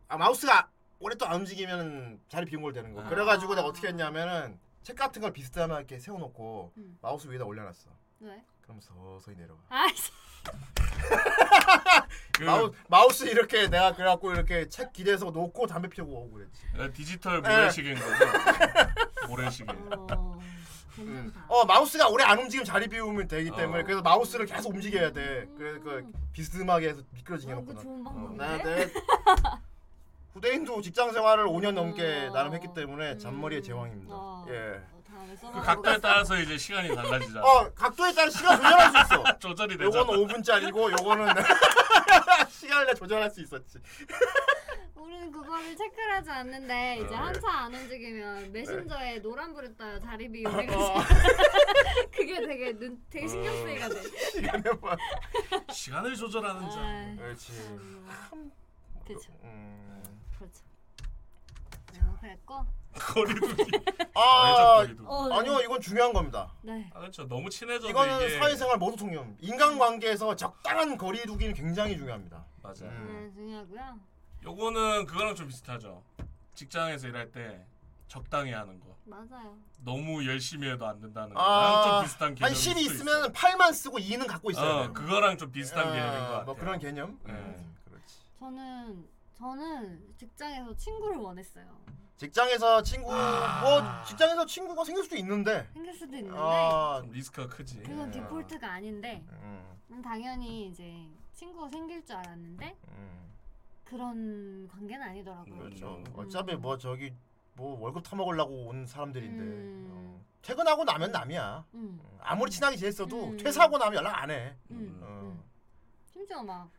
아, 마우스가 오랫동안 안 움직이면 자리 비운 걸 되는 거. 그래 가지고 내가 어떻게 했냐면은 책 같은 걸 비스듬하게 세워 놓고 마우스 위에다 올려 놨어.
왜?
그럼 서서히 내려와.
아이씨.
마우, 마우스 이렇게 내가 그래갖고 이렇게 책 기대서 놓고 담배 피우고 오고 그랬지.
아, 디지털
네. 어.
모래시계인 거죠. 모래시계.
음. 어 마우스가 오래 안 움직이면 자리 비우면 되기 때문에
어.
그래서 마우스를 계속 움직여야 돼. 그래서 그 비스듬하게 해서 미끄러지게 해놓고.
어.
나 내- 후대인도 직장 생활을 5년 넘게 나름 했기 때문에 잔머리의 제왕입니다. 예.
그 각도에 따라서 이제 시간이 달라지잖아.
어 각도에 따라 시간 조절할 수 있어.
조절이 되잖아.
요거는 5분짜리고 요거는 시간을 내가 조절할 수 있었지.
우리는 그거를 체크를 하지 않는데 이제
네.
한참 안 움직이면 메신저에
네.
노란불을 떠요 자리 비우리
어.
그게 되게 눈 되게 신경 쓰이가 돼.
시간을 조절하는 자.
그렇지.
그렇죠.
음.
그렇죠. 어, 그랬고.
거리두기.
아,
사회적 거리두기.
어, 네.
아니요 이건 중요한 겁니다.
네.
아 그렇죠. 너무 친해져도
이거는
이게
사회생활 모두 통념. 인간관계에서 적당한 거리두기는 굉장히 중요합니다.
맞아.
음.
네, 중요하고요.
요거는 그거랑 좀 비슷하죠. 직장에서 일할 때 적당히 하는 거.
맞아요.
너무 열심히 해도 안 된다는 거. 나랑
아,
좀 비슷한 개념.
아니 10이 있으면 8만 쓰고 2는 갖고 있어야 돼.
어, 그거랑 좀 비슷한
아,
개념인 것 같아요.
뭐 그런 개념? 음.
네.
저는 저는 직장에서 친구를 원했어요.
직장에서 친구
아.
뭐 직장에서 친구가 생길 수도 있는데.
생길 수도 있는데
아,
좀 리스크가 크지.
네.
예.
그건 디폴트가 아닌데 음, 당연히 이제 친구가 생길 줄 알았는데 그런 관계는 아니더라고요.
음, 그렇죠.
음.
어차피 뭐 저기 뭐 월급 타먹으려고 온 사람들인데 어, 퇴근하고 나면 남이야.
음.
아무리 친하게 지냈어도 퇴사하고 나면 연락 안 해.
음.
어.
심지어 막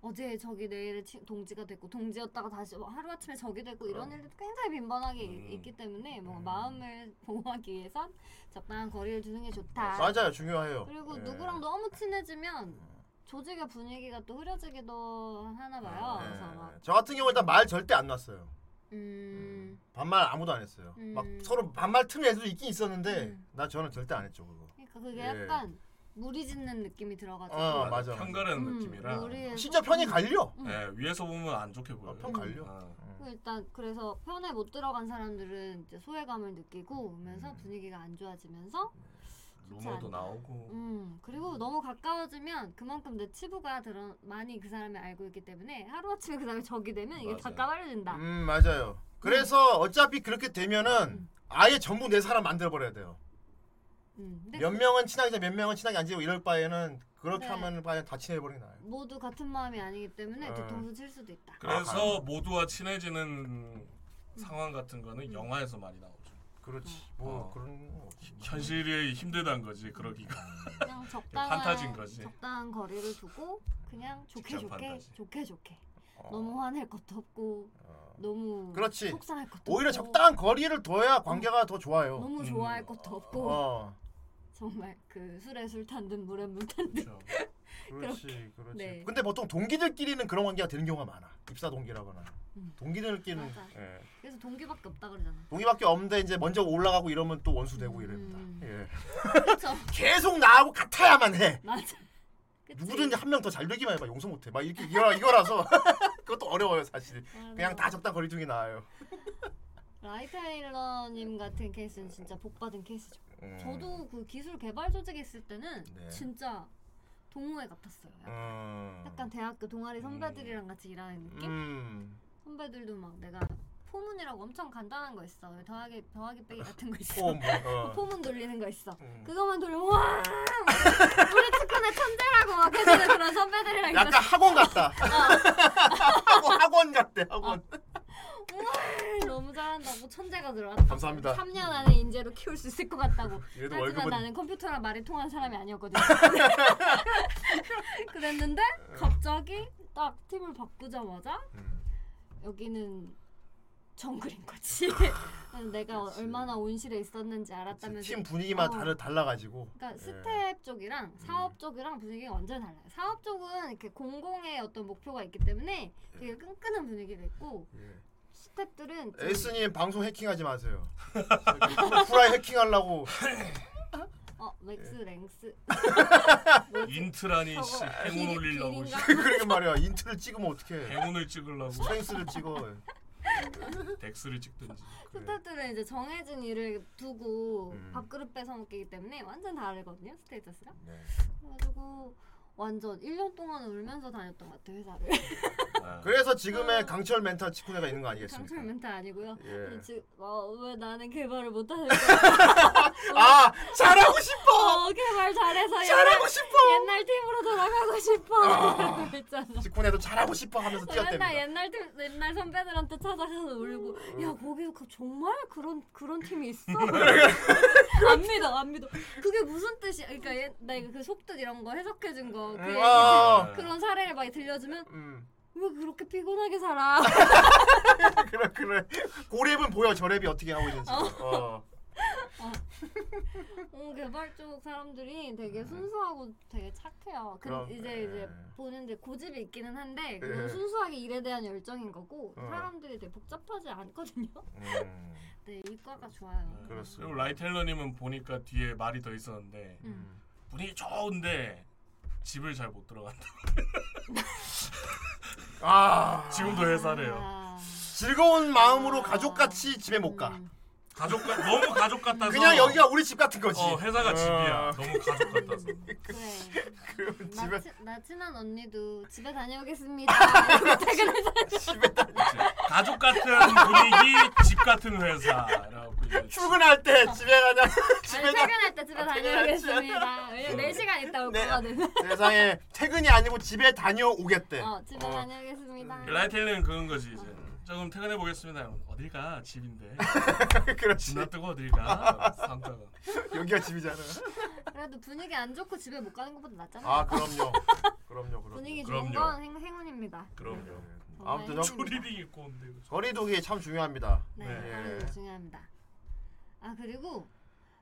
어제 저기 내일 친- 동지가 됐고 동지였다가 다시 뭐 하루아침에 저기 됐고
어.
이런 일도 굉장히 빈번하게
음.
이- 있기 때문에 뭐 마음을 보호하기 위해선 적당한 거리를 두는 게 좋다.
맞아요, 중요해요.
그리고
예. 음.
누구랑 너무 친해지면 조직의 분위기가 또 흐려지기도 하나 봐요.
예.
그래서 막
저 같은 경우 일단 말 절대 안 났어요.
음,
반말 아무도 안 했어요.
음.
막 서로 반말 틀 애들도 있긴 있었는데 나 저는 절대 안 했죠 그거.
그러니까 그게
예.
약간 무리 짓는 느낌이 들어가지고 음,
어 맞아.
편가르는 느낌이라.
무리해서
진짜 편이 갈려.
음.
아,
네, 위에서 보면 안 좋게 보여. 요 음. 어,
편 갈려. 음.
그 일단 그래서 편에 못 들어간 사람들은 이제 소외감을 느끼고 오면서
음.
분위기가 안 좋아지면서
네.
좋지
루머도
않다.
나오고.
음 그리고 너무 가까워지면 그만큼 내 치부가 드러, 많이 그 사람을 알고 있기 때문에 하루아침에 그 사람이 적이 되면 이게 다 까발려진다
음 맞아요.
음.
그래서 어차피 그렇게 되면은 아예 전부 내 사람 만들어 버려야 돼요.
음, 근데
몇
그-
명은 친하게 지내, 몇 명은 친하게 안 지내고 이럴 바에는 그렇게
네.
하면은 그냥 다 친해 버리는 나요.
모두 같은 마음이 아니기 때문에
어.
뒤통수 칠 수도 있다
그렇죠.
아,
그래서 모두와
음.
친해지는 상황 같은 거는 영화에서 많이 나오죠. 어.
그렇지.
음.
뭐 그런 음.
현실이 힘들다는 거지 그러기가.
그냥 적당한
판타지인 거지.
적당한 거리를 두고 그냥 좋게
직장
좋게
판타지.
좋게 좋게 너무 화낼 것도 없고 너무
어. 그렇지.
음. 속상할 것도
오히려
없고 음.
적당한 거리를 둬야 관계가 더 좋아요. 음.
너무 좋아할 것도 없고
어.
정말 그 술에 술 탄 듯 물에 물 탄
그렇죠.
듯.
그렇지, 그렇지.
네.
근데 보통 동기들끼리는 그런 관계가 되는 경우가 많아. 입사 동기라거나.
음.
동기들끼리는
맞아.
예.
그래서 동기밖에 없다 그러잖아.
동기밖에 없는데 이제 먼저 올라가고 이러면 또 원수
음.
되고 이럽니다. 예.
그렇죠.
계속 나하고 같아야만 해.
맞아.
누구든지 한 명 더 잘 되기만 해봐 용서 못해. 막 이렇게 이거 이거라서 그것도 어려워요 사실.
아, 뭐.
그냥 다 적당 거리두기 나아요.
라이타일러님 같은 케이스는 진짜 복 받은 케이스죠.
음.
저도 그 기술 개발 조직에 있을 때는
네.
진짜 동호회 같았어요. 약간,
음.
약간 대학교 동아리 선배들이랑 같이 일하는 느낌.
음.
선배들도 막 내가 포문이라고 엄청 간단한 거 있어. 더하기 더하기 빼기 같은 거 있어.
어, 뭐, 어.
포문 돌리는 거 있어. 그거만 돌리면 와 우리 축구는 천재라고 막 해주는 그런 아, 선배들이랑
약간
있었어.
학원 같다.
어.
학원 학원 같대 학원.
우와 너무 잘한다고 천재가 들어왔다.
감사합니다.
3년 안에 인재로 키울 수 있을 것 같다고.
얘도
하지만
월급은-
나는 컴퓨터랑 말이 통하는 사람이 아니었거든. 그랬는데 갑자기 딱 팀을 바꾸자마자
음.
여기는 정글인 거지. 내가 얼마나 온실에 있었는지 알았다면서
팀 분위기만
어.
다르 달라가지고.
그러니까
예.
스텝 쪽이랑 사업 쪽이랑 분위기가 완전 달라요. 사업 쪽은 이렇게 공공의 어떤 목표가 있기 때문에 되게 끈끈한 분위기가 있고
예.
스텝들은 좀-
에스님 방송 해킹하지 마세요. 후라이 해킹하려고.
어 맥스
예.
랭스
인트라니 씨
저거
행운
비리-
올리려고.
비린가?
그러게 말이야. 인트를 찍으면 어떡해.
행운을 찍으려고.
스트렝스를 찍어.
덱스를 찍든지.
스텝들은 이제 정해진 일을
음. 네.
두고 밥그릇 뺏어 먹기 때문에 완전 다르거든요 스테이터스랑. 그래가지고 완전 1년 동안 울면서 다녔던 것 같아 회사를.
아.
그래서 지금의
아.
강철 멘탈 치쿠네가 있는 거 아니겠습니까?
강철 멘탈 아니고요.
예.
근데 지금 어, 왜 나는 개발을 못하는 거야?
아, 잘하고
싶어. 어, 개발 잘해서
잘하고
옛날-
싶어.
옛날 팀으로 돌아가고 싶어.
아.
그랬잖아.
치쿠네도 잘하고 싶어 하면서 뛰었답니다.
맨날 옛날 팀 옛날 선배들한테 찾아가서 울고
어.
야 거기 그 정말 그런 그런 팀이 있어 안 믿어 안 믿어 그게 무슨 뜻이야 그러니까 얘, 나 이거 그 속뜻 이런 거 해석해 준거 그
음,
얘기-
아.
그런 사례를 막 들려주면
음.
왜 그렇게 피곤하게 살아
그래 그래. 고랩은 보여 저 랩이 어떻게 하고 있는지. 어.
어, 개발 쪽 사람들이 되게 순수하고 되게 착해요. 근
음. 그럼,
이제 이제 본인들 고집이 있기는 한데 그건
예.
순수하게 일에 대한 열정인 거고
어.
사람들이 되게 복잡하지 않거든요. 네, 이과가 좋아요.
음. 그렇습니다.
그리고 라이텔러님은 보니까 뒤에 말이 더 있었는데
음.
분위기 좋은데 집을 잘 못 들어간다.
아
지금도 회사래요.
아.
즐거운 마음으로 가족같이 집에 못 가.
음.
가족 같 너무 가족 같아서
그냥 여기가 우리 집 같은 거지.
어, 회사가
어.
집이야. 너무 가족 같아서.
그럼
나,
집에
치, 나 친한 언니도 집에 다녀오겠습니다. 이러고 퇴근해서
가족 같은 분위기, 집 같은 회사.
출근할 때 집에 가냐? 집에
어. 아니,
가.
퇴근할 때 집에
아, 퇴근할 때.
다녀오겠습니다. 왜냐면
음.
4시간 있다 올
네.
거거든.
세상에 퇴근이 아니고 집에 다녀오겠대.
어, 집에
음.
다녀오겠습니다.
라이텔러는 그런 거지 이제. 조금 퇴근해 보겠습니다. 여러분. 어딜가 집인데.
그렇지.
나 뜨고 어딜가. 상가가.
여기가 집이잖아.
그래도 분위기 안 좋고 집에 못 가는 것보다 낫잖아요.
아 그럼요. 그럼요 그럼요.
분위기 좋은 건 행, 행운입니다.
그럼요.
아무튼
초리링 입고 온대.
거리두기 참 중요합니다. 예.
네, 하는 게 중요합니다. 아 그리고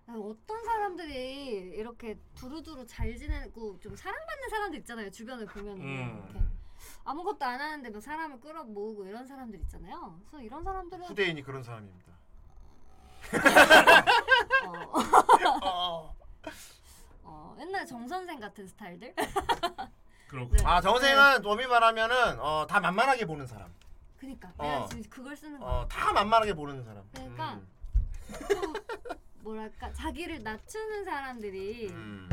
아, 어떤 사람들이 이렇게 두루두루 잘 지내고 좀 사랑받는 사람들 있잖아요. 주변을 보면
음.
이렇게 아무것도 안 하는데 막 사람을 끌어 모으고 이런 사람들 있잖아요. 그래서 이런 사람들은
후대인이 그런 사람입니다.
어. 어, 옛날 정 선생 같은 스타일들.
그렇고.
아
네.
정생은 도미 말하면은 어, 다 만만하게 보는 사람.
그니까
어.
내가 지금 그걸 쓰는 거야.
어, 음. 다 만만하게 보는 사람.
그러니까 좀 뭐랄까 자기를 낮추는 사람들이
음.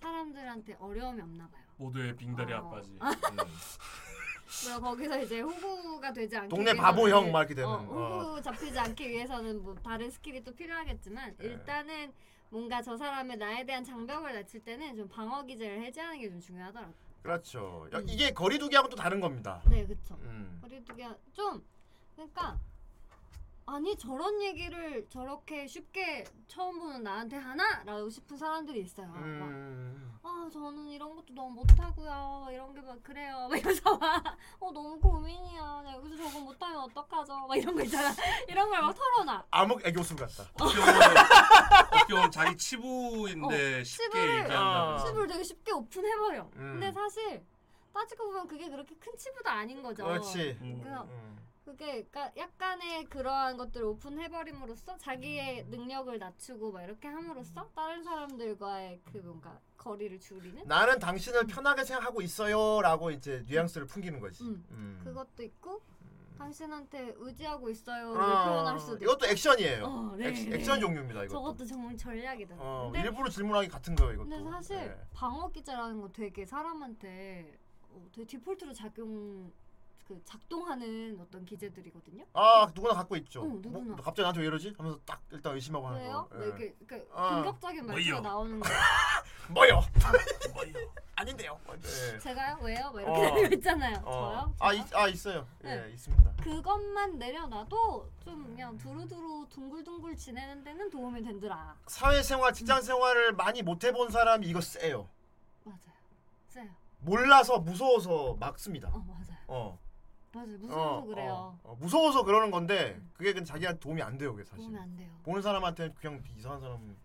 사람들한테 어려움이 없나 봐요.
모두의
어.
빙다리 아빠지.
음.
뭐 거기서 이제 호구가 되지 않기
동네
위해서는-
바보 형막 이렇게 되는.
어,
어.
호구 잡히지 않기 위해서는 뭐 다른 스킬이 또 필요하겠지만
네.
일단은 뭔가 저 사람의 나에 대한 장벽을 낮출 때는 좀 방어 기제를 해제하는 게 좀 중요하더라고.
그렇죠. 여- 이게 거리두기하고 또 다른 겁니다.
음. 네, 그렇죠.
음.
거리두기 하- 좀 그러니까 아니 저런 얘기를 저렇게 쉽게 처음 보는 나한테 하나라고 싶은 사람들이 있어요. 막
음.
아 저는 이런 것도 너무 못하고요 이런 게 막 그래요 막 이러면서 막어 너무 고민이야 나 여기서 저거 못하면 어떡하죠 막 이런 거 있잖아 이런 걸 막 털어놔
암흑 애교수 같다.
어?
어떻게 보면 자기 치부인데
어,
쉽게
치부를-
얘기한다.
칩을 되게 쉽게 오픈해버려
음.
근데 사실 따지고 보면 그게 그렇게 큰 치부도 아닌 거죠 음.
그렇지. 음.
그래서 그게 그러니까 약간의 그러한 것들을 오픈해버림으로써
음.
자기의 능력을 낮추고 막 이렇게 함으로써 다른 사람들과의 그 뭔가 거리를 줄이는
나는 당신을 편하게 생각하고 있어요라고 이제 뉘앙스를 풍기는 거지.
음.
음.
그것도 있고 당신한테 의지하고 있어요.
아,
표현할 수도 있고.
음. 이것도 액션이에요.
어, 네,
액-
네.
액션 종류입니다, 이것도.
저것도 정말 전략이다.
어,
근데,
일부러 질문하기 같은 거예요, 이것도.
근데 사실
예.
방어 기제라는 건 되게 사람한테 어, 되게 디폴트로 작용 그 작동하는 어떤 기제들이거든요.
아 누구나 갖고 있죠.
어,
뭐,
누구나.
갑자기 나한테 왜 이러지? 하면서 딱 일단 의심하고 하는
왜요?
거.
왜 이렇게 그러니까
아.
공격적인 말투가
뭐요?
나오는 거.
뭐요? 아닌데요. 예.
제가요? 왜요? 막 이렇게
어.
되는 거 있잖아요. 저요?
아, 있, 아 있어요. 예,
네.
있습니다.
그것만 내려놔도 좀 그냥 두루두루 둥글둥글 지내는 데는 도움이 된더라.
사회생활, 직장생활을 많이 못 해본 사람이 이거 세요.
쎄요.
몰라서 무서워서 막습니다. 어
맞아요.
어.
맞아요. 무서워서 그래요.
어, 무서워서 그러는 건데
음.
그게 그 자기한테 도움이 안 돼요, 그게 사실.
도움이 안 돼요.
보는 사람한테는 그냥 이상한 사람,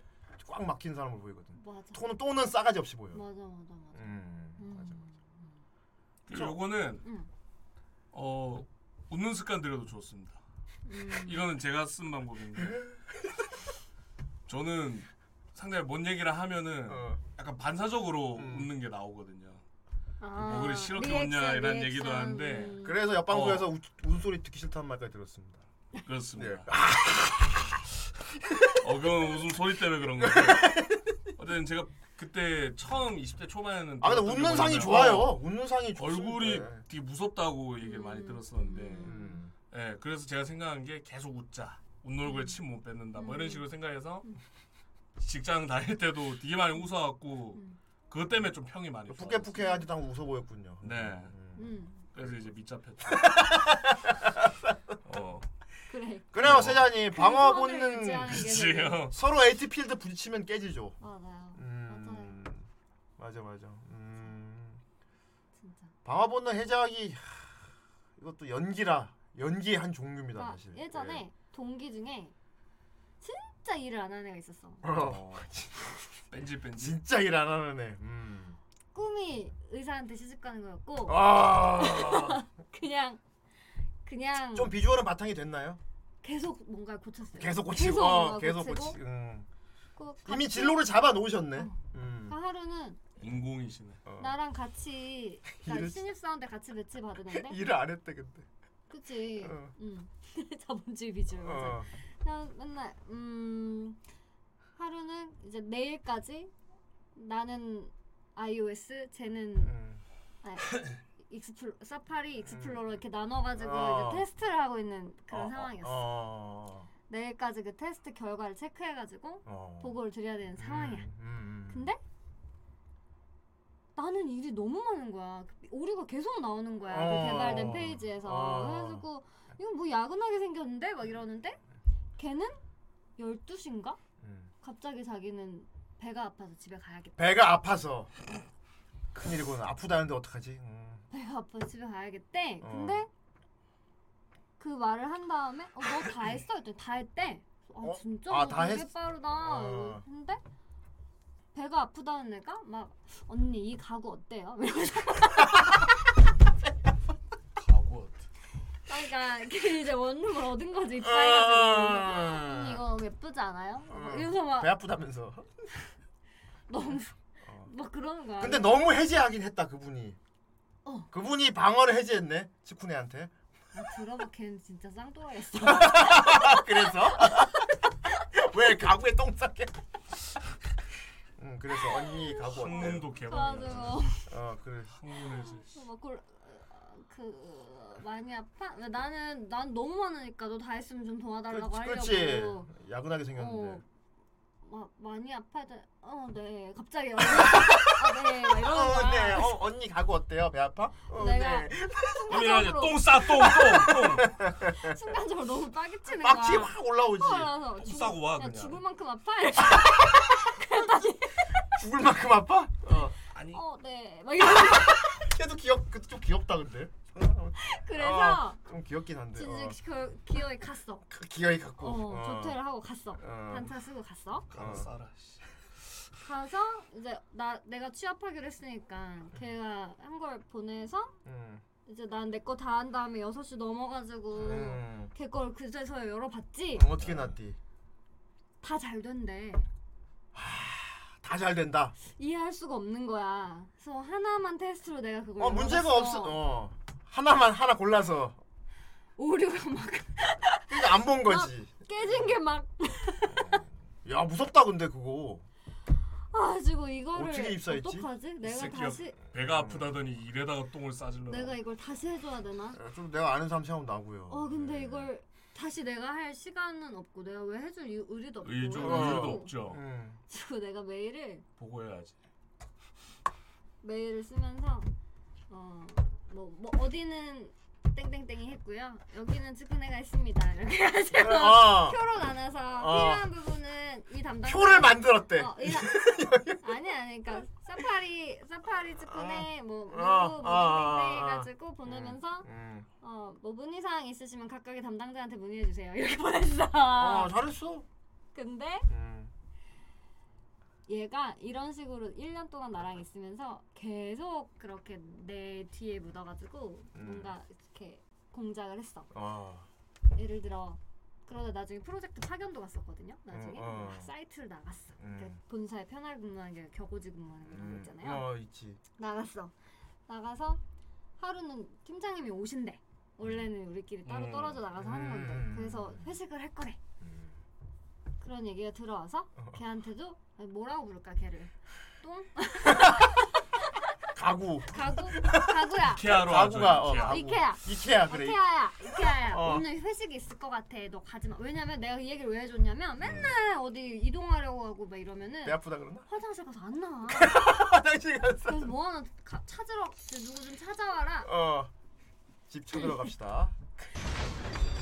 꽉 막힌 사람을 보이거든.
맞아.
또는 또는 싸가지 없이 보여.
맞아 맞아 맞아.
음.
그리고 요거는
음.
어 웃는 습관 들여도 좋습니다.
음.
음.
이거는 제가 쓴 방법인데 저는 상당히 뭔 얘기를 하면은
어.
약간 반사적으로
음.
웃는 게 나오거든요. 뭐 그리 싫게 웃냐 이런 얘기도 하는데
음.
그래서 옆방구에서 우, 웃음소리 듣기 싫다는 말까지 들었습니다.
어,
예.
그렇습니다. 어 그건 웃음 소리 때문에 그런 거예요. 어쨌든 제가 그때 처음 20대 초반에는
아, 근데
어떻게
웃는 상이
보냐면
좋아요.
어,
웃는 상이 좋습니다.
얼굴이
네.
되게 무섭다고 얘기를 많이 들었었는데
음.
예, 그래서 제가 생각한 게 계속 웃자 웃는 얼굴에 침 못 뱉는다 뭐 이런
음.
식으로 생각해서 직장 다닐 때도 되게 많이 웃어갖고 그것 때문에 좀 평이 많이
푸케푸케 하지도 않고 웃어 보였군요.
네.
음.
그래서 이제 밑잡혔죠. 어.
그래.
그래요 세자님
그
방어
선을 유지하는
본능
게 그치요.
어.
되게- 어,
서로 에이트 필드 부딪히면 깨지죠.
맞아요.
음, 맞아 맞아. 음. 방어 본능 해제하기 하, 이것도 연기라 연기의 한 종류입니다 네.
나
사실.
아, 예전에 동기 중에 진짜 일을 안 하는 애가 있었어.
어.
뺀질 뺀질.
진짜 일 안 하는 애. 음.
꿈이 의사한테 시집 가는 거였고.
아.
그냥 그냥
좀 비주얼은 바탕이 됐나요?
계속 뭔가 고쳤어요.
계속 고치고
계속,
어,
뭔가
계속
고치고.
고치. 음.
그
이미
같이
진로를 잡아 놓으셨네. 음.
그 하루는
인공이시네.
어.
나랑 같이 그러니까
일을-
신입사원 때 같이 배치 받으는데
일을 안 했대 근데.
그치
어.
응 자본주의 비주얼 맞아
어.
그냥 맨날 음 하루는 이제 내일까지 나는 iOS 쟤는
음.
아, 익스플로 사파리 익스플로러 이렇게 나눠가지고
어.
이제 테스트를 하고 있는 그런
어,
상황이었어
어.
내일까지 그 테스트 결과를 체크해가지고
어.
보고를 드려야 되는 상황이야
음.
근데 나는 일이 너무 많은 거야. 그 오류가 계속 나오는 거야.
어.
그 개발된 페이지에서.
어.
그래가지고 이거 뭐 야근하게 생겼는데 막 이러는데 걔는 12시인가?
음.
갑자기 자기는 배가 아파서 집에 가야겠다.
배가 아파서 큰일이군 아프다는데 어떡하지? 음.
배가 네, 아파서 집에 가야겠대.
어.
근데 그 말을 한 다음에 어, 너 다 했어? 했더니 다 했대. 아
어?
진짜
아,
너
다
되게
했-
빠르다.
아.
근데 배가 아프다는 애가 막 언니 이 가구 어때요? 이러면서
가구
그러니까 그 이제 원룸을 얻은 거지
아.
입사해가지고 언니 이거 너무 예쁘지 않아요? 막 이러면서
어. 음. 배
막
아프다면서.
너무 막 그러는 거야.
근데 너무 해제하긴 했다 그분이.
어.
그분이 방어를 해제했네 치쿠네한테.
아, 들어봐 걔는 진짜 쌍둥이였어.
그래서 왜 가구에 똥 싸게? 응 그래서 언니 가구 어때?
한문도
그래가지고
어 그래.
한문에서.
뭐 막그 많이 아파? 왜 나는 난 너무 많으니까 너 다 했으면 좀 도와달라고
그렇지.
하려고 어.
야근하게 생겼는데.
막 많이 아파도 네. 어네 갑자기 아, 어네 이러는
어,
거야.
네. 어, 언니 가구 어때요? 배 아파? 어,
내가
네.
순간적으로 순간적으로 너무 빠개치는 거야. 어,
빡치 확 올라오지.
그래서
똥
죽을-
싸고 와,
그냥
그냥.
죽을 만큼 아파.
죽을 만큼 아파? 어.
아니.
어, 네. 막 이러면서
걔도 귀엽, 그좀 귀엽다 근데.
그래서
어, 좀 귀엽긴 한데. 어.
진짜 그 기어이 갔어.
기어이 갖고.
어,
어.
조퇴를 하고 갔어.
어.
반차 쓰고 갔어.
아,
가라 싸라. 씨.
가서 이제 나 내가 취업하기로 했으니까 걔가 한 걸 보내서
음.
이제 난 내 거 다 한 다음에 6시 넘어가지고
음.
걔 걸 그제서야 열어봤지.
어, 어떻게 났디?
다 잘 된대.
다 잘 된다.
이해할 수가 없는 거야. 그래서 하나만 테스트로 내가 그걸
어 문제가
뭐 열어봤어.
없어. 어 하나만 하나 골라서
오류가 막
그러니까 안 본 거지.
깨진 게 막
야 무섭다 근데 그거.
아가지고 이거를
어떻게 입사했지?
어떡하지?
이
내가
새끼가
다시
배가 아프다더니 이래다가 똥을 싸질러.
내가 이걸 다시 해줘야 되나?
야, 좀 내가 아는 사람 생각 나고요.
어 근데 이걸 다시 내가 할 시간은 없고 내가 왜 해줄 이유- 의리도 없고
의좀 이유도 없죠.
음.
그리고 내가 메일을
보고 해야지.
메일을 쓰면서 어뭐 뭐 어디는 땡땡땡이 했고요 여기는 측근회가 있습니다 이렇게 해가지고
어.
표로 나눠서
어.
필요한 부분은 이 담당
표를 만들었대.
어, 이 아니 아니 그러니까 사파리 사파리 측근회 뭐 누구
어,
뭐
어,
땡땡땡
어, 어.
해가지고 보내면서
음.
어뭐 문의 사항 있으시면 각각의 담당자한테 문의해 주세요 이렇게 보냈어.
어, 잘했어. 음.
근데 얘가 이런 식으로 1년 동안 나랑 있으면서 계속 그렇게 내 뒤에 묻어가지고
음.
뭔가 이렇게 공작을 했어.
아.
예를 들어 그러다 나중에 프로젝트 파견도 갔었거든요. 나중에
음, 어.
막 사이트를 나갔어.
음.
그러니까 본사에 편하게 근무하는 게 아니라 겨고지 근무하는 그런 거 있잖아요.
어 있지.
나갔어. 나가서 하루는 팀장님이 오신대. 원래는 우리끼리 따로
음.
떨어져 나가서 하는 건데.
음.
그래서 회식을 할 거래. 그런 얘기가 들어와서 걔한테도 뭐라고 부를까 걔를 똥
가구.
가구 가구야
이케아로 하죠, 가구가, 어,
이케아
가구.
이케아
이케아, 그래.
이케아야 이케아야
어.
오늘 회식이 있을 것 같아 너 가지 마 왜냐면 내가 이 얘기를 왜 해줬냐면 맨날 어디 이동하려고 하고 막 이러면은
음. 배 아프다 그러나?
화장실 가서 안 나와
화장실 가서
그래서 뭐 하나 가- 찾으러 누구 좀 찾아와라
어. 집 쳐들어 갑시다.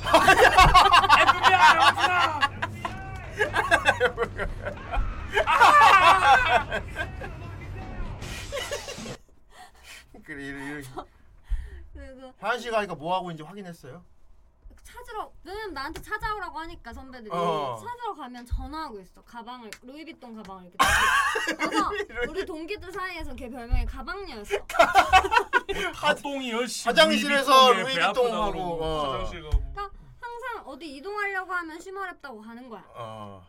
아!
그래 이래 이래.
그리고
화연 씨가 하니까 뭐 하고 있는지 확인했어요?
찾으러 왜냐면 나한테 찾아오라고 하니까 선배들이
어.
찾으러 가면 전화하고 있어 가방을 루이비통 가방을 이렇게 들고. 그래서 우리 동기들 사이에서 걔 별명이 가방녀였어
파동이요. 씨.
화장실에서
루이비통에 배
루이비통
아프다
하고,
그러고
어.
화장실 가고.
그러니까 항상 어디 이동하려고 하면 쉬머랩다고 가는 거야
어.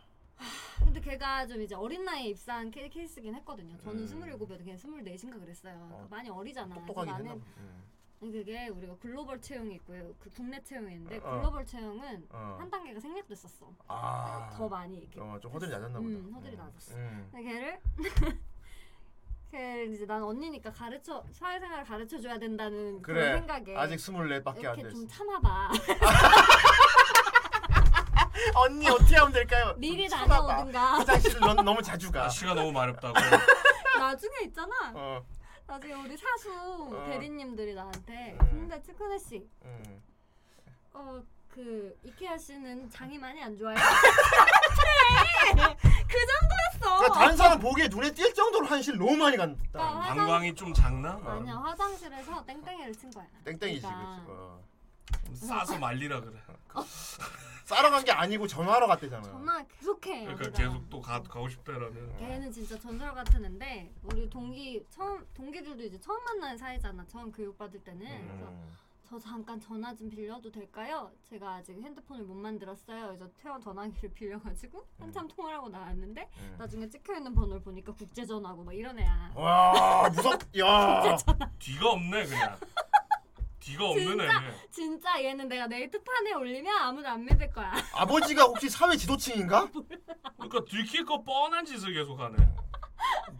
근데 걔가 좀 이제 어린 나이에 입사한 케- 케이스긴 했거든요 저는
음.
27이어도 걔는 24인가 그랬어요 그러니까 많이 어리잖아 그래서
똑똑하긴 했나
나는
봐. 음.
그게 우리가 글로벌 채용이 있고요 그 국내 채용이 있는데
어.
글로벌 채용은
어.
한 단계가 생략됐었어
아.
더 많이 이렇게
어, 좀 허들이 낮았나 보다.
음, 허들이 낮았어.
음.
근데 걔를 걔를 이제 난 언니니까 가르쳐 사회생활 을 가르쳐 줘야 된다는 그런
그래.
생각에
아직 24밖에 안
이렇게 좀
됐어.
참아봐.
언니 어떻게 하면 될까요?
미리
좀 참아봐.
다녀오든가.
화장실을 넌 너무 자주 가.
아, 시가 너무 마렵다고.
나중에 있잖아.
어.
나중에 우리 사수
어.
대리님들이 나한테 근데 측근혜 씨,
음.
어 그 이케아 씨는 장이 많이 안 좋아요. 그래, 그 정도였어.
그러니까 다른 사람 보기에 눈에 띌 정도로 한실 너무 많이 간다.
그러니까 화장- 방광이
좀 작나? 어.
아니야 화장실에서 땡땡이를 친 거야.
땡땡이지
그러니까.
그치. 어.
싸서 말리라 그래.
싸러 간 게 아니고 전화하러 갔대잖아.
어, 전화 계속해.
그러니까
여기다가.
계속 또 가, 가고 싶다라는.
걔는 진짜 전설 같은 애인데 우리 동기 처음 동기들도 이제 처음 만나는 사이잖아. 처음 교육 받을 때는 그래서 저 잠깐 전화 좀 빌려도 될까요? 제가 아직 핸드폰을 못 만들었어요. 그래서 퇴원 전화기를 빌려가지고
음.
한참 통화를 하고 나왔는데 나중에 찍혀 있는 번호를 보니까 국제 전화고 막 이런 애야.
와 무섭. 야.
뒤가 없네 그냥. 뒤가 없는
진짜
애.
진짜 얘는 내가 네이트판에 올리면 아무도 안 믿을 거야.
아버지가 혹시 사회 지도층인가?
그러니까 들킬 거 뻔한 짓을 계속하네.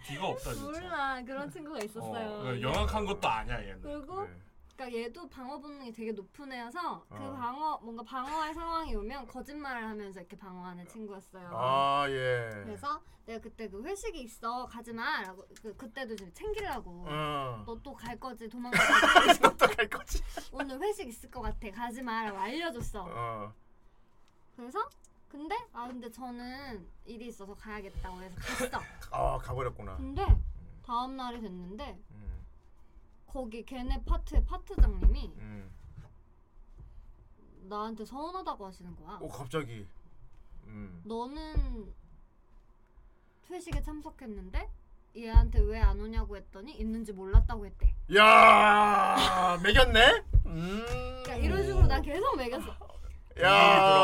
뒤가 없다 진짜.
몰라 그런 친구가
어,
있었어요.
그러니까 영악한 것도 아니야 얘는.
그리고 그러니까 얘도 방어 본능이 되게 높은 애여서 그
어.
방어 뭔가 방어할 상황이 오면 거짓말을 하면서 이렇게 방어하는 친구였어요.
아 예.
그래서 내가 그때 그 회식이 있어 가지 마라고 그, 그때도 좀 챙기려고
어.
너 또 갈 거지 도망가 너또 갈 거지 오늘 회식 있을 것 같아 가지 마라고 알려줬어
어.
그래서 근데 아 근데 저는 일이 있어서 가야겠다고 해서 갔어
아 가버렸구나.
근데 다음 날이 됐는데 거기 걔네 파트의 파트장님이
음.
나한테 서운하다고 하시는 거야.
오 어, 갑자기. 음.
너는 회식에 참석했는데 얘한테 왜 안 오냐고 했더니 있는지 몰랐다고 했대.
야 매겼네. 음.
그러니까 이런 식으로 나 계속 매겼어.
아,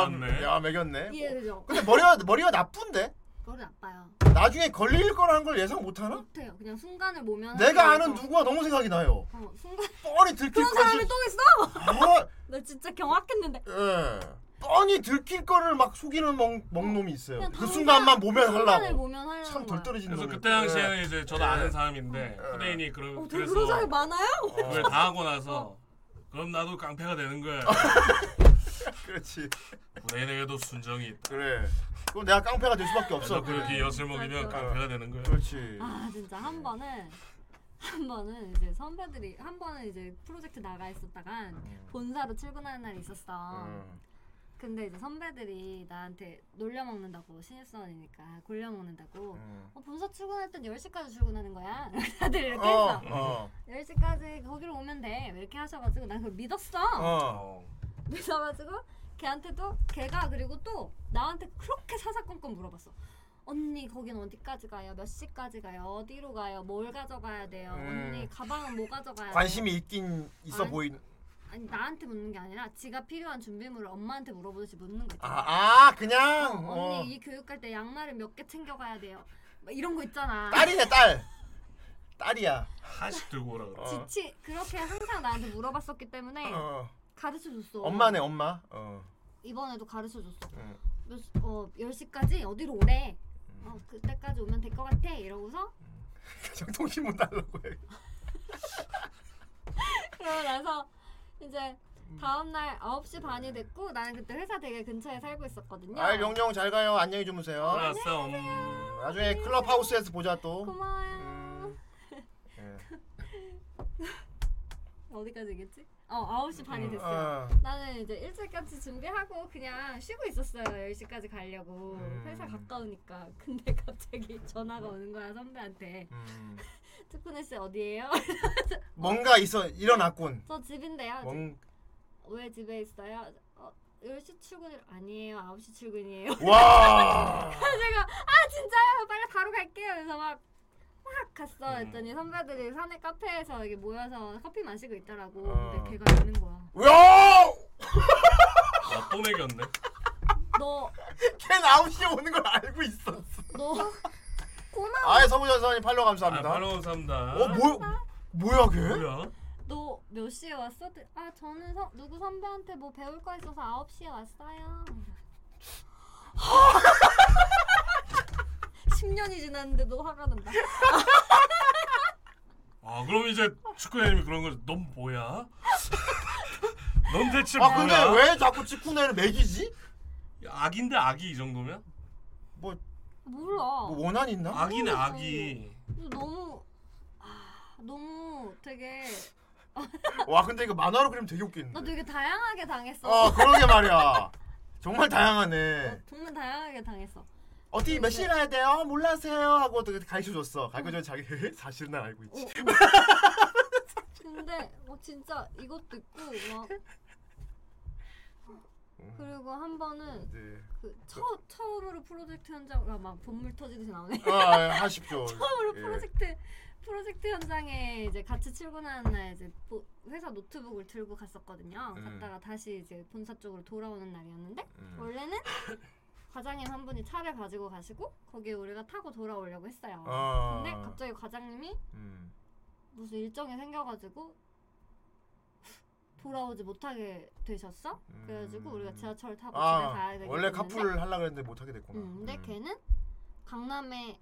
야. 야 매겼네.
이해 되죠?
근데 머리가 머리가 나쁜데?
머리 나빠요.
나중에 걸릴 거라는 걸 예상 못 하나?
못해요. 그냥 순간을 보면
내가 아는 누구가 너무 생각이 나요.
어, 순간
뻔히 들킬
그런 사람이
거지.
또 있어?
아,
나 진짜 경악했는데. 네.
예. 뻔히 들킬 거를 막 속이는 멍, 멍놈이 있어요.
그냥
그
당장
순간만 보면
순간을
하려고.
보면 하려고.
참 덜 떨어지는
그래서
놈이.
그때 당시에는
예.
이제 저도 아는
음.
사람인데
네.
후대인이 그러,
어, 되게 그런
그래서
사람이 많아요?
그걸 당하고 나서 그럼 나도 깡패가 되는 거야.
그렇지.
후대인에게도 순정이 있다.
그래. 그럼 내가 깡패가 될 수밖에 없어. 네.
그래서 그렇게 엿을 먹이면
맞아.
깡패가 되는 거야.
그렇지. 네.
아 진짜 한 번은 한 번은 이제 선배들이 한 번은 이제 프로젝트 나가 있었다가
음.
본사로 출근하는 날이 있었어. 근데 이제 선배들이 나한테 놀려 먹는다고 신입사원이니까 골려 먹는다고 어, 본사 출근할 땐 10시까지 출근하는 거야. 다들 이렇게
음. 어,
했어.
어.
10시까지 거기로 오면 돼. 이렇게 하셔가지고 난 그걸 믿었어.
어.
믿어가지고 걔한테도 걔가 그리고 또 나한테 그렇게 사사건건 물어봤어. 언니 거긴 어디까지 가요? 몇 시까지 가요? 어디로 가요? 뭘 가져가야 돼요?
음.
언니 가방은 뭐 가져가야 돼요?
관심이 있긴 있어
아니.
보이는.
아니 나한테 묻는 게 아니라 지가 필요한 준비물을 엄마한테 물어보듯이 묻는 거지.
아, 아
어,
그냥.
언니
어.
이 교육 갈 때 양말을 몇 개 챙겨가야 돼요. 막 이런 거 있잖아.
딸이네 딸. 딸이야.
하나씩 들고 오라 그래.
지치 그렇게 항상 나한테 물어봤었기 때문에
어.
가르쳐 줬어.
엄마네 엄마. 어.
이번에도 가르쳐 줬어.
응.
몇, 시- 어 10시까지 어디로 오래 어 그때까지 오면 될 것 같아 이러고서
음. 그냥 통신문 달라고 해.
그러고 나서 이제 다음날 9시 반이 됐고 나는 그때 회사 되게 근처에 살고 있었거든요
아 영영 잘 가요. 안녕히 주무세요.
알았어.
나중에 클럽 하우스에서 보자 또.
아, 고마워요
예.
어디까지 얘기했지? 어 9시 반이
음,
됐어요
어.
나는 이제 일찍까지 준비하고 그냥 쉬고 있었어요 10시까지 가려고
음.
회사 가까우니까 근데 갑자기 전화가 오는 거야 선배한테
음.
투쿠네 씨 어디에요?
뭔가 있어 일어났군.
저 집인데요
뭔
왜 집에 있어요? 어, 10시 출근 아니에요 9시 출근이에요
와.
그래서 제가 아 진짜요 빨리 바로 갈게요 그래서 막 막 갔어
음.
했더니 선배들이 산에 카페에서 여기 모여서 커피 마시고 있더라고
아.
근데 걔가 있는 거야
야!
아, 나또 매겼네.
너
걔 아웃시 오는 걸 알고 있었어.
너 고마워
아예 서부전 사님 팔로 감사합니다.
아, 팔로우 감사합니다.
어 뭐? 뭐야 걔?
뭐야?
너 몇 시에 왔어? 아 저는 선- 누구 선배한테 뭐 배울 거 있어서 9시에 왔어요 10년이 지났는데도 화가 난다
아 그럼 이제 축구님이 그런 거넌 뭐야? 넌 대체
아,
뭐야?
근데 왜 자꾸 축구네를 매기지?
악인데 악이 이 정도면?
몰라
뭐
어.
원한 있나?
악이네 악이.
너무 아, 너무 되게
와 근데 이거 만화로 그리면 되게 웃겠는데.
나 되게 다양하게 당했어.
아 그러게 말이야. 정말 다양하네.
정말 다양하게 당했어.
어떻게 몇 시에 가야 돼요? 몰라세요 하고 어떻게 가르쳐줬어. 가르쳐준 자기 사실 난 알고 있지.
근데 어 진짜 이것도 있고 막 그리고 한 번은
네.
그 처, 처음으로 프로젝트 현장 아, 막 본물 터지듯이 나오네.
아, 예, 하십시오.
처음으로
예.
프로젝트 프로젝트 현장에 이제 같이 출근하는 날 이제 보- 회사 노트북을 들고 갔었거든요.
음.
갔다가 다시 이제 본사 쪽으로 돌아오는 날이었는데
음.
원래는 과장님 한 분이 차를 가지고 가시고 거기에 우리가 타고 돌아오려고 했어요.
아.
근데 갑자기 과장님이
음.
무슨 일정이 생겨가지고 돌아오지 못하게 되셨어. 그래가지고 우리가 지하철 타고 집에 가야
음. 아
되겠는데
원래 카풀을 하려 그랬는데 못 하게 됐구나.
음, 근데 걔는 강남에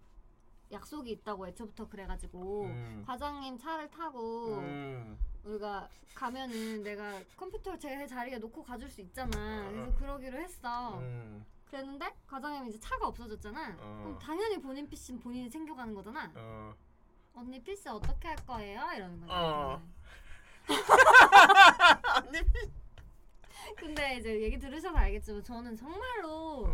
약속이 있다고 애초부터 그래가지고
음.
과장님 차를 타고
음.
우리가 가면은 내가 컴퓨터를 제 자리에 놓고 가줄 수 있잖아. 그래서 그러기로 했어.
어. 음.
그랬는데 과장님 이제 차가 없어졌잖아.
어.
그럼 당연히 본인 PC 는 본인이 챙겨가는 거잖아.
어.
언니 PC 어떻게 할 거예요? 이러는 거야.
어.
근데 이제 얘기 들으셔서 알겠지만 저는 정말로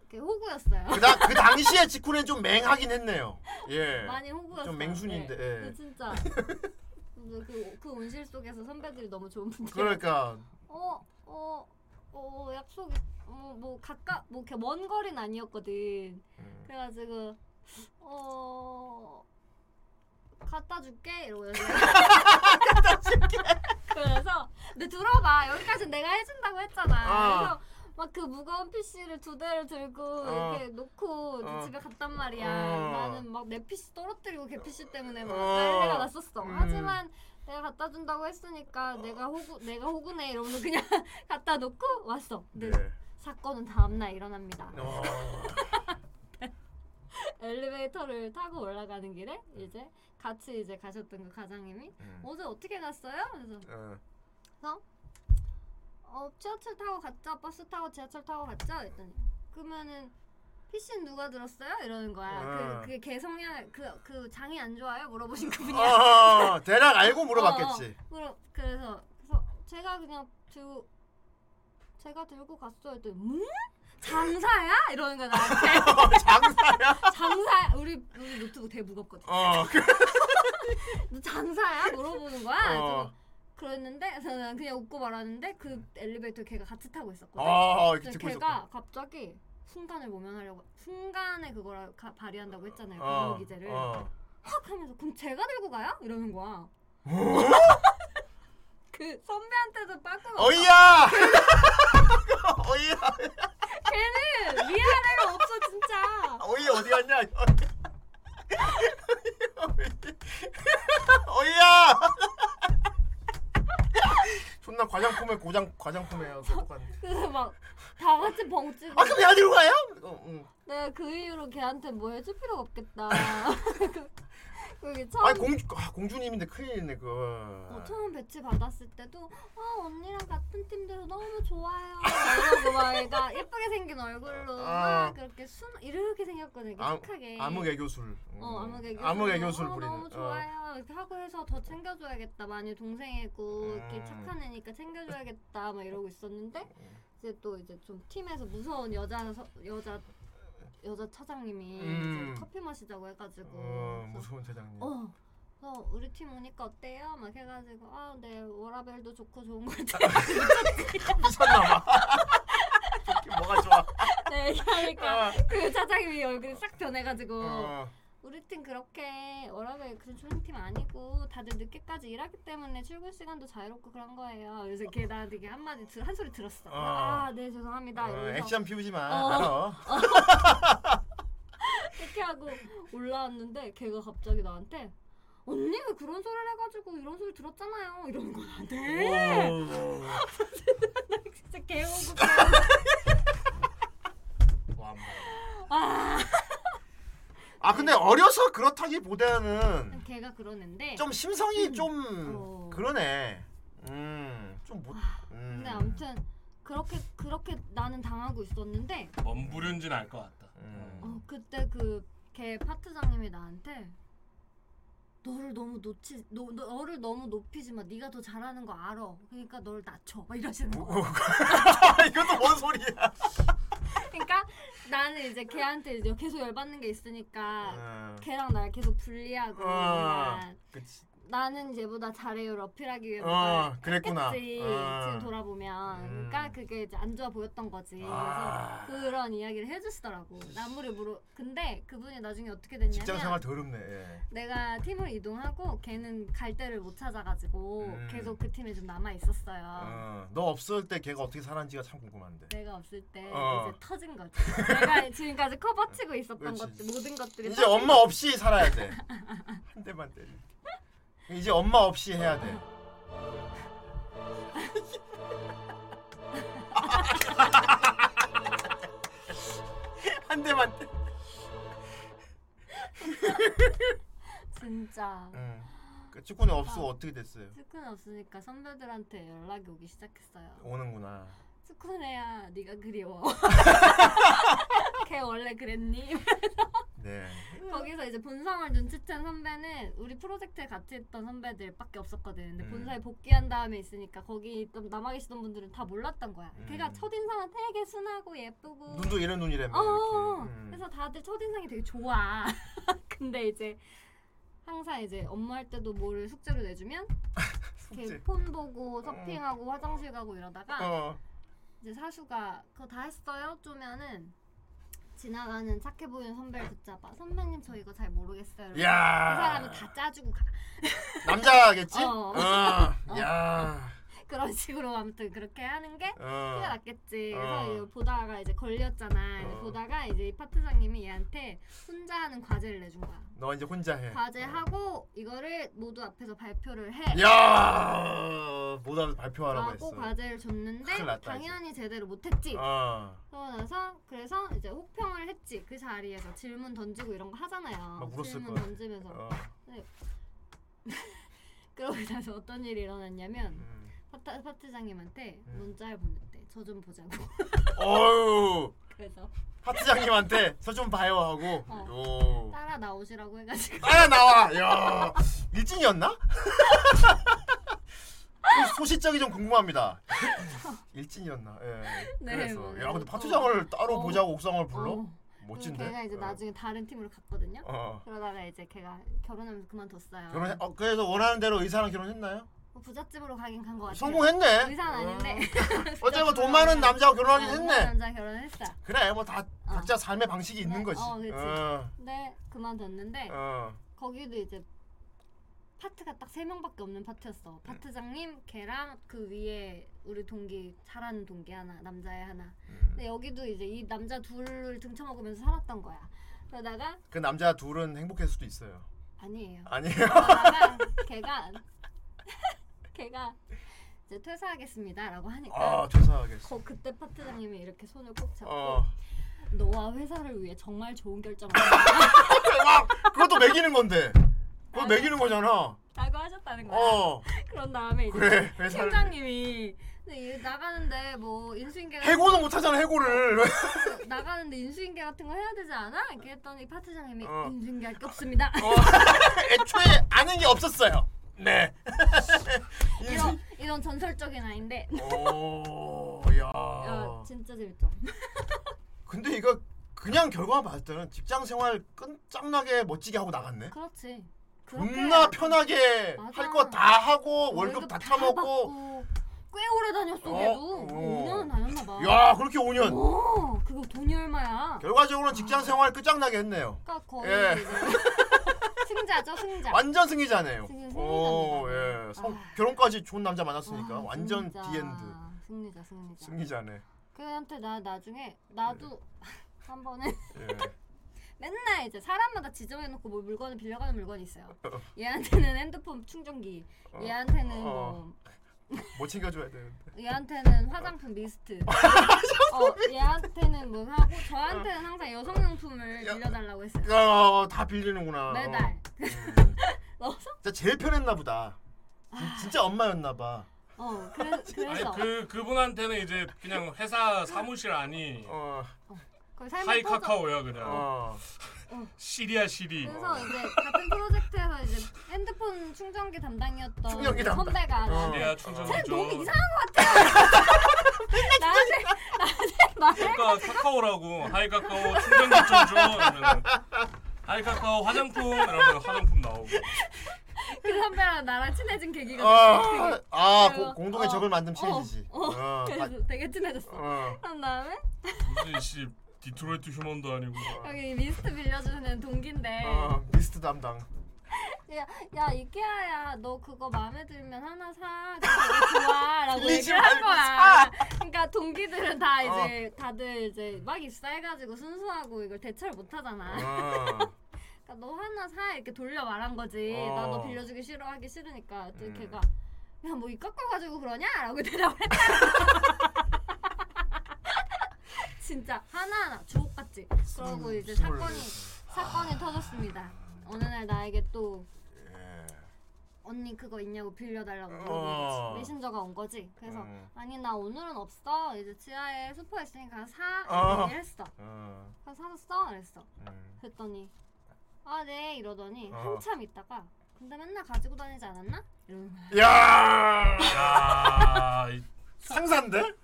이렇게 호구였어요.
어. 그다 그 당시에 지코는 좀 맹하긴 했네요. 예.
많이 호구였어요.
좀 맹순인데.
네.
예.
근데 진짜 근데 그, 그 온실 속에서 선배들이 너무 좋은 분들.
그러니까
어, 어, 어, 약속이 어, 뭐 가까 뭐 이렇게 먼 거리는 아니었거든.
음.
그래가지고 어 갖다 줄게 이러고 연락. 갖다 줄게. 그래서 근데 들어봐 여기까지 내가 해준다고 했잖아.
아.
그래서 막 그 무거운 PC를 두 대를 들고
어.
이렇게 놓고
어.
내 집에 갔단 말이야.
어.
나는 막 내 PC 떨어뜨리고 걔 PC 때문에 막
어.
난리가 났었어.
음.
하지만 내가 갖다 준다고 했으니까 내가 호구 내가 호구네 이러면서 그냥 갖다 놓고 왔어. 근데
네.
사건은 다음 날 일어납니다.
어.
엘리베이터를 타고 올라가는 길에 이제 같이 이제 가셨던 그 과장님이
음.
어제 어떻게 갔어요? 그래서 그래서 어 지하철 타고 갔죠 버스 타고 지하철 타고 갔죠 했더니 그러면은 PC는 누가 들었어요? 이러는 거야.
아.
그, 그게 개성향 그그 장이 안 좋아요? 물어보신 그분이.
어, 대략 알고 물어봤겠지.
어, 어. 물어, 그래서 그래서 제가 그냥 들고 제가 들고 갔어요. 했더니 음? 장사야? 이러는 거야 나한테. 장사야? 장사야? 우리 우리 노트북 되게 무겁거든.
어.
너 장사야? 물어보는 거야.
어.
그랬는데 저는 그냥 웃고 말았는데 그 엘리베이터 걔가 같이 타고 있었거든.
아, 이렇게
근데
찍고
걔가 갑자기 순간을 모면하려고 순간에 그걸 가- 발휘한다고 했잖아요.
어,
공유 네, 기재를
어.
확 하면서 그럼 제가 들고 가요? 이러는 거야. 그 선배한테도 빠꾸가
어이야!
어이야!
걔는 미안해가 없어 진짜.
어이 어디 갔냐? 어이야! 존나 과장 품에 고장 과장품이에요. 똑같은.
그래서 막 다 같이 벙찌고.
아, 그럼 내가 들고 가요? 어, 응.
내가 그 이후로 걔한테 뭐 해줄 필요가 없겠다. 그게 처음.
아 공주 아, 공주님인데 큰일이네 그거.
어, 처음 배치 받았을 때도 아 언니랑 같은 팀대로 너무 좋아요. 막 이러고 막 애가 예쁘게 생긴 얼굴로
아.
막 그렇게 숨 이렇게 생겼거든. 되게
암-
착하게.
암흑 애교술. 음.
어 암흑 애교.
암흑 애교술
어,
부리는.
너무 좋아요. 이렇게 하고 해서 더 챙겨줘야겠다. 많이 동생이고
음.
이렇게 착한 애니까 챙겨줘야겠다. 막 이러고 있었는데 이제 또 이제 좀 팀에서 무서운 여자 서- 여자 여자 차장님이
음.
이제 커피 마시자고 해가지고.
어, 무서운 대장님.
어. 그래서 우리 팀 오니까 어때요? 막 해가지고 아, 네 워라벨도 좋고 좋은 것 같아요.
미쳤나봐. 뭐가 좋아?
네,
아.
그러니까 그 차장님이 얼굴이 싹 변해가지고
어.
우리 팀 그렇게 워라벨 그런 좋은 팀 아니고 다들 늦게까지 일하기 때문에 출근 시간도 자유롭고 그런 거예요. 그래서 걔 나한테 이렇게 한마디 들- 한 소리 들었어.
어.
아, 네 죄송합니다.
어,
이러면서
액션 피우지 마.
어.
알아.
이렇게 하고 올라왔는데 걔가 갑자기 나한테 언니 왜 그런 소리를 해가지고 이런 소리 들었잖아요. 이러는 거 나한테. 음. 진짜 개오고.
뭐.
아.
아 근데 어려서 그렇다기보다는
걔가 그러는데 음. 어.
좀 심성이 좀 그러네. 음, 좀 못. 음.
근데 네, 아무튼 그렇게 그렇게 나는 당하고 있었는데
뭔 부류인지는 알 것 같다.
음.
어, 그때 그 걔 파트장님이 나한테 너를 너무 놓치 너, 너를 너무 높이지 마 네가 더 잘하는 거 알아 그러니까 너를 낮춰 막 이러시는 거
어, 이것도 뭔 소리야?
그러니까 나는 이제 걔한테 이제 계속 열받는 게 있으니까
음.
걔랑 날 계속 분리하고
어.
그냥
그치.
나는 얘보다 잘해요 어필하기 위해
어,
뭔가
그랬구나.
했겠지,
어.
지금 돌아보면 그러니까 그게 이제 안 좋아 보였던 거지
아.
그래서 그런 이야기를 해주시더라고 나무를 물어 근데 그분이 나중에 어떻게 됐냐면
직장 생활 더럽네. 예.
내가 팀을 이동하고 걔는 갈 데를 못 찾아가지고
음.
계속 그 팀에 좀 남아 있었어요
어, 너 없을 때 걔가 어떻게 살았는지가 참 궁금한데.
내가 없을 때
어.
이제 터진 거지 내가 지금까지 커버치고 있었던
그렇지.
것들 모든 것들이
이제
터진
엄마
거지.
없이 살아야 돼. 한 대만 때리. 이제 엄마 없이 해야 돼.
어.
한 대만 때.
진짜
응. 그 축구는 없어
아.
어떻게 됐어요?
스쿤 없으니까 선배들한테 연락이 오기 시작했어요
오는구나.
스쿤해야 네가 그리워. 걔 원래 그랬니?
네.
거기서 이제 본상을 눈치챈 선배는 우리 프로젝트에 같이 했던 선배들밖에 없었거든. 근데
음.
본사에 복귀한 다음에 있으니까 거기 있던 남아 계시던 분들은 다 몰랐던 거야.
음.
걔가 첫인상은 되게 순하고 예쁘고
눈도 이런 눈이라며.
어, 어.
이렇게. 음.
그래서 다들 첫인상이 되게 좋아. 근데 이제 항상 이제 업무할 때도 뭐를 숙제로 내주면 이렇게 폰 보고 서핑하고 화장실 가고 이러다가
어.
이제 사수가 그거 다 했어요? 쪼면은 지나가는 착해 보이는 선배를 붙잡아 선배님 저 이거 잘 모르겠어요. 이러고.
야.
그 사람이 다 짜주고 가.
남자겠지?
어.
어. 야. 어.
그런 식으로 아무튼 그렇게 하는 게 티가 났겠지. 그래서
어.
이거 보다가 이제 걸렸잖아. 이제
어.
보다가 이제 이 파트장님이 얘한테 혼자 하는 과제를 내준 거야.
너 이제 혼자 해.
과제하고 이거를 모두 앞에서 발표를 해.
야. 뭐다 발표하라고
라고
했어.
과제를 줬는데
큰일 났다,
당연히 제대로 못했지.
어.
그러고 나서 그래서 이제 혹평을 했지 그 자리에서 질문 던지고 이런 거 하잖아요.
막 울었을
질문
거야.
어. 던지면서.
어.
근데 그러고 나서 어떤 일이 일어났냐면
음.
파트, 파트장님한테 문자를 보냈대. 저 좀 보자고.
어유.
그래서
파트장님한테 저 좀 봐요 하고. 요.
따라 나오시라고 해가지고.
아 나와. 야. 일진이었나? 소- 소시적이 좀 궁금합니다. 일진이었나? 예.
네,
그래서
뭐,
야 근데
어,
파트장을 따로
어.
보자고 옥상을 불러?
어.
멋진데.
걔가 이제
어.
나중에 다른 팀으로 갔거든요.
어.
그러다가 이제 걔가 결혼하면서 그만뒀어요.
결혼 어, 그래서 원하는 대로 의사랑 결혼했나요?
뭐 부잣집으로 가긴 간 것 같아요.
성공했네. 어.
의사는 아닌데.
어쨌든 돈 많은 남자하고 결혼하긴
어,
했네.
엄마 남자 결혼했어.
그래 뭐 다 각자 삶의 방식이 있는 거지.
어, 그렇지.
어.
근데 그만뒀는데
어.
거기도 이제 파트가 딱 세 명밖에 없는 파트였어. 파트장님, 걔랑 그 위에 우리 동기 잘하는 동기 하나, 남자애 하나. 근데 여기도 이제 이 남자 둘을 등쳐먹으면서 살았던 거야. 그러다가
그 남자 둘은 행복했을 수도 있어요.
아니에요.
아니에요?
그러다가 걔가 걔가 이제 퇴사하겠습니다라고 하니까
아 퇴사하겠어.
거 그때 파트장님이 이렇게 손을 꼭 잡고
어.
너와 회사를 위해 정말 좋은 결정을 했다.
그것도 매기는 건데. 그거 매기는 거잖아.
라고 하셨다는 거야.
어.
그런 다음에 이제
그래, 회사를-
팀장님이 근데 이거 나가는데 뭐 인수인계
해고는 못 하잖아, 해고를.
나가는데 인수인계 같은 거 해야 되지 않아? 이렇게 했더니 파트장님이
어.
인수인계 할 게 없습니다.
애초에 아는 게 없었어요. 네.
이런 이런 전설적인 아인데.
어. 오, 야.
야, 진짜 재밌죠.
근데 이거 그냥 결과만 봤을 때는 직장 생활 끝장나게 멋지게 하고 나갔네.
그렇지. 그렇게
겁나 편하게
맞아.
할 거 다 하고 월급
월급
다
다
처먹고.
받고. 꽤 오래 다녔어
어.
걔도. 5년은 다녔나 봐.
야, 그렇게 5년.
오, 그거 돈이 얼마야? 아.
결과적으로는 직장 생활 끝장나게 했네요.
그러니까 거의
예.
이제 승자죠 승자.
완전 승리자네요. 어.
승리,
오, 예. 성, 결혼까지 좋은 남자 만났으니까
아,
완전
승리자.
디엔드.
승리자 승리자.
승리자네. 예.
그한테 나 나중에 나도 한 번은
예.
맨날 이제 사람마다 지정해놓고 뭐 물건을 빌려가는 물건이 있어요. 얘한테는 핸드폰 충전기,
어.
얘한테는
어.
뭐
뭐 챙겨줘야 되는데.
얘한테는 화장품 미스트, 어, 얘한테는 뭐 하고 저한테는 항상 여성용품을 빌려달라고 했어요.
어, 다 빌리는구나.
매달.
어.
넣어서?
진짜 제일 편했나 보다. 진- 진짜 엄마였나 봐.
어, 그래,
아니
그래서
그 그분한테는 이제 그냥 회사 사무실 아니
어.
그걸 삶을
하이
퍼져-
카카오야 그냥
어.
시리야 시리.
그래서 이제 같은 프로젝트에서 이제 핸드폰 충전기 담당이었던
충전기 담당.
선배가
어.
나한테
시리야 충전기
쟤
좀.
너무 이상한 것 같아. 나한테 나한테 말해.
그러니까 카카오라고 하이 카카오 충전기 좀 줘. 이러면은 하이 카카오 화장품 이러면 화장품 나오고.
그 선배랑 나랑 친해진 계기가
아,
되게-
아
그래서,
고, 공동의 적을 만든 체인지지.
어, 어,
어,
그래서 되게 친해졌어.
어.
그런 다음에
무슨 씨 디트로이트 휴먼도 아니고.
여기 미스트 빌려주는 동기인데
어, 미스트 담당.
야, 야 이케아야 너 그거 마음에 들면 하나 사 그거 되게 좋아라고
빌리지
얘기를 한
말고
거야 그러니까 동기들은 다
어.
이제 다들 이제 막 입사해가지고 순수하고 이걸 대처를 못하잖아
어.
그러니까 너 하나 사 이렇게 돌려 말한 거지
어.
나 너 빌려주기 싫어하기 싫으니까 그랬더니
음.
걔가 야 뭐 이 깎아가지고 그러냐라고 대답을 했다 진짜 하나하나 주옥 같지 그러고 이제 사건이 사건이 터졌습니다 어느 날 나에게 또 언니 그거 있냐고 빌려달라고 물어보는
어.
거지 메신저가 온 거지 그래서
음.
아니 나 오늘은 없어 이제 지하에 슈퍼 있으니까 사
어.
이렇게 했어
어.
그래서 아, 사줬어 그랬어
음.
그랬더니 아 네 이러더니
어.
한참 있다가 근데 맨날 가지고 다니지 않았나? 이러는 거야
야!
야. 아, 이-
상사인데?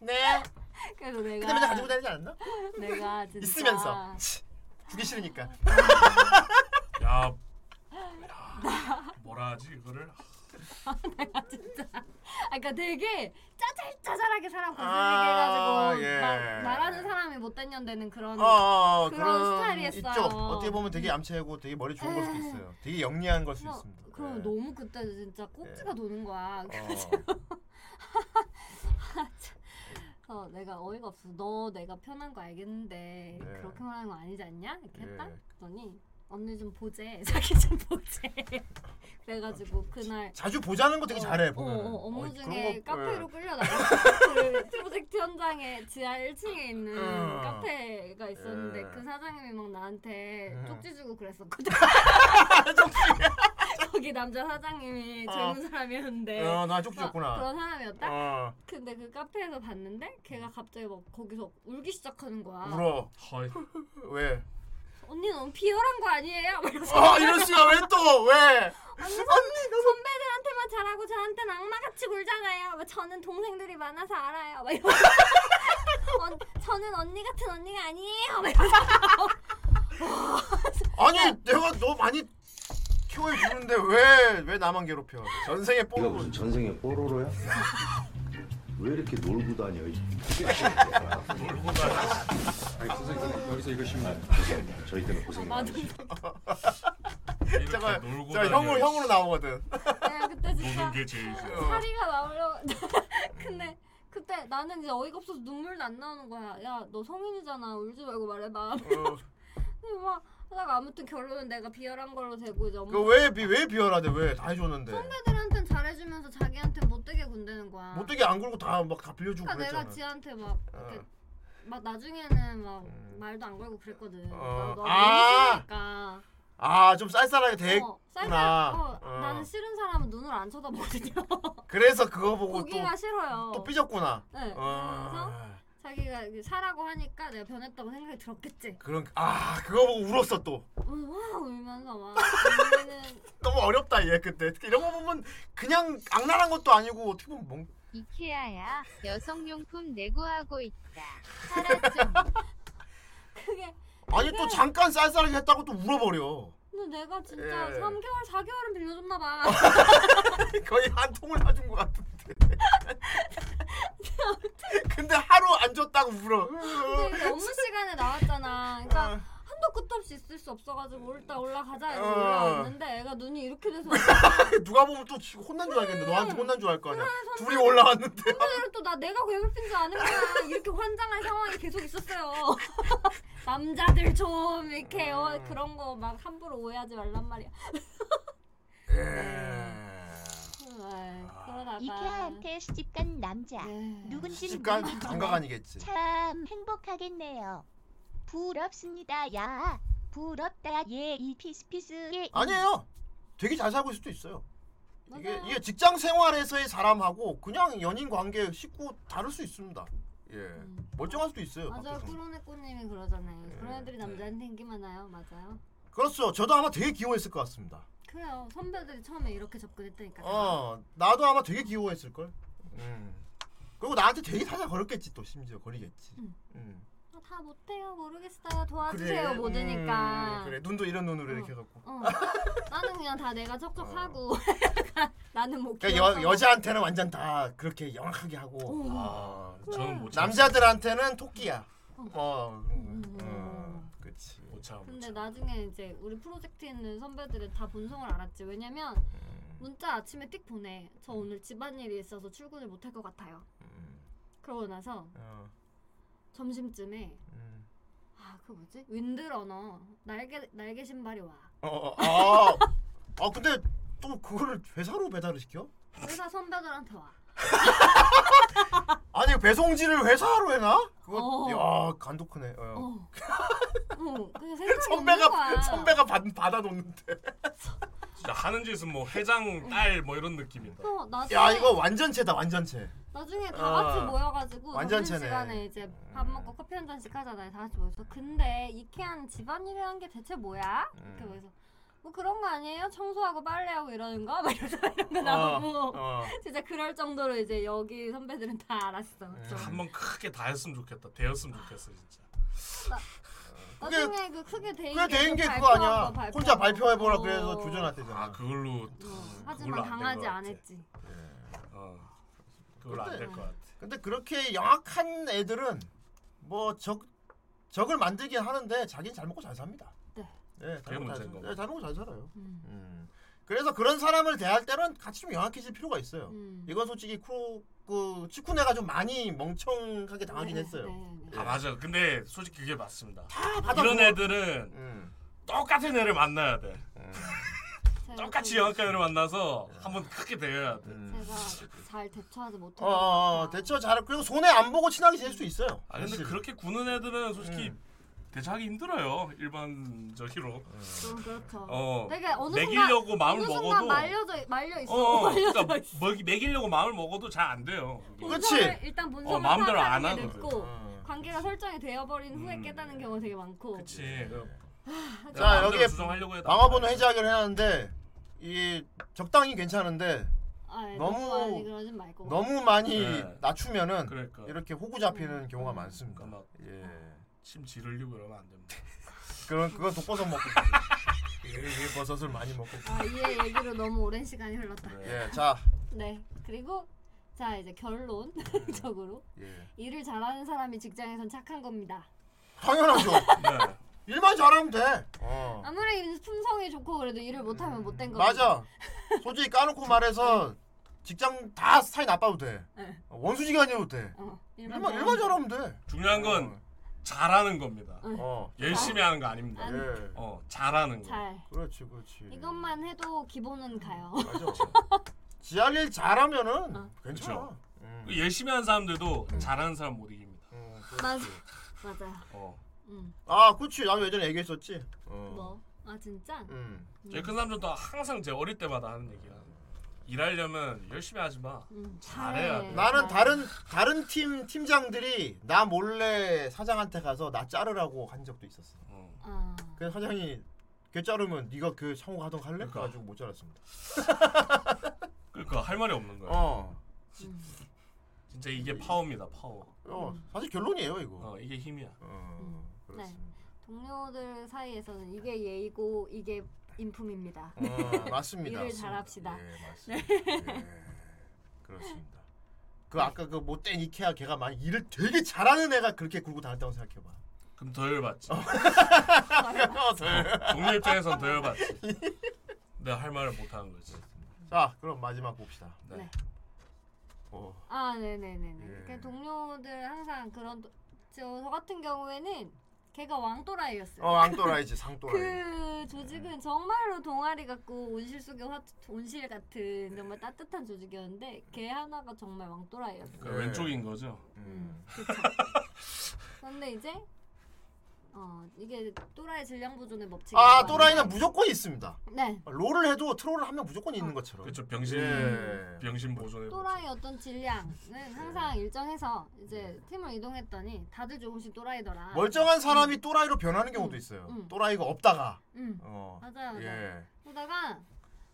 네.
그래서 내가
근데 맨날 가지고 다니지 않았나?
내가 진짜 음.
있으면서. 치, 주기 싫으니까.
야. 뭐라 하지 이거를?
내가 진짜 아 그러니까 되게 짜잘짜잘하게 사람 거슬리게
아,
해가지고
예.
말- 말하는 사람이 못된 년 되는 그런
어, 어,
그런, 스타일이었어요 네.
있죠. 어떻게 보면 되게 암체고 되게 머리 좋은 걸 수도 있어요. 되게 영리한 걸 수도
그래서-
있습니다. 예.
그럼 너무 그때 진짜 꼭지가 도는 거야. 그래서 아, 어, 내가 어이가 없어. 너 내가 편한 거 알겠는데
네.
그렇게 말하는 거 아니지 않냐? 이렇게 했다.
예.
그랬더니 언니 좀 보재. 자기 좀 보재. 그래가지고 그날
자주 보자는 거 되게 잘해, 보면은.
어, 어, 업무
어, 그런
중에
거-
카페로
예.
끌려나가. 그 프로젝트 현장에 지하 1층에 있는
음.
카페가 있었는데
예.
그 사장님이 막 나한테
음.
쪽지 주고 그랬었거든. 거기 남자 사장님이
어.
젊은 사람이었는데
어, 나 쪽지
막
줬구나.
그런 사람이었다?
어.
근데 그 카페에서 봤는데 걔가 갑자기 막 거기서 울기 시작하는 거야
울어. 왜?
언니 너무 비열한 거 아니에요? 막 이러면서
아, 이럴 수가 왜 또? 왜?
언니, 선, 선배들한테만 잘하고 저한테는 악마같이 굴잖아요. 막 저는 동생들이 많아서 알아요. 막 이러고 언, 저는 언니 같은 언니가 아니에요. 막 이러면서
아니, 내가 너 많이 키워해 주는데 왜, 왜 나만 괴롭혀? 전생에
네가
뽀로
무슨 전생에 뽀로로야? 왜 이렇게 놀고 다녀? 놀고 다녀. 아니 아, 선생님 여기서 이거 심나요? 저희 때문에 고생 많으
아, 네. 제가
놀고
제가
다녀.
형으로 형으로 나오거든.
내가 네, 그때 진짜 어.
게 제일
어.
사리가 나오려고 근데 그때 나는 이제 어이가 없어서 눈물도 안 나오는 거야. 야 너 성인이잖아. 울지 말고 말해봐.
어.
근데 막 하다가
그
아무튼 결론은 내가 비열한 걸로 되고 이제 엄마
그왜왜 비열하대? 왜 다 해줬는데?
그러니까. 선배들한텐 잘해줘. 잘해주면서 자기한테 못되게 군대는 거야.
못되게 안 굴고 다 막 다 빌려주고
그러니까
그랬잖아.
내가 지한테 막 이렇게
어. 음.
막 나중에는 막 말도 안 걸고 그랬거든.
어.
너
아!
너무 싫으니까.
아, 좀 쌀쌀하게
어, 쌀쌀.
됐구나.
어, 나는 싫은 사람은 눈을 안 쳐다보거든요.
그래서 그거 보고 어, 또
보기가 싫어요. 또
삐졌구나.
네.
어.
그래서 자기가 이게 사라고 하니까 내가 변했다고 생각이 들었겠지.
그런 아, 그거 보고 울었어 또.
와 울면서 막
너무 어렵다 얘 그때. 이런 거 보면 그냥 악랄한 것도 아니고 어떻게 보면 뭔
이케아야 여성용품 내구하고 있다.
그게
아니 또 잠깐 쌀쌀하게 했다고 또 울어버려.
근데 내가 진짜
예.
3개월 4개월은 빌려줬나 봐.
거의 한 통을 사준 것 같은데. 근데 하루 안 줬다고 울어.
음,
아,
근데 이게 업무 네, 시간에 나왔잖아. 그러니까 한도 끝도 없이 있을 수 없어가지고 일단 올라가자 이러고
어.
올라왔는데 애가 눈이 이렇게 돼서
누가 보면 또 지금 혼난 줄
음.
알겠네. 너한테 혼난 줄 알 거 아니야.
선배.
둘이 올라왔는데.
오늘은 또 나 내가 괴롭힌 줄 아는 거야. 이렇게 환장할 상황이 계속 있었어요. 남자들 좀 이렇게
아.
어, 그런 거 막 함부로 오해하지 말란 말이야.
예.
에이, 아,
아.
그러다가 네.
이케아한테 시집간 남자 누군지
시집간 장가간이겠지.
참 행복하겠네요. 부럽습니다. 야 부럽다. 예. 얘이 피스피스. 얘 이-
아니에요. 되게 잘 살고 있을 수도 있어요. 이게, 이게 직장 생활에서의 사람하고 그냥 연인 관계 식구 다를 수 있습니다. 예, 멀쩡할 수도 있어요.
음.
예,
맞아요.
밖에서.
쿠로네코님이 그러잖아요. 그런 애들이
네.
남자한테 인기 많아요. 맞아요.
그렇죠. 저도 아마 되게 귀여워했을 것 같습니다.
그래요. 선배들이 처음에 이렇게 접근했다니까.
어, 나도 아마 되게 귀여워했을 걸. 음. 그리고 나한테 되게 타자 걸었겠지 또 심지어 걸리겠지. 음.
아, 다 못해요. 모르겠어요. 도와주세요. 뭐드니까.
음, 그래 눈도 이런 눈으로 이렇게 해갖고.
어. 나는 그냥 다 내가 척척하고 나는 뭐 못
어. 그러니까
키워서.
여, 여자한테는 완전 다 그렇게 영악하게 하고
어. 그래.
아,
뭐
저는 못 참았어요.
남자들한테는 토끼야. 어, 음, 음, 그렇지.
못 참아.
근데 나중에 이제 우리 프로젝트에 있는 선배들은 다 본성을 알았지. 왜냐면
음.
문자 아침에 띡 보내. 저 오늘 집안일이 있어서 출근을 못 할 것 같아요. 그러고 나서
어.
점심쯤에
음.
아 그 뭐지 윈드러너 날개 날개 신발이 와.
어, 어, 아, 아 근데 또 그거를 회사로 배달을 시켜?
회사 선배들한테 와.
아니 배송지를 회사로 해놔?
어.
그거 야 간도 크네. 어.
어. 어, 그냥 생각이 없는
선배가
거야.
선배가 받 받아놓는데.
진짜 하는 짓은 뭐 회장 딸 뭐 이런 느낌이다.
어, 나중에
야 이거 완전체다 완전체.
나중에 다
어.
같이 모여가지고
아, 완전
점심
체네. 음.
시간에 이제 밥 먹고 커피 한 잔씩 하잖아요. 다 같이 모여서 근데 이케아는 집안일이란 게 대체 뭐야? 이렇게
음.
모여서 뭐 그런 거 아니에요? 청소하고 빨래하고 이러는 거? 막 이러면서 이런 거
어,
나오고
어.
진짜 그럴 정도로 이제 여기 선배들은 다 알았어.
음.
네, 한번 크게 다 했으면 좋겠다. 되었으면 좋겠어 진짜.
나중에 그 크게 대인
그래
게
대인 게
그
그거 아니야.
발표하고 어. 발표.
혼자 발표해보라
어.
그래서 조전한테잖아.
아 그걸로
하지만 강하지 않았지.
어. 그걸로 안 될 것 같아.
근데 그렇게 영악한 애들은 뭐 적 적을 만들긴 하는데 자기는 잘 먹고 잘 삽니다.
네.
네, 잘
그게
먹고 잘,
문제인 거고.
네, 잘 먹고 잘 살아요.
음.
그래서 그런 사람을 대할 때는 같이 좀 영악해질 필요가 있어요. 이건 솔직히 크로 그 치쿠네가 좀 많이 멍청하게 당하긴 했어요.
아 맞아. 근데 솔직히 그게 맞습니다.
받아
이런
먹어.
애들은 똑같은 애를 만나야 돼. 똑같이 영악한 애를 만나서 한번 크게 대해야 돼.
그 제가 잘 대처하지 못해.
어, 어,
아.
어, 대처 잘 그리고 손해 안 보고 친하게 지낼 수 있어요.
아 근데 그렇게 구는 애들은 솔직히
음.
대처하기 힘들어요. 일반적으로.
좀 그렇죠.
어,
되게 어느 순간
먹이려고 마음을
어느 순간
먹어도-
말려져 말려 있어.
어,
말려
그러니까 먹이 먹이려고 마음을 먹어도 잘 안 돼요.
본성을- 일단 본성을
그러니까 어, 마음대로 안
파악하는 게
하거든. 어. 음.
늦고 관계가 설정이 되어버린 후에 깨닫는 경우가 되게 많고.
그치.
아,
자
마음대로
네. 여기에
조정하려고 해도
방화번호 해제하기를 해놨는데 이게 적당히 괜찮은데
아, 예,
너무-
너무 많이 그러지 말고.
너무 많이
네.
낮추면은 이렇게 호구 잡히는 경우가 많습니다.
그러니까
예.
침 지르려고 그러면 안 됩니다.
그런 그건 독버섯 먹고 이 버섯을 많이 먹고
아, 이의 얘기로 너무 오랜 시간이 흘렀다.
예, 자.
네. 그리고 자 이제
네.
결론적으로
예.
일을 잘하는 사람이 직장에선 착한 겁니다.
당연하죠.
네.
일만 잘하면 돼. 어.
아무리 품성이 좋고 그래도 일을 못하면
음.
못된 거죠.
맞아. 솔직히 까놓고 말해서 직장 다 사이 나빠도 돼.
네.
아, 원수지간이어도 돼.
일만
일만
잘하면
일만 잘하면 돼.
중요한 건 잘하는 겁니다.
아,
어.
열심히 하는 거 아닙니다.
예.
어, 잘하는 거.
잘.
음. 그렇지, 그렇지. 음.
이것만 해도 기본은 가요.
맞아. 지알일 잘하면은
어.
괜찮아. 음.
그렇죠. 열심히 하는 사람들도 잘하는 사람 못 이깁니다.
맞아. 맞아.
어.
음.
아, 그렇지. 나도 예전에 얘기했었지. 어.
뭐? 아 진짜?
음.
제일 큰 사람들도 항상 제 어릴 때마다 하는 얘기야. 일하려면 열심히 하지 마.
음.
잘해야 돼.
네.
나는 다른 다른 팀 팀장들이 나 몰래 사장한테 가서 나 자르라고 한 적도 있었어. 그래서 사장이 걔 자르면 네가 그 상호가 하던 할래? 그래가지고못 자랐습니다.
그러니까 할 말이 없는 거야.
어.
음.
진짜 이게 파워입니다. 파워.
어, 사실 결론이에요 이거.
어, 이게 힘이야.
네. 동료들 사이에서는 이게 예의고 이게 인품입니다.
어, 맞습니다.
일을 잘합시다. 네.
예, 맞습니다. 그렇습니다. 그 아까 그 못된 이케아 걔가 막 일을 되게 잘하는 애가 그렇게 굴고 다녔다고 생각해봐.
그럼 더 열받지.
어.
어,
덜.
동료 입장에선 더 열받지. 내가 할 말을 못 하는 거지.
자, 그럼 마지막 봅시다. 어.
네.
오.
아, 네네네네.
예.
그 동료들 항상 그런 도- 저, 저 같은 경우에는 걔가 왕또라이였어요.
어, 왕또라이지, 상또라이. 예.
그 조직은 정말로 동아리 같고 온실 속의 화, 온실 같은
예.
정말 따뜻한 조직이었는데 걔 하나가 정말 왕또라이였어요.
네.
음,
그러니까 왼쪽인 거죠.
음.
근데 이제 어 이게 또라이 질량 보존의 법칙.
아, 또라이는 무조건 있습니다.
네.
롤을 해도 트롤을 하면 무조건 있는 것처럼.
그렇죠. 병신
예.
병신 보존에
또라이 어떤 질량은 항상 일정해서 이제 팀을 이동했더니 다들 조금씩 또라이더라. 음.
멀쩡한 사람이 또라이로 변하는 경우도 있어요. 또라이가 없다가.
응.
어.
음. 맞아요, 맞아요.
예.
그러다가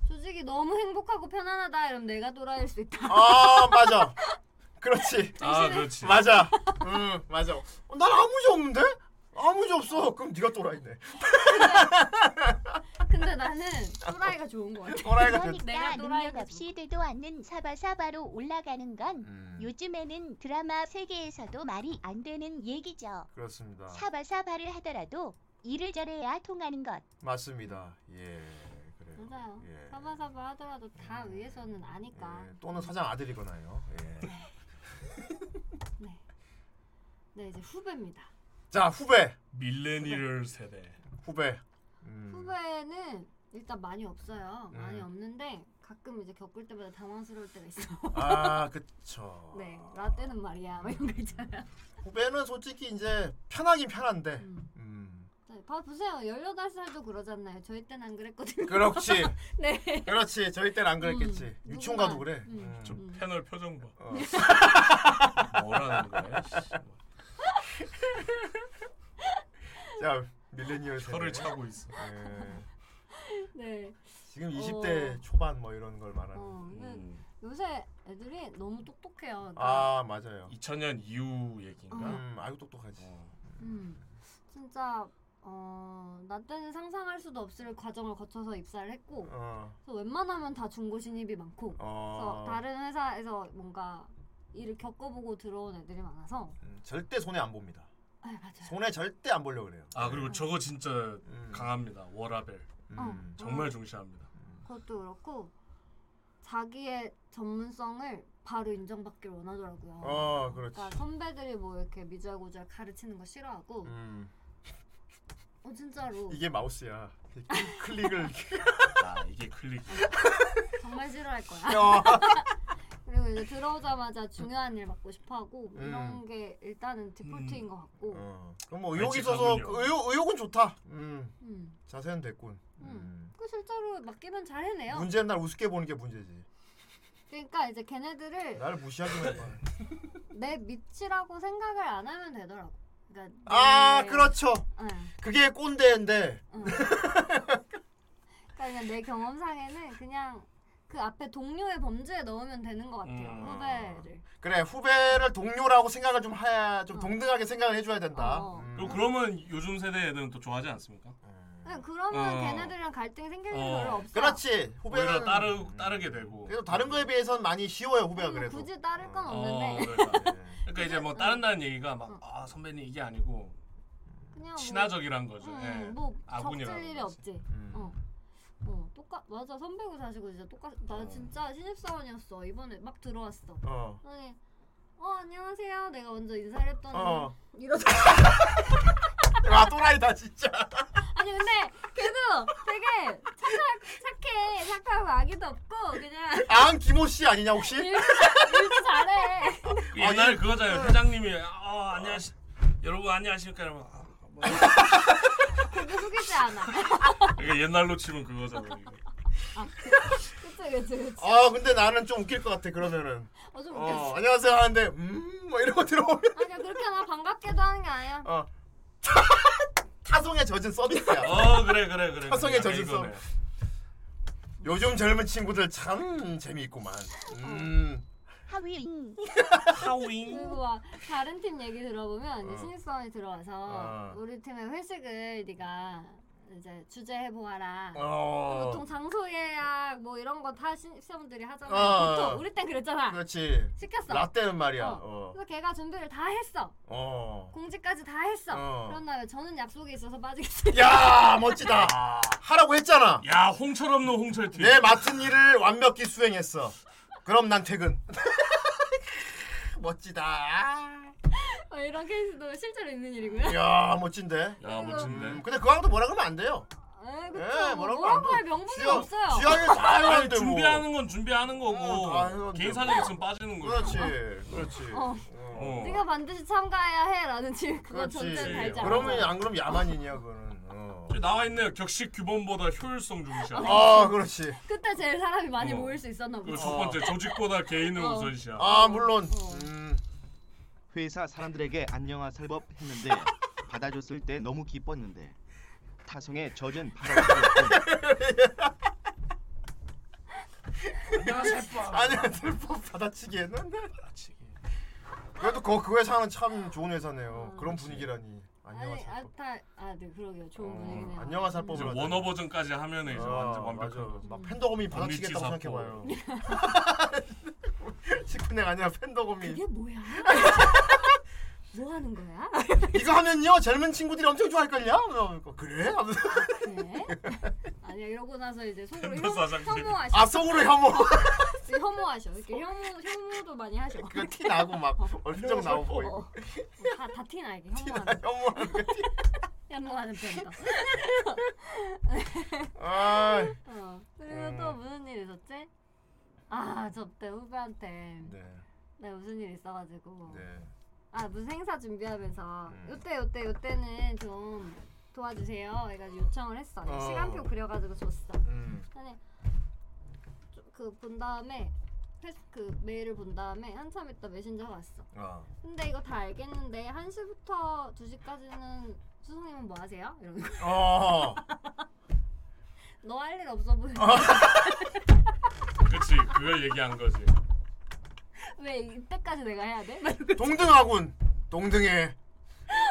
조직이 너무 행복하고 편안하다 이러면 내가 또라이일 수 있다.
아, 맞아. 그렇지.
아, 그렇지.
맞아. 음, 맞아. 어, 난 아무 일 없는데? 아무 일 없어. 그럼 네가 또라이네.
아, 근데 나는 또라이가 좋은 거 같아.
그러니까 능력 없이 되도 않는 사바사바로 올라가는 건
음.
요즘에는 드라마 세계에서도 말이 안 되는 얘기죠.
그렇습니다.
사바사바를 하더라도 일을 잘해야 통하는 것.
맞습니다. 예. 그래요.
맞아요.
예.
사바사바 하더라도 다 위에서는 아니까.
또는 사장 아들이거나요. 예.
네 이제 후배입니다.
자, 후배.
밀레니얼 세대.
후배.
음. 후배는 일단 많이 없어요. 많이
음.
없는데 가끔 이제 겪을 때마다 당황스러울 때가 있어.
아, 그쵸.
네 라떼는 말이야 막 이런 거 있잖아요.
후배는 솔직히 이제 편하긴 편한데.
음. 네, 봐보세요. 18살도 그러잖아요. 저희 때는 안 그랬거든요.
그렇지.
네.
그렇지. 저희 때는 안 그랬겠지. 유치원 가도 그래.
좀 패널 표정 봐.
어. 네.
뭐라는 거야? 씨.
자, 밀레니얼 세대.
혀를 차고 있어.
예.
네.
지금
어,
20대 초반 뭐 이런 걸 말하는.
어, 근데
음.
요새 애들이 너무 똑똑해요. 그러니까
아, 맞아요.
2000년 이후 얘기인가? 어.
음, 아유 똑똑하지.
음, 진짜 어, 나 때는 상상할 수도 없을 과정을 거쳐서 입사를 했고
어.
그래서 웬만하면 다 중고 신입이 많고
어.
그래서 다른 회사에서 뭔가 일을 겪어보고 들어온 애들이 많아서
음. 절대 손해 안 봅니다.
아 네. 맞아
손해 절대 안 보려고 그래요.
아 그리고 저거 진짜
음.
강합니다. 워라벨.
어.
정말 중시합니다.
그것도 그렇고 자기의 전문성을 바로 인정받길 원하더라고요.
아,
어, 그렇지.
그러니까 선배들이 뭐 이렇게 미잘고잘 가르치는 거 싫어하고
음.
어 진짜로
이게 마우스야. 이렇게 클릭을 이렇게.
아, 이게 클릭.
정말 싫어할 거야.
어.
그리고 이제 들어오자마자 중요한 일 맡고 싶어하고 이런
음.
게 일단은 디폴트인 것 같고.
그럼 뭐 의욕이
알지,
있어서
가군요.
그 의욕, 의욕은 좋다. 음.
음.
자세는 됐군.
그 실제로 맡기면 잘 해내요.
음. 문제는 날 우습게 보는 게 문제지.
그러니까 이제 걔네들을
날 무시하기만 해봐.
내 밑이라고 생각을 안 하면 되더라고. 그러니까
아
내-
그렇죠.
응.
그게 꼰대인데.
그러니까 그냥 내 경험상에는 그냥 그 앞에 동료의 범주에 넣으면 되는 것 같아요.
음.
후배를.
그래 후배를 동료라고 생각을 좀 해야
어.
좀 동등하게 생각을 해줘야 된다. 음.
그리고 그러면 요즘 세대 애들은 또 좋아하지 않습니까?
그냥 그러면
어.
걔네들이랑 갈등이 생길 일이
어.
별로 없어.
그렇지.
오히려
후배는
따르 따르게 되고.
그래도 다른 거에 비해서는 많이 쉬워요 후배가 그래도.
굳이 따를 건
어,
없는데
그러니까. 그러니까 이제 뭐 따른다는 얘기가 막 아 선배님 이게 아니고
그냥
친화적이란 거죠.
뭐,
예.
음, 뭐
아군이라는
적질 일이
거지.
없지.
음.
어. 어, 똑같 맞아 선배고 사시고 진짜 똑같 나
어.
진짜 신입사원이었어 이번에 막 들어왔어
어.
아니 어 안녕하세요 내가 먼저 인사를 했더니
어.
이러서
아 또라이다 진짜.
아니 근데 걔 그래도 되게 착, 착해 착하고 악의도 없고 그냥
앙 김호 씨 아니냐 혹시?
예. 일도 잘해
아, 옛날 네. 그거잖아요. 회장님이
어,
아 안녕하시 여러분 안녕하십니까 아, 여러분.
그거 속이지 않아
그러니까 옛날로 치면 그거잖아요.
그쵸 그쵸 그쵸
아 근데 나는 좀 웃길 것 같아 그러면은
어, 좀
어,
웃겼어
안녕하세요 하는데 음뭐 이런 거 들어오면
아니야 그렇게 나 반갑게도 하는 게 아니야
어 타성에 젖은 서비스야
어 그래 그래 그래.
타성에
그래,
젖은
이거네.
서비스 요즘 젊은 친구들 참 재미있구만 음
어.
하윙.
그리고 막 다른 팀 얘기 들어보면 이제
어.
신입사원이 들어와서
어.
우리 팀의 회식을 네가 이제 주제해 보아라.
어.
보통 장소 예약 뭐 이런 거 다 신입사원들이 하잖아.
어.
요 보통 우리 땐 그랬잖아.
그렇지
시켰어.
라떼는 말이야
어.
어,
그래서 걔가 준비를 다 했어.
어.
공지까지 다 했어.
어.
그런 다음에 저는 약속이 있어서 빠지겠습니다.
야 멋지다 하라고 했잖아
야 홍철 없는 홍철 팀.
내 맡은 일을 완벽히 수행했어 그럼 난 퇴근 멋지다
어, 이런 케이스도 실제로 있는 일이고요.
이야 멋진데 음,
야 멋진데.
근데 그왕도 뭐라 그러면 안 돼요
에, 그쵸.
예,
뭐
뭐라고
뭐라고
안
할
돼.
명분이
지하-
없어요.
지하에 다
아니,
해놨는데 뭐. 어,
준비하는 건 준비하는 거고
다 해놨는데.
개인 사정 있으면 빠지는 거고.
그렇지 그렇지
어.
어.
네가 반드시 참가해야 해라는 지금 그거
그렇지
전제를 달지 않아.
그러면 안 그럼 야만이냐 그거는 어.
저기 나와 있네요. 격식 규범보다 효율성 중시야.
아 그렇지 어.
그때 제일 사람이 많이
어.
모일 수 있었나 보다.
그 첫 번째 조직보다 개인은
어.
우선시야.
아 물론
음. 회사 사람들에게 안녕하살 법 했는데 받아줬을 때 너무 기뻤는데 타성에 젖은 바람
아니 슬퍼 받아치기 했는데 그래도 그, 그 회사는 참 좋은
음,
회사네요 그런 분위기라니
아니,
안녕하세요 어.
아, 다, 아, 네, 그러게요. 좋은 분위기네요.
안녕하살
이제
법을 하자.
원어 버전까지 하면은 이제
아,
완전
맞아.
완벽한 거지.
막 팬더곰이
박미치
받아치겠다고
사포.
생각해봐요 식구네 아니야 팬더곰이
그게 뭐야? 뭐 하는 거야?
이거 하면요 젊은 친구들이 엄청 좋아할걸요? 그러니까, 그래? 하면서
아니야, 이러고 나서 이제 속으로
팬더
혐,
사장님.
혐오하셔.
아, 속으로 혐오.
이제 혐오하셔. 이렇게 혐오, 혐오도 많이 하셔.
그티 나고 막 얼핏정 나오고
어, 어. 다, 다 티나, 이게 혐오하는.
혐오하는
거. 혐오하는 팬더.
아
어, 그리고
음.
또 무슨 일 있었지? 아, 저 때 후배한테
네.
내가 무슨 일 있어가지고
네.
아 무슨 행사 준비하면서 요때 요때 요때는 좀 도와주세요. 해가지고 요청을 했어.
어.
시간표 그려가지고 줬어.
음.
근데 그본 다음에 페- 그 메일을 본 다음에 한참 있다 메신저가 왔어.
아.
근데 이거 다 알겠는데 1시부터 2시까지는 수성님은 뭐 하세요? 이러는 거야.
어.
너 할 일 없어 보여.
그치 그걸 얘기한 거지.
왜 이때까지 내가 해야 돼?
동등하군 동등해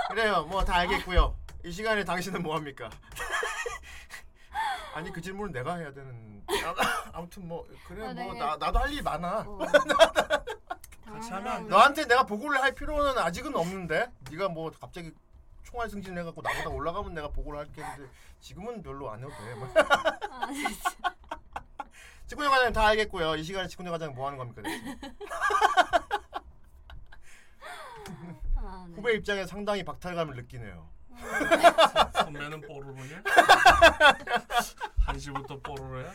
그래요 뭐 다 알겠고요 이 시간에 당신은 뭐합니까? 아니 그 질문은 내가 해야 되는 아, 아무튼 뭐 그래
아,
뭐
네. 어.
나, 나도 할 일이 많아
같이
하면 안 돼?
너한테 내가 보고를 할 필요는 아직은 없는데 네가 뭐 갑자기 총알 승진을 해갖고 나보다 올라가면 내가 보고를 할게 근데 지금은 별로 안 해도 돼 뭐.
아,
직군의 과장님 다 알겠고요 이 시간에 직군의 과장님 뭐 하는 겁니까 대체?
아, 네.
후배 입장에 상당히 박탈감을 느끼네요
선배는 뽀로로냐? 한시부터 뽀로로야?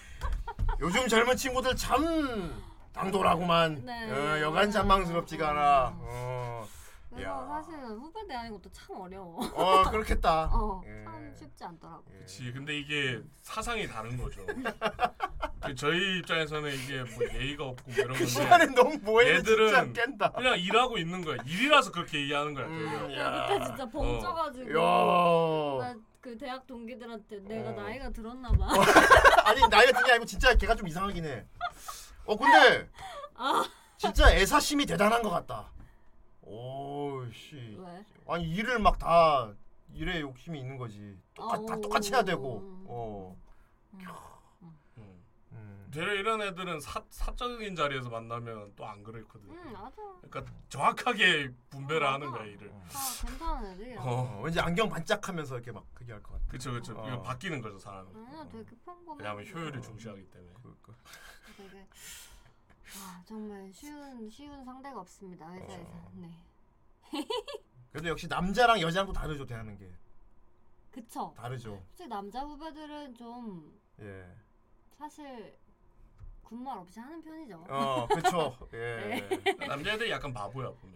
요즘 젊은 친구들 참 당돌하구만.
네.
어, 여간 잔망스럽지가 않아. 어,
그래서
야.
사실은 후배 대하는 것도 참 어려워.
어, 그렇겠다.
어,
예.
참 쉽지 않더라고.
그치 근데 이게 사상이 다른 거죠. 그 저희 입장에서는 이게 뭐 예의가 없고 뭐 이런 건데.
그 시간에 너무 뭐해,
얘들은
진짜 깬다. 음,
그냥 일하고 있는 거야. 일이라서 그렇게 얘기하는 거야. 되게.
야, 그때 진짜 범쪄가지고
어. 야.
나 그 대학 동기들한테 내가
어.
나이가 들었나 봐.
아니 나이가 든게 아니고 진짜 걔가 좀 이상하긴 해. 어 근데
아,
진짜 애사심이 대단한 것 같다. 오씨. 아니 일을 막 다 일에 욕심이 있는 거지. 똑같 다
아오. 음.
똑같이 해야 되고. 어. 음.
되려 이런 애들은 사, 사적인 자리에서 만나면 또 안 그렇거든.
응 음, 맞아.
그러니까 정확하게 분배를 하는 거야 일을.
아 괜찮은 애들이야.
어. 왠지 안경 반짝하면서 이렇게 막 그게 할 것 같아. 어.
그쵸 그쵸. 이거 바뀌는 거죠 사람.
아니야 되게 평범해.
왜냐하면 효율을 중시하기 때문에.
그,
되게 아 정말 쉬운 쉬운 상대가 없습니다 회사에서. 네.
그래도 역시 남자랑 여자랑도 다르죠 대하는 게.
그쵸.
다르죠.
솔직히 남자 후배들은 좀
예.
사실 군말 없이 하는 편이죠.
어, 그쵸. 예. 음.
남자애들 약간 바보야 보면.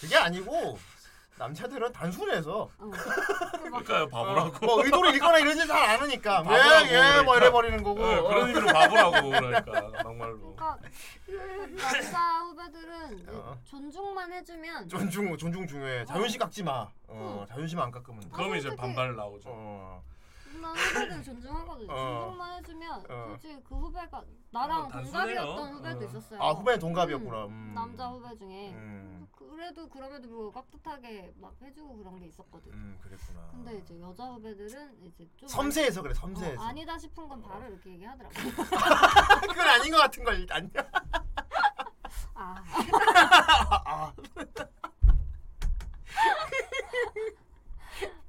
그게 아니고 남자들은 단순해서
그러니까요 바보라고.
뭐 의도를 읽거나 이런 짓 잘 안 하니까 예예뭐
바보라고 그러니까.
이래 버리는 거고
예, 그런 의미로 바보라고 그러니까 막말로.
그러니까 남자 후배들은
어.
존중만 해주면
존중 존중 중요해 자존심 깎지 마
음.
어, 자존심 안 깎으면
그러면 이제 솔직히- 반발
나오죠 어.
나 후배들 존중하거든요.
어.
존중만 해주면
어.
솔직히 그 후배가 나랑
어, 단순해요.
동갑이었던 후배도
어.
있었어요.
아, 후배는 동갑이었구나. 음.
남자 후배 중에
음.
그래도 그럼에도 불구하고 깍듯하게 막 해주고 그런 게 있었거든.
음 그랬구나
근데 이제 여자 후배들은 이제 좀
섬세해서
아니-
그래, 섬세해서.
어, 아니다 싶은 건 바로 이렇게 얘기하더라고.
그건 아닌 것 같은 걸 일단
아.
아.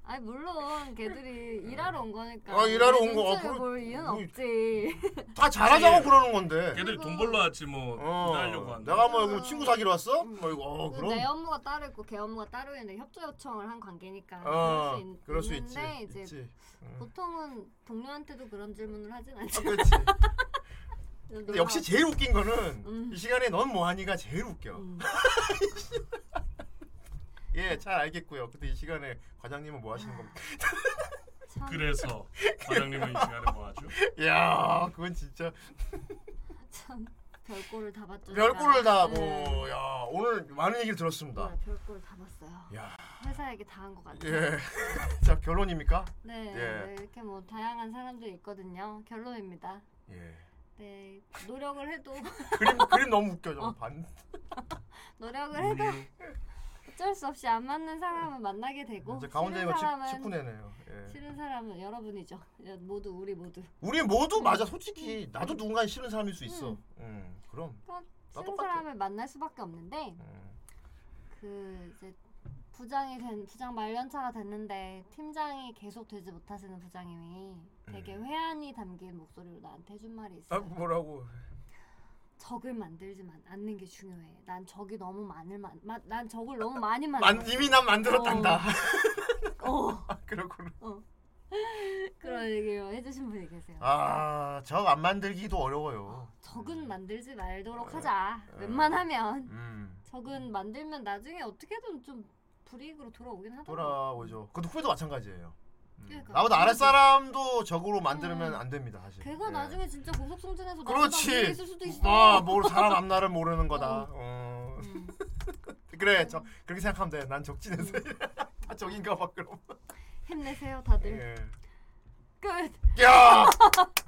아니 물론 걔들이 일하러 온 거니까.
아, 일하러 온 거. 아,
눈치를
그럼-
볼 이유는 없지.
다 잘하자고 그러는 건데 어.
걔들이 돈 벌러 왔지 뭐 일하려고 한다.
내가 뭐 여기 친구 사귀러 왔어? 뭐 이거 어,
그내
그럼
업무가 따로 있고 걔 업무가 따로 있는데 협조 요청을 한 관계니까
어,
그럴
그럴
수
수
있,
있지,
는데 이제
있지. 음.
보통은 동료한테도 그런 질문을 하진 않죠.
어, 근데 역시 제일 웃긴 거는
음.
이 시간에 넌 뭐하니가 제일 웃겨. 예, 잘 알겠고요. 근데 이 시간에 과장님은 뭐 하시는 겁니까?
그래서 과장님은 이 시간에 뭐 하죠?
야, 그건 진짜
참 별꼴을 다 봤죠.
별꼴을
제가.
다
네.
뭐. 야, 오늘 많은 얘기를 들었습니다.
네, 별꼴을 다 봤어요.
야.
회사 얘기 다 한 것 같아요.
예. 자, 결론입니까? 예.
네, 네, 이렇게 뭐 다양한 사람들이 있거든요. 결론입니다.
예. 예.
네, 노력을 해도
그림 그림 너무 웃겨.
어.
저거 반. 음.
노력을 해도 어쩔 수 없이 안 맞는 사람은 만나게 되고
이제
어,
가운데
싫은
이거
사람은
직구 내네요. 예.
싫은 사람은 여러분이죠. 모두 우리 모두. 네.
우리 모두 맞아. 솔직히 나도 누군가는 싫은 사람일 수 있어.
음.
음, 그럼.
그러니까
나
싫은
똑같아. 음.
사람을 만날 수밖에 없는데 그 이제 부장이 된 부장 말년차가 됐는데 팀장이 계속 되지 못하시는 부장님이 되게 회한이 담긴 목소리로 나한테 해준 말이 있어.
음. 아, 뭐라고?
적을 만들지만 않는 게 중요해. 난 적이 너무 많을 만, 마, 난 적을 너무 많이 만들.
만, 이미 아, 난 만들었단다. 아, 그렇구나.
어. 그런 얘기를 해주신 분이 계세요.
아, 음. 적 안 만들기도 어려워요.
적은 만들지
어.
말도록 하자. 웬만하면
음,
적은 만들면 나중에 어떻게든 좀 불이익으로 돌아오긴 하더라고.
돌아오죠. 그것도 후배도 마찬가지예요.
그러니까. 음.
나보다 아랫 사람도 적으로 만들면 안 됩니다, 사실.
걔가
예.
나중에 진짜 고속성장해서
그렇지.
있을 수도 있어.
아, 뭐 사람 앞날을 모르는 거다. 어.
음.
그래, 저 그렇게 생각하면 돼. 난 적진에서
음.
다 적인가 봐 그럼.
힘내세요 다들.
예.
끝.
야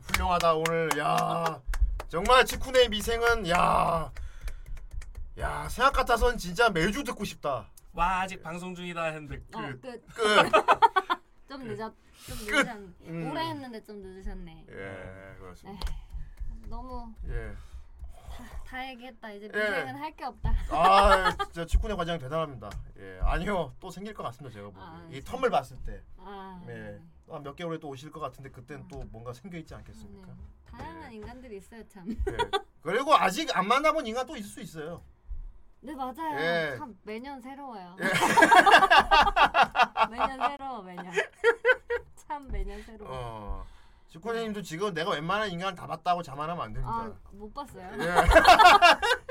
훌륭하다 오늘 야 정말 치쿠네의 미생은 야야 생각 같아선 진짜 매주 듣고 싶다
와 아직 방송 중이다 했는데 끝.
그
어, 끝. 좀 늦었. 좀
끝.
늦으셨.
음.
오래 했는데 좀 늦으셨네.
예 그렇습니다 예.
에휴, 너무 다, 다 얘기했다. 이제 미생은 할 게 없다.
예아 진짜 치쿠네 과장 대단합니다 예 아니요 또 생길 것 같습니다 제가
아,
보기 이 텀을 봤을
아,
때예몇 개월 후에 또 오실 것 같은데 그때는 또 뭔가 생겨 있지 않겠습니까
다양한 인간들이 있어요 참.
예 그리고 아직 안 만나본 인간 또 있을 수 있어요
네 맞아요.
예.
참 매년 새로워요. 매년 새로워 매년. 참 매년 새로워.
어 치쿠네님도 지금 내가 웬만한 인간 다 봤다고 자만하면 안 됩니다
아 못 봤어요.
예.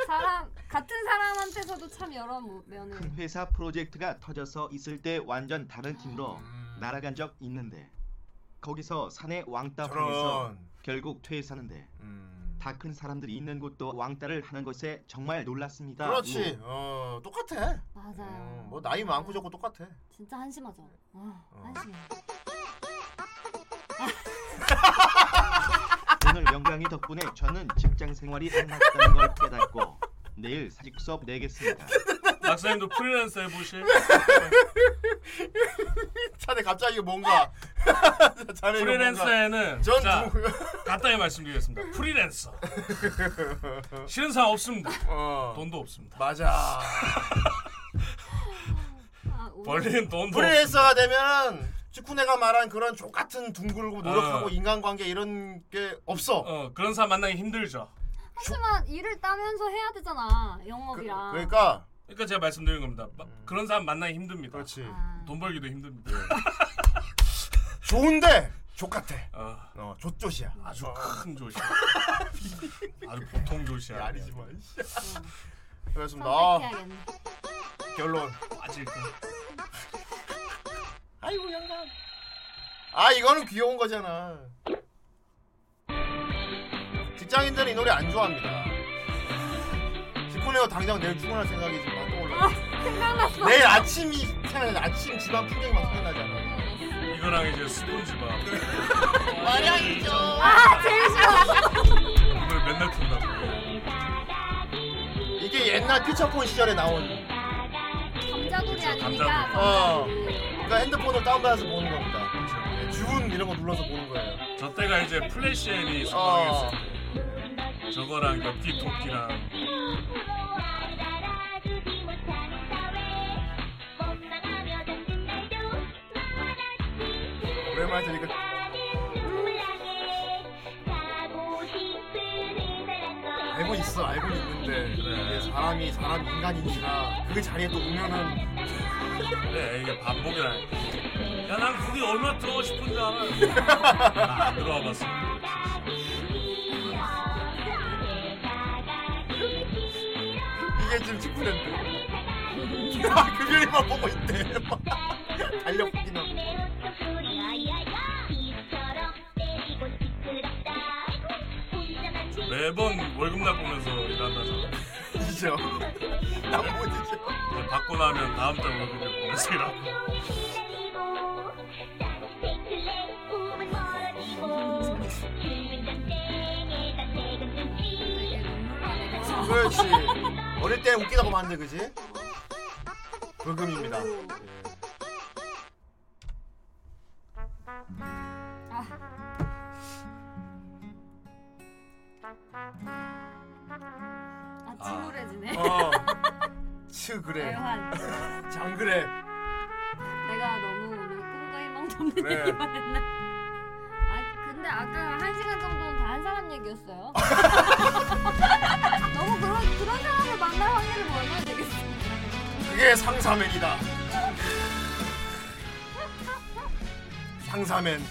사람 같은 사람한테서도 참 여러 모- 면을.
큰 회사 프로젝트가 터져서 있을 때 완전 다른 팀으로
음.
날아간 적 있는데 거기서 사내 왕따 보면서
저런. 음.
결국 퇴사하는데 다 큰 사람들이 있는 곳도 왕따를 하는 것에 정말 놀랐습니다.
그렇지.
뭐.
어 똑같아.
맞아요.
음, 뭐 나이 많고 적고 똑같아.
진짜 한심하죠. 아,
어.
한심해.
오늘 영광이 덕분에 저는 직장 생활이 안 맞다는 걸 깨닫고 내일 사직 수업 내겠습니다.
박사님도 프리랜서 해보실?
자네 갑자기 뭔가 자네 이거 뭔가-
프리랜서에는
전
자
누구-
간단히 말씀드리겠습니다. 프리랜서 싫은 사람 없습니다. 돈도 없습니다.
어. 맞아.
벌리는 돈도
프리랜서가 되면은 쭈쿠네가 말한 그런 족 같은 둥글고 노력하고
어.
인간관계 이런 게 없어.
어 그런 사람 만나기 힘들죠.
하지만 일을 따면서 해야 되잖아 영업이랑.
그, 음.
그러니까 제가 말씀드린 겁니다. 마- 그런 사람 만나기 힘듭니다. 그렇지. 돈 벌기도 힘듭니다.
좋은데 족같아.
어,
족조시야.
아주 큰 조시야. 아주 보통 조시야.
아니지만. 그렇습니다. 아,
선택해야겠네.
결론.
아직
아이고 영감. 아 이거는 귀여운 거잖아. 직장인들은 이 노래 안 좋아합니다. 직군에서 당장 내일 출근할 생각이 지금 막 떠올라.
생각났어.
내일 아침이 생각나. 아침 집안 풍경만 생각나잖아.
이거랑 이제 스폰지밥.
마량이죠.
아 제일 싫어.
오늘 맨날 튼다.
이게 옛날 피처폰 시절에 나온.
감자돌이 아니니까.
어. 그러니까 핸드폰을 다운받아서 보는 겁니다. 네, 주운 이런 거 눌러서 보는 거예요.
저 때가 이제 플래시앤이
어.
성공했을 때. 저거랑 그 엽기 토끼랑
오랜만에 들으니까 알고 있어 알고 있는데 이게 사람이 사람 인간인지라 그 자리에 또 오면은
그래 네, 이게 반복이라 야난 거기 얼마나 들어가고 싶은 줄 알아 나안 들어와 봤어
이게 지금 직후랜데 금요일만 보고 있대 막
어.
달려붙긴
뭐
하고
네.
매번 월급날 보면서 일한다잖아
잊어 난못 잊어
받고 나면 다음 달 월급에 보면서 일하고
그렇지 어릴 때 웃기다고 만데 그지? 불금입니다
아 지루해지네.
그, 어. 츠 그래
애환.
장 그래
내가 너무 오늘 꿈과 희망 접는
그래.
얘기만 했나? 아 근데 아까 한 시간 정도는 다 한 사람 얘기였어요. 너무 그런 그런 사람을 만날 확률이 뭐 얼마나 되겠어?
그게 상사맨이다 상사맨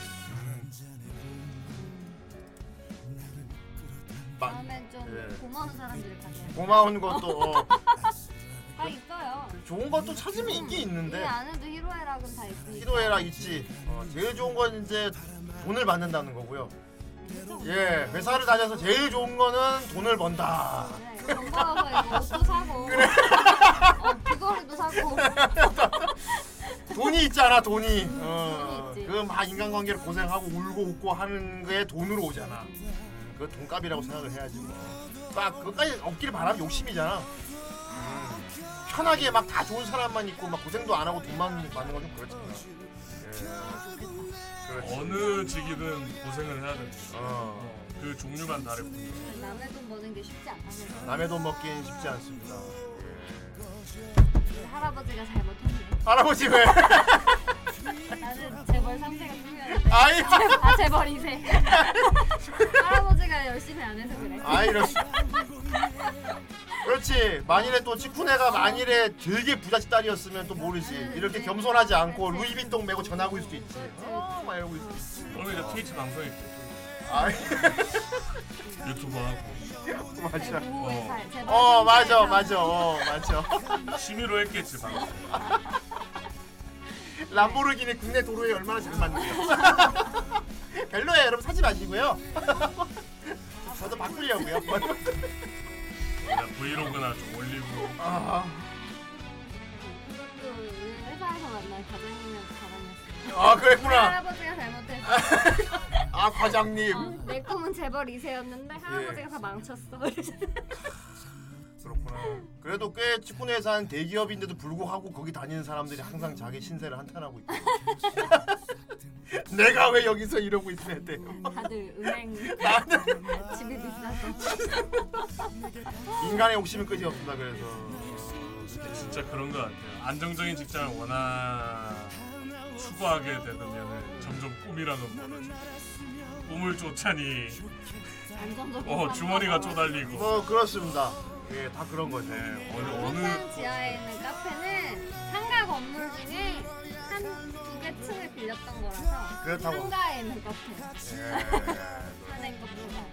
마-
다음엔 좀
예.
고마운 사람들을 가져야 돼.
고마운 것도 어,
다 있어요.
좋은 것도 찾으면 있긴
음, 이
있는데
안에도 희로애락은 다 있으니까.
시도해라 있지 어, 제일 좋은 건 이제 돈을 받는다는 거고요 예 회사를 다녀서 제일 좋은 거는 돈을 번다
돈 벌어서 이거 옷도 아, 사고. 어, 귀걸이도 사고.
돈이 있잖아 돈이 어, 그막 인간관계를 고생하고 울고 웃고 하는 게 돈으로 오잖아 그 돈값이라고 생각을 해야지 뭐. 뭐딱 그까지 없길 바라면 욕심이잖아 음. 편하게 막 다 좋은 사람만 있고 막 고생도 안 하고 돈만 받는 건 좀 그렇잖아
어느 직이든 고생을 해야 돼. 어. 그 종류만 다르고
남의 돈 버는 게 쉽지 않다면서.
남의 돈 먹기는 쉽지 않습니다
우리 할아버지가 잘못했네.
할아버지 왜?
나는 재벌 3세가 중요한데.
아이.
아 재벌 2세. 할아버지가 열심히 안 해서 그래.
아, 이럴 수- 그렇지 만일에 또 치쿠네가 만일에 되게 부잣집 딸이었으면 또 모르지 이렇게 겸손하지 않고 루이빈통 메고 전화하고 있을 수도 있지 어, 막 이러고 있을 수 있지
그러면 이제 트위치 방송이
아이.
유튜브 하고
맞아
어.
어 맞아 맞아 어 맞아
취미로 했겠지 방금
람보르기니 국내 도로에 얼마나 잘 맞는데요 별로예요 여러분 사지 마시고요 저도 바꾸려고요
그냥 브이로그나 좀 올리고
아.
그것도 우리 회사에서 만난 과장님한테 자랑했어.
아, 그랬구나.
우리 할아버지가 잘못했어.
아 과장님 예.
어, 내 꿈은 재벌 2세였는데 할아버지가 다 망쳤어.
그렇구나. 그래도 꽤 치권 회사는 대기업인데도 불구하고 거기 다니는 사람들이 항상 자기 신세를 한탄하고 있대. 내가 왜 여기서 이러고 있어야 돼?
다들 은행 집이 비싸서.
인간의 욕심은 끝이 없다 그래서.
진짜 그런 것 같아요 안정적인 직장을 워낙 추구하게 되면 점점 꿈이라는 멀어져 꿈을 쫓아니 어 주머니가 쪼달리고
어 그렇습니다. 예, 다 그런 거죠.
어느
천상 지하에 있는 카페는 상가 건물 중에 한 두 개 층을 빌렸던 것 거라서
그렇다고.
상가에는 카페
예.
하는 것보다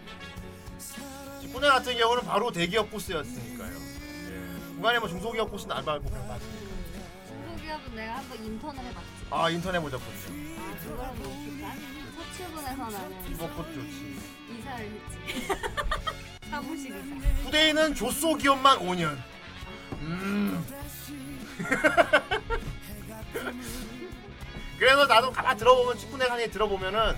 소년 같은 경우는 바로 대기업 보스였으니까요. 예. 중간에 뭐 중소기업 보스는 알바하고 그랬거든요.
중소기업은 내가 한번 인턴을 해봤지
아 인터넷 보자군요.
아 그걸 못 했다 첫 출근해서 나는
이거 곧뭐 좋지.
이사를 했지 사무실 이사
후대인은 조소 기업만 5년. 음.
어.
그래서 나도 가만 들어보면 친구네 강의 들어보면은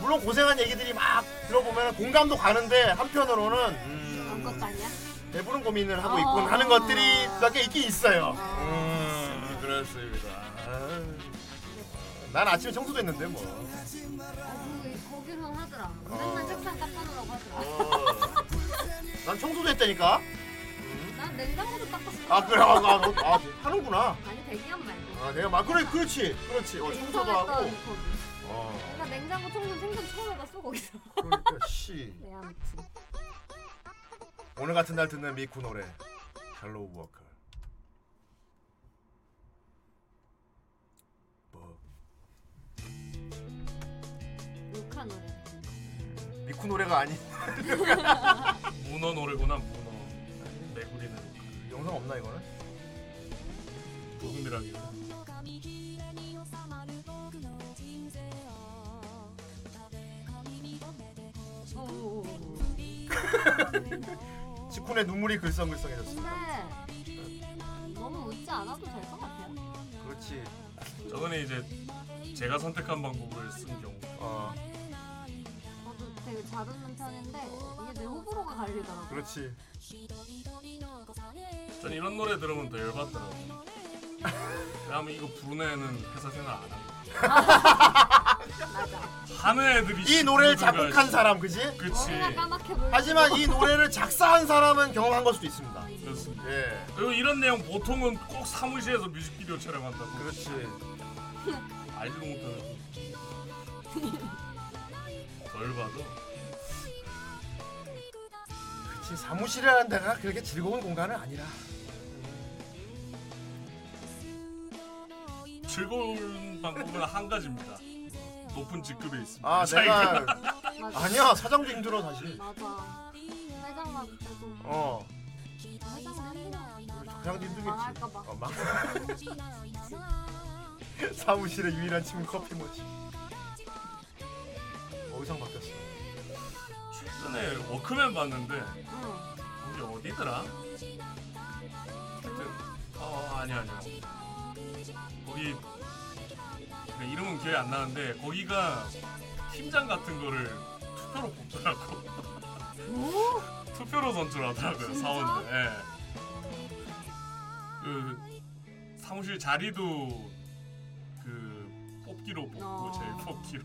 물론 고생한 얘기들이 막 들어보면 공감도 가는데 한편으로는 음,
아무것도 아니야? 어.
배부른 고민을 하고 있군 하는 것들이 몇 개 있긴 있어요. 음, 그렇습니다. 아, 난 아침에 청소도 했는데 뭐.
어, 거기서 하더라 맨날
어.
책상 닦아놓으라고 하더라
난 청소도 했다니까.
난 냉장고도 닦았어
아 그래, 아, 너, 아 하는구나.
아니 대기업 말고
아 내가 막 그래, 그렇지, 그렇지. 어, 청소도
인터넷
하고.
거기.
어,
나 냉장고 청소 생선 처음 해봤어 거기서
그러니까 씨.
내 암튼
오늘 같은 날 듣는 미쿠 노래 샬로우 워커 뭐,
욕한 노래
미쿠 노래가 아닌
문어 노래구나 문어 네, 메구리는
영상 없나 이거는?
녹음이라기
髪切れに収まる僕の人生を壁紙に留めてほしく
지쿤의 눈물이 글썽글썽해졌습니다
근데 너무 웃지 않아도 될 것 같아요
그렇지
저번에 이제 제가 선택한 방법을 쓴 경우
아,
저도 되게 잘 웃는 편인데 이게 내 호불호가 갈리더라고요
그렇지
전 이런 노래 들으면 더 열받더라고요 왜냐면 이거 부르는 애는 회사 생활 안 하고 하는 애들이
이 노래를
힘들어요,
작곡한
진짜.
사람 그지?
그치
머리가 까맣게 보여
하지만 이 노래를 작사한 사람은 경험한 걸 수도 있습니다
그렇습니다.
예.
그리고 이런 내용 보통은 꼭 사무실에서 뮤직비디오 촬영한다고
그렇지
알지도 못하는 덜 봐도
그렇지 사무실이라는 데가 그렇게 즐거운 공간은 아니라
즐거운 방법은 한 가지입니다. 높은 직급에 있습니다.
아 내가
자기가.
아니야 사장도 힘들어 사실
맞아 회장만 보고
어
회장 힘들어
사장도 힘들겠지
망할까봐
어, 막 사무실의 유일한 침은 커피 머신 어 의상 바뀌었어
최근에 워크맨 봤는데
응.
거기 어디더라? 하여튼 어 아니 아니요 거기 그러니까 이름은 기억이 안 나는데 거기가 팀장 같은 거를 투표로 뽑더라고 투표로 선출하더라고요
진짜?
사원들 예. 그 사무실 자리도 그 뽑기로 뽑고
어.
제일 뽑기로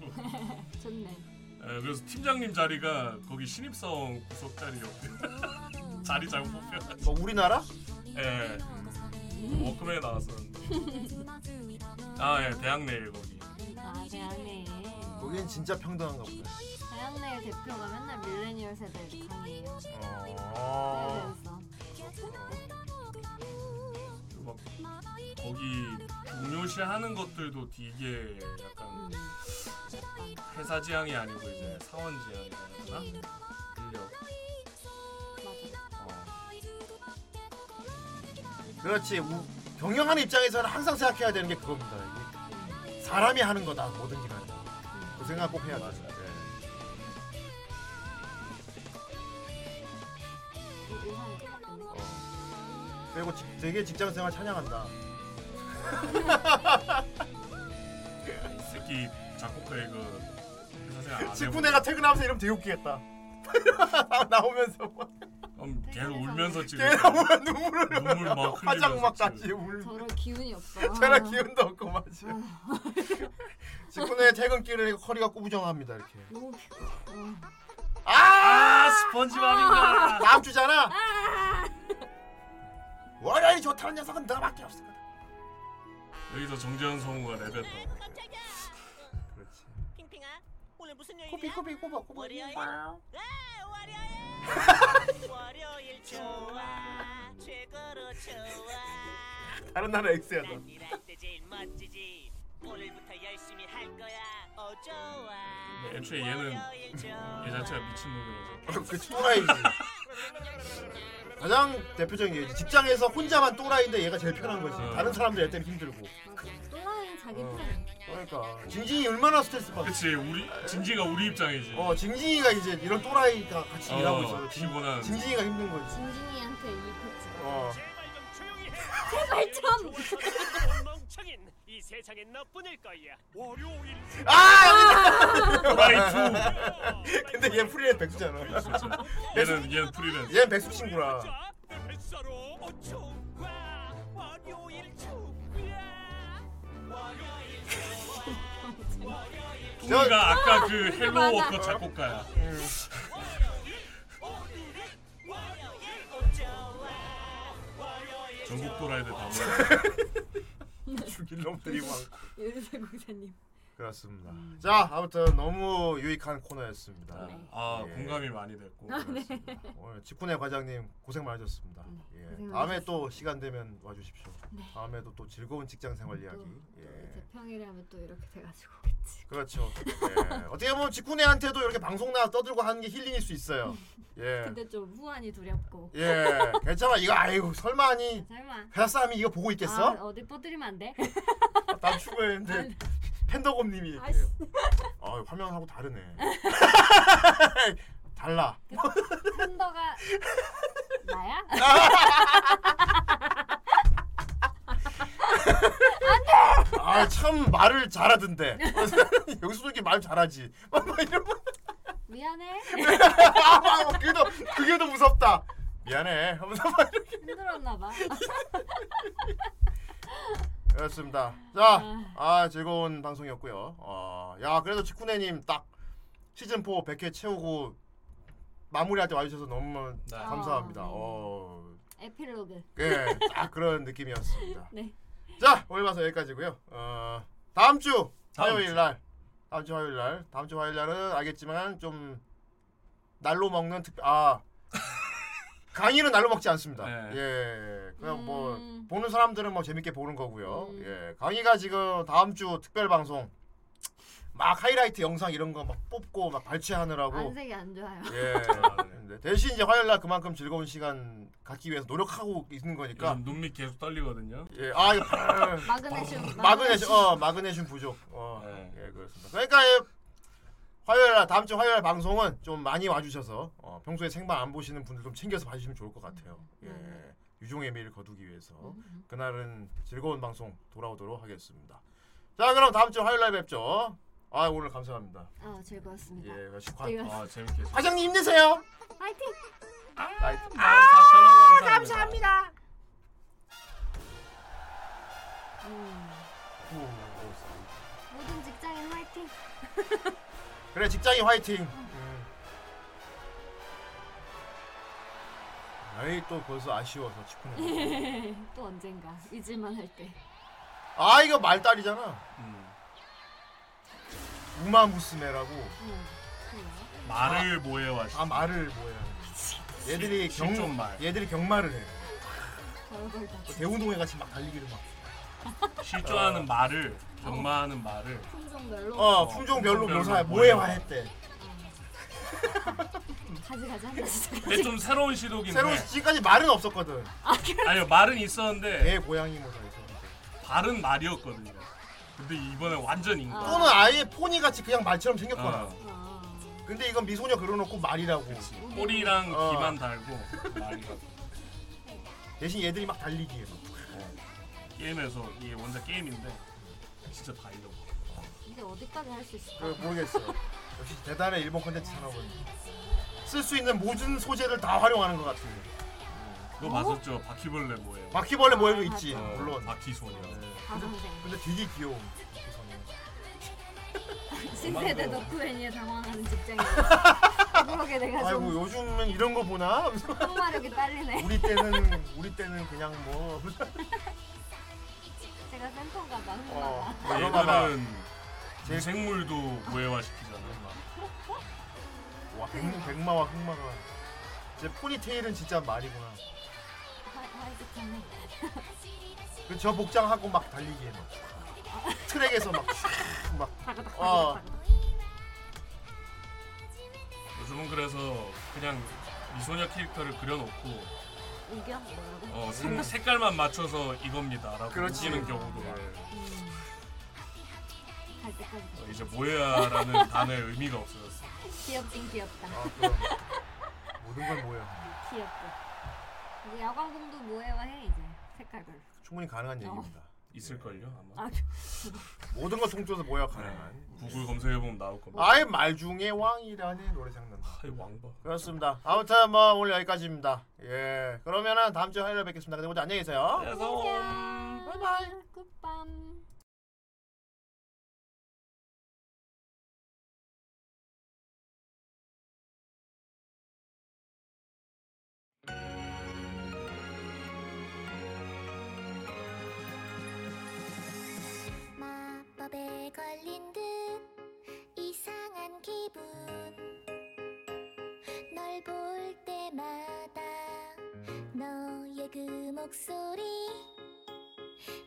좋네
예, 그래서 팀장님 자리가 거기 신입사원 구석 자리였고 자리 잘못 뽑혀가지고
뭐 우리나라?
예 워크맨에 나왔었는데 아예 대학 내일 거기
아 대학내일
거긴 진짜 평등한가 보다
대학내일 대표가 맨날 밀레니얼 세대 강의해요
어.
그리고 막 거기 중요시 하는 것들도 되게 약간 회사 지향이 아니고 이제 사원 지향이라나 인력
그렇지 우- 경영하는 입장에서는 항상 생각해야 되는 게 그겁니다 이게. 사람이 하는 거다 뭐든지 간에 그 생각 꼭 해야 돼 어. 그리고 지- 되게 직장생활 찬양한다
예, 이 새끼 작곡가 이거 회사 생활 안 해보고
직분 애가 퇴근하면서 이러면 되게 웃기겠다 나오면서 막
그럼 걔를 울면서 찍을
걔가
거야.
막 눈물을
눈물 막 흘리면서
화장 막 같이 울
저럴 기운이 없어
저런 기운도 없고 맞아 직분의 퇴근길에 허리가 꾸부정합니다 이렇게
너무 피곤해
아,
스펀지밥인가?
다음 주잖아. 월요일이 좋다는 녀석은 너밖에 없어.
여기서 정재현 성우가 랩했다고
그렇지
핑핑아 오늘 무슨 요일이야?
코피, 코피, 꼬마, 꼬마.
월요일?
와우.
네, 월요일 월요일 좋아 최고로 좋아
다른 나라 엑스야 너.
난 일할 때 제일 멋지지 오늘부터 열심히 할 거야. 어 좋아.
네, 애초에 얘는
월요일 좋아.
얘 자체가 미친놈이라서
그 또라이지. 가장 대표적인 게 직장에서 혼자만 또라이인데 얘가 제일 편한 거지.
어.
다른 사람들 얘 때문에 힘들고.
또라이 자기
어.
편.
그러니까 징징이 얼마나 스트레스 받아.
그치 우리 진지가 우리 입장이지.
어 징징이가 이제 이런 또라이가 같이
어,
일하고 있어. 징-
피곤한.
징징이가 힘든 거지.
진진이한테 이겼지.
어.
제발 좀.
멍청인 이 세상에 너뿐일 거야. 월요일.
아!
또라이
근데 얘 프리랜 백수잖아.
얘는 얘는 프리랜서.
얘는 백수 친구라.
뚱이가 아까 그
맞아.
헬로우 워커 작곡가야.
음.
전국 돌아야 돼다 모여.
죽일 놈들이 많고.
요리사 공사님.
그렇습니다. 자 아무튼 너무 유익한 코너였습니다.
아
예.
공감이 많이 됐고.
아, 네.
오늘 직군의 과장님 고생 많으셨습니다. 예.
고생
다음에
많으셨습니다.
또 시간 되면 와주십시오.
네.
다음에도 또 즐거운 직장 생활 이야기. 예.
이제 평일에 하면 또 이렇게 돼가지고.
그렇죠. 예. 어떻게 보면 직군애한테도 이렇게 방송 나 떠들고 하는 게 힐링일 수 있어요. 예.
근데 좀 후환이 두렵고.
예. 괜찮아. 이거 아이고 설마 아니
설마.
회사 사람이 이거 보고 있겠어?
아, 네. 어디 뻗드리면 안 돼?
난 추구했는데 팬더곰님이 이렇게.
아이씨.
아 화면하고 다르네. 달라.
팬더가 나야?
아 참 말을 잘하던데. 여기서도 이렇게 말 잘하지.
미안해.
아, 그게 더 그게 더 무섭다. 네, 미안해. 하면서 막 이렇게.
힘들었나 봐.
그렇습니다. 자, 아 즐거운 방송이었고요. 어, 야 그래도 지쿠네님 딱 시즌 4 100회 채우고 마무리할 때 와주셔서 너무 감사합니다. 어,
에필로그.
예, 딱 그런 느낌이었습니다.
네.
자, 오늘 봐서 여기까지고요. 어, 다음 주
다음
화요일
주.
날, 다음 주 화요일 날, 다음 주 화요일 날은 알겠지만 좀 날로 먹는 특, 아 강의는 날로 먹지 않습니다.
네.
예, 그냥 뭐
음.
보는 사람들은 뭐 재밌게 보는 거고요. 예, 강의가 지금 다음 주 특별 방송 막 하이라이트 영상 이런 거 막 뽑고 막 발췌하느라고.
안색이 안 좋아요.
예.
네.
근데 대신 이제 화요일 날 그만큼 즐거운 시간 갖기 위해서 노력하고 있는 거니까.
요즘 눈밑 계속 떨리거든요.
예, 아 이거
마그네슘.
마그네슘, 어 마그네슘 부족. 어, 예 그렇습니다. 그러니까 예, 화요일 날 다음 주 화요일 방송은 좀 많이 와주셔서 어, 평소에 생방 안 보시는 분들 좀 챙겨서 봐주시면 좋을 것 같아요. 예, 유종의 미를 거두기 위해서 그날은 즐거운 방송 돌아오도록 하겠습니다. 자 그럼 다음 주 화요일 날 뵙죠. 아 오늘 감사합니다.
어, 즐거웠습니다. 네, 그
예, 과,
즐거웠습니다.
아 재밌게.
과장님 힘내세요.
화이팅! 예. 아,
화이팅.
아,
감사합니다. 음, 모든 직장인 화이팅!
그래 직장인 화이팅. 음. 아이 또 벌써 아쉬워서 직후네.
또 언젠가 잊을만 할 때.
아 이거 말달이잖아. 음. 우마 무스메라고
응. 그래요?
말을 모해와.
아 말을 뭐야. 얘들이
실-
경
실존말.
얘들이 경마를 해. 뭐
별걸 다.
대운동회 같이 막 달리기를 막.
실존하는 말을 경마하는 말을.
품종별로.
어 품종별로
품종별로
모사
모해화.
모해화했대.
가지 가지 한 가지.
근데 좀 새로운 시도긴
새로
해.
지금까지 말은 없었거든.
아니요 말은 있었는데.
내 고양이 모사 있었는데.
발은 말이었거든요. 근데 이번에 완전 인간.
또는 아예 포니 같이 그냥 말처럼 생겼거나.
어.
근데 이건 미소녀 그려놓고 말이라고.
꼬리랑
어.
귀만 달고 말이라고.
대신 얘들이 막 달리기 해서.
네. 게임에서 이게 원래 게임인데 진짜 다 이러고.
근데 어디까지 할 수 있을까?
그 모르겠어요. 역시 대단해 일본 컨텐츠 산업은. 쓸수 있는 모든 소재를 다 활용하는 것 같아요.
어?
그거 봤었죠? 바퀴벌레 뭐예요?
바퀴벌레 네. 모해도 있지. 물론.
바퀴소녀.
아,
근데 되게 귀여워.
신세대
그만둬.
덕후애니에 당황하는 직장인. 그러게 내가
아이고
좀
요즘은 이런 거 보나? 하면서
통화력이 딸리네.
우리 때는 우리 때는 그냥 뭐.
제가 센터인가 봐.
어,
흥마가.
이거 봐봐.
얘들은 제 생물도 모해화 시키잖아요.
와 백, 백마와 흑마가. 이제 포니테일은 진짜 말이구나.
화이트
그저 복장 하고 그 막 달리기 해. 막.
아,
트랙에서 막막 어.
요즘은 그래서 그냥 미소녀 캐릭터를 그려놓고
우겨 뭐라고?
어, 색, 색깔만 맞춰서 이겁니다라고
그렇지. 예.
우기는 경우도
갈 때까지.
어, 이제 뭐야라는 단어의 의미가 없어졌어.
귀엽긴 귀엽다.
아, 모든 건 뭐야?
귀엽고. 이제 야광봉도 모해와 해 이제 색깔별로. 어.
충분히 가능한 얘기입니다.
있을걸요 아마.
아,
모든 걸 통틀어서 뭐야 가능한.
네. 구글 검색해 보면 나올 겁니다.
아예 말 중에 왕이라니 노래 생각난다.
왕봐.
그렇습니다. 아무튼 뭐 오늘 여기까지입니다. 예. 그러면은 다음 주에 화요일에 뵙겠습니다. 근데 모두 안녕히 계세요.
바이바이. 굿밤.
마법에 걸린 듯 이상한 기분 널 볼 때마다 너의 그 목소리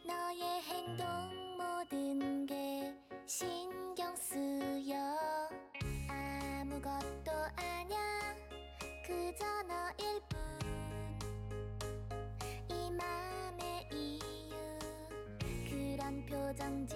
너의 행동 모든 게 신경 쓰여 아무것도 아냐 그저 너일 뿐이 맘의 이유 그런 표정 짓네그네
네, 그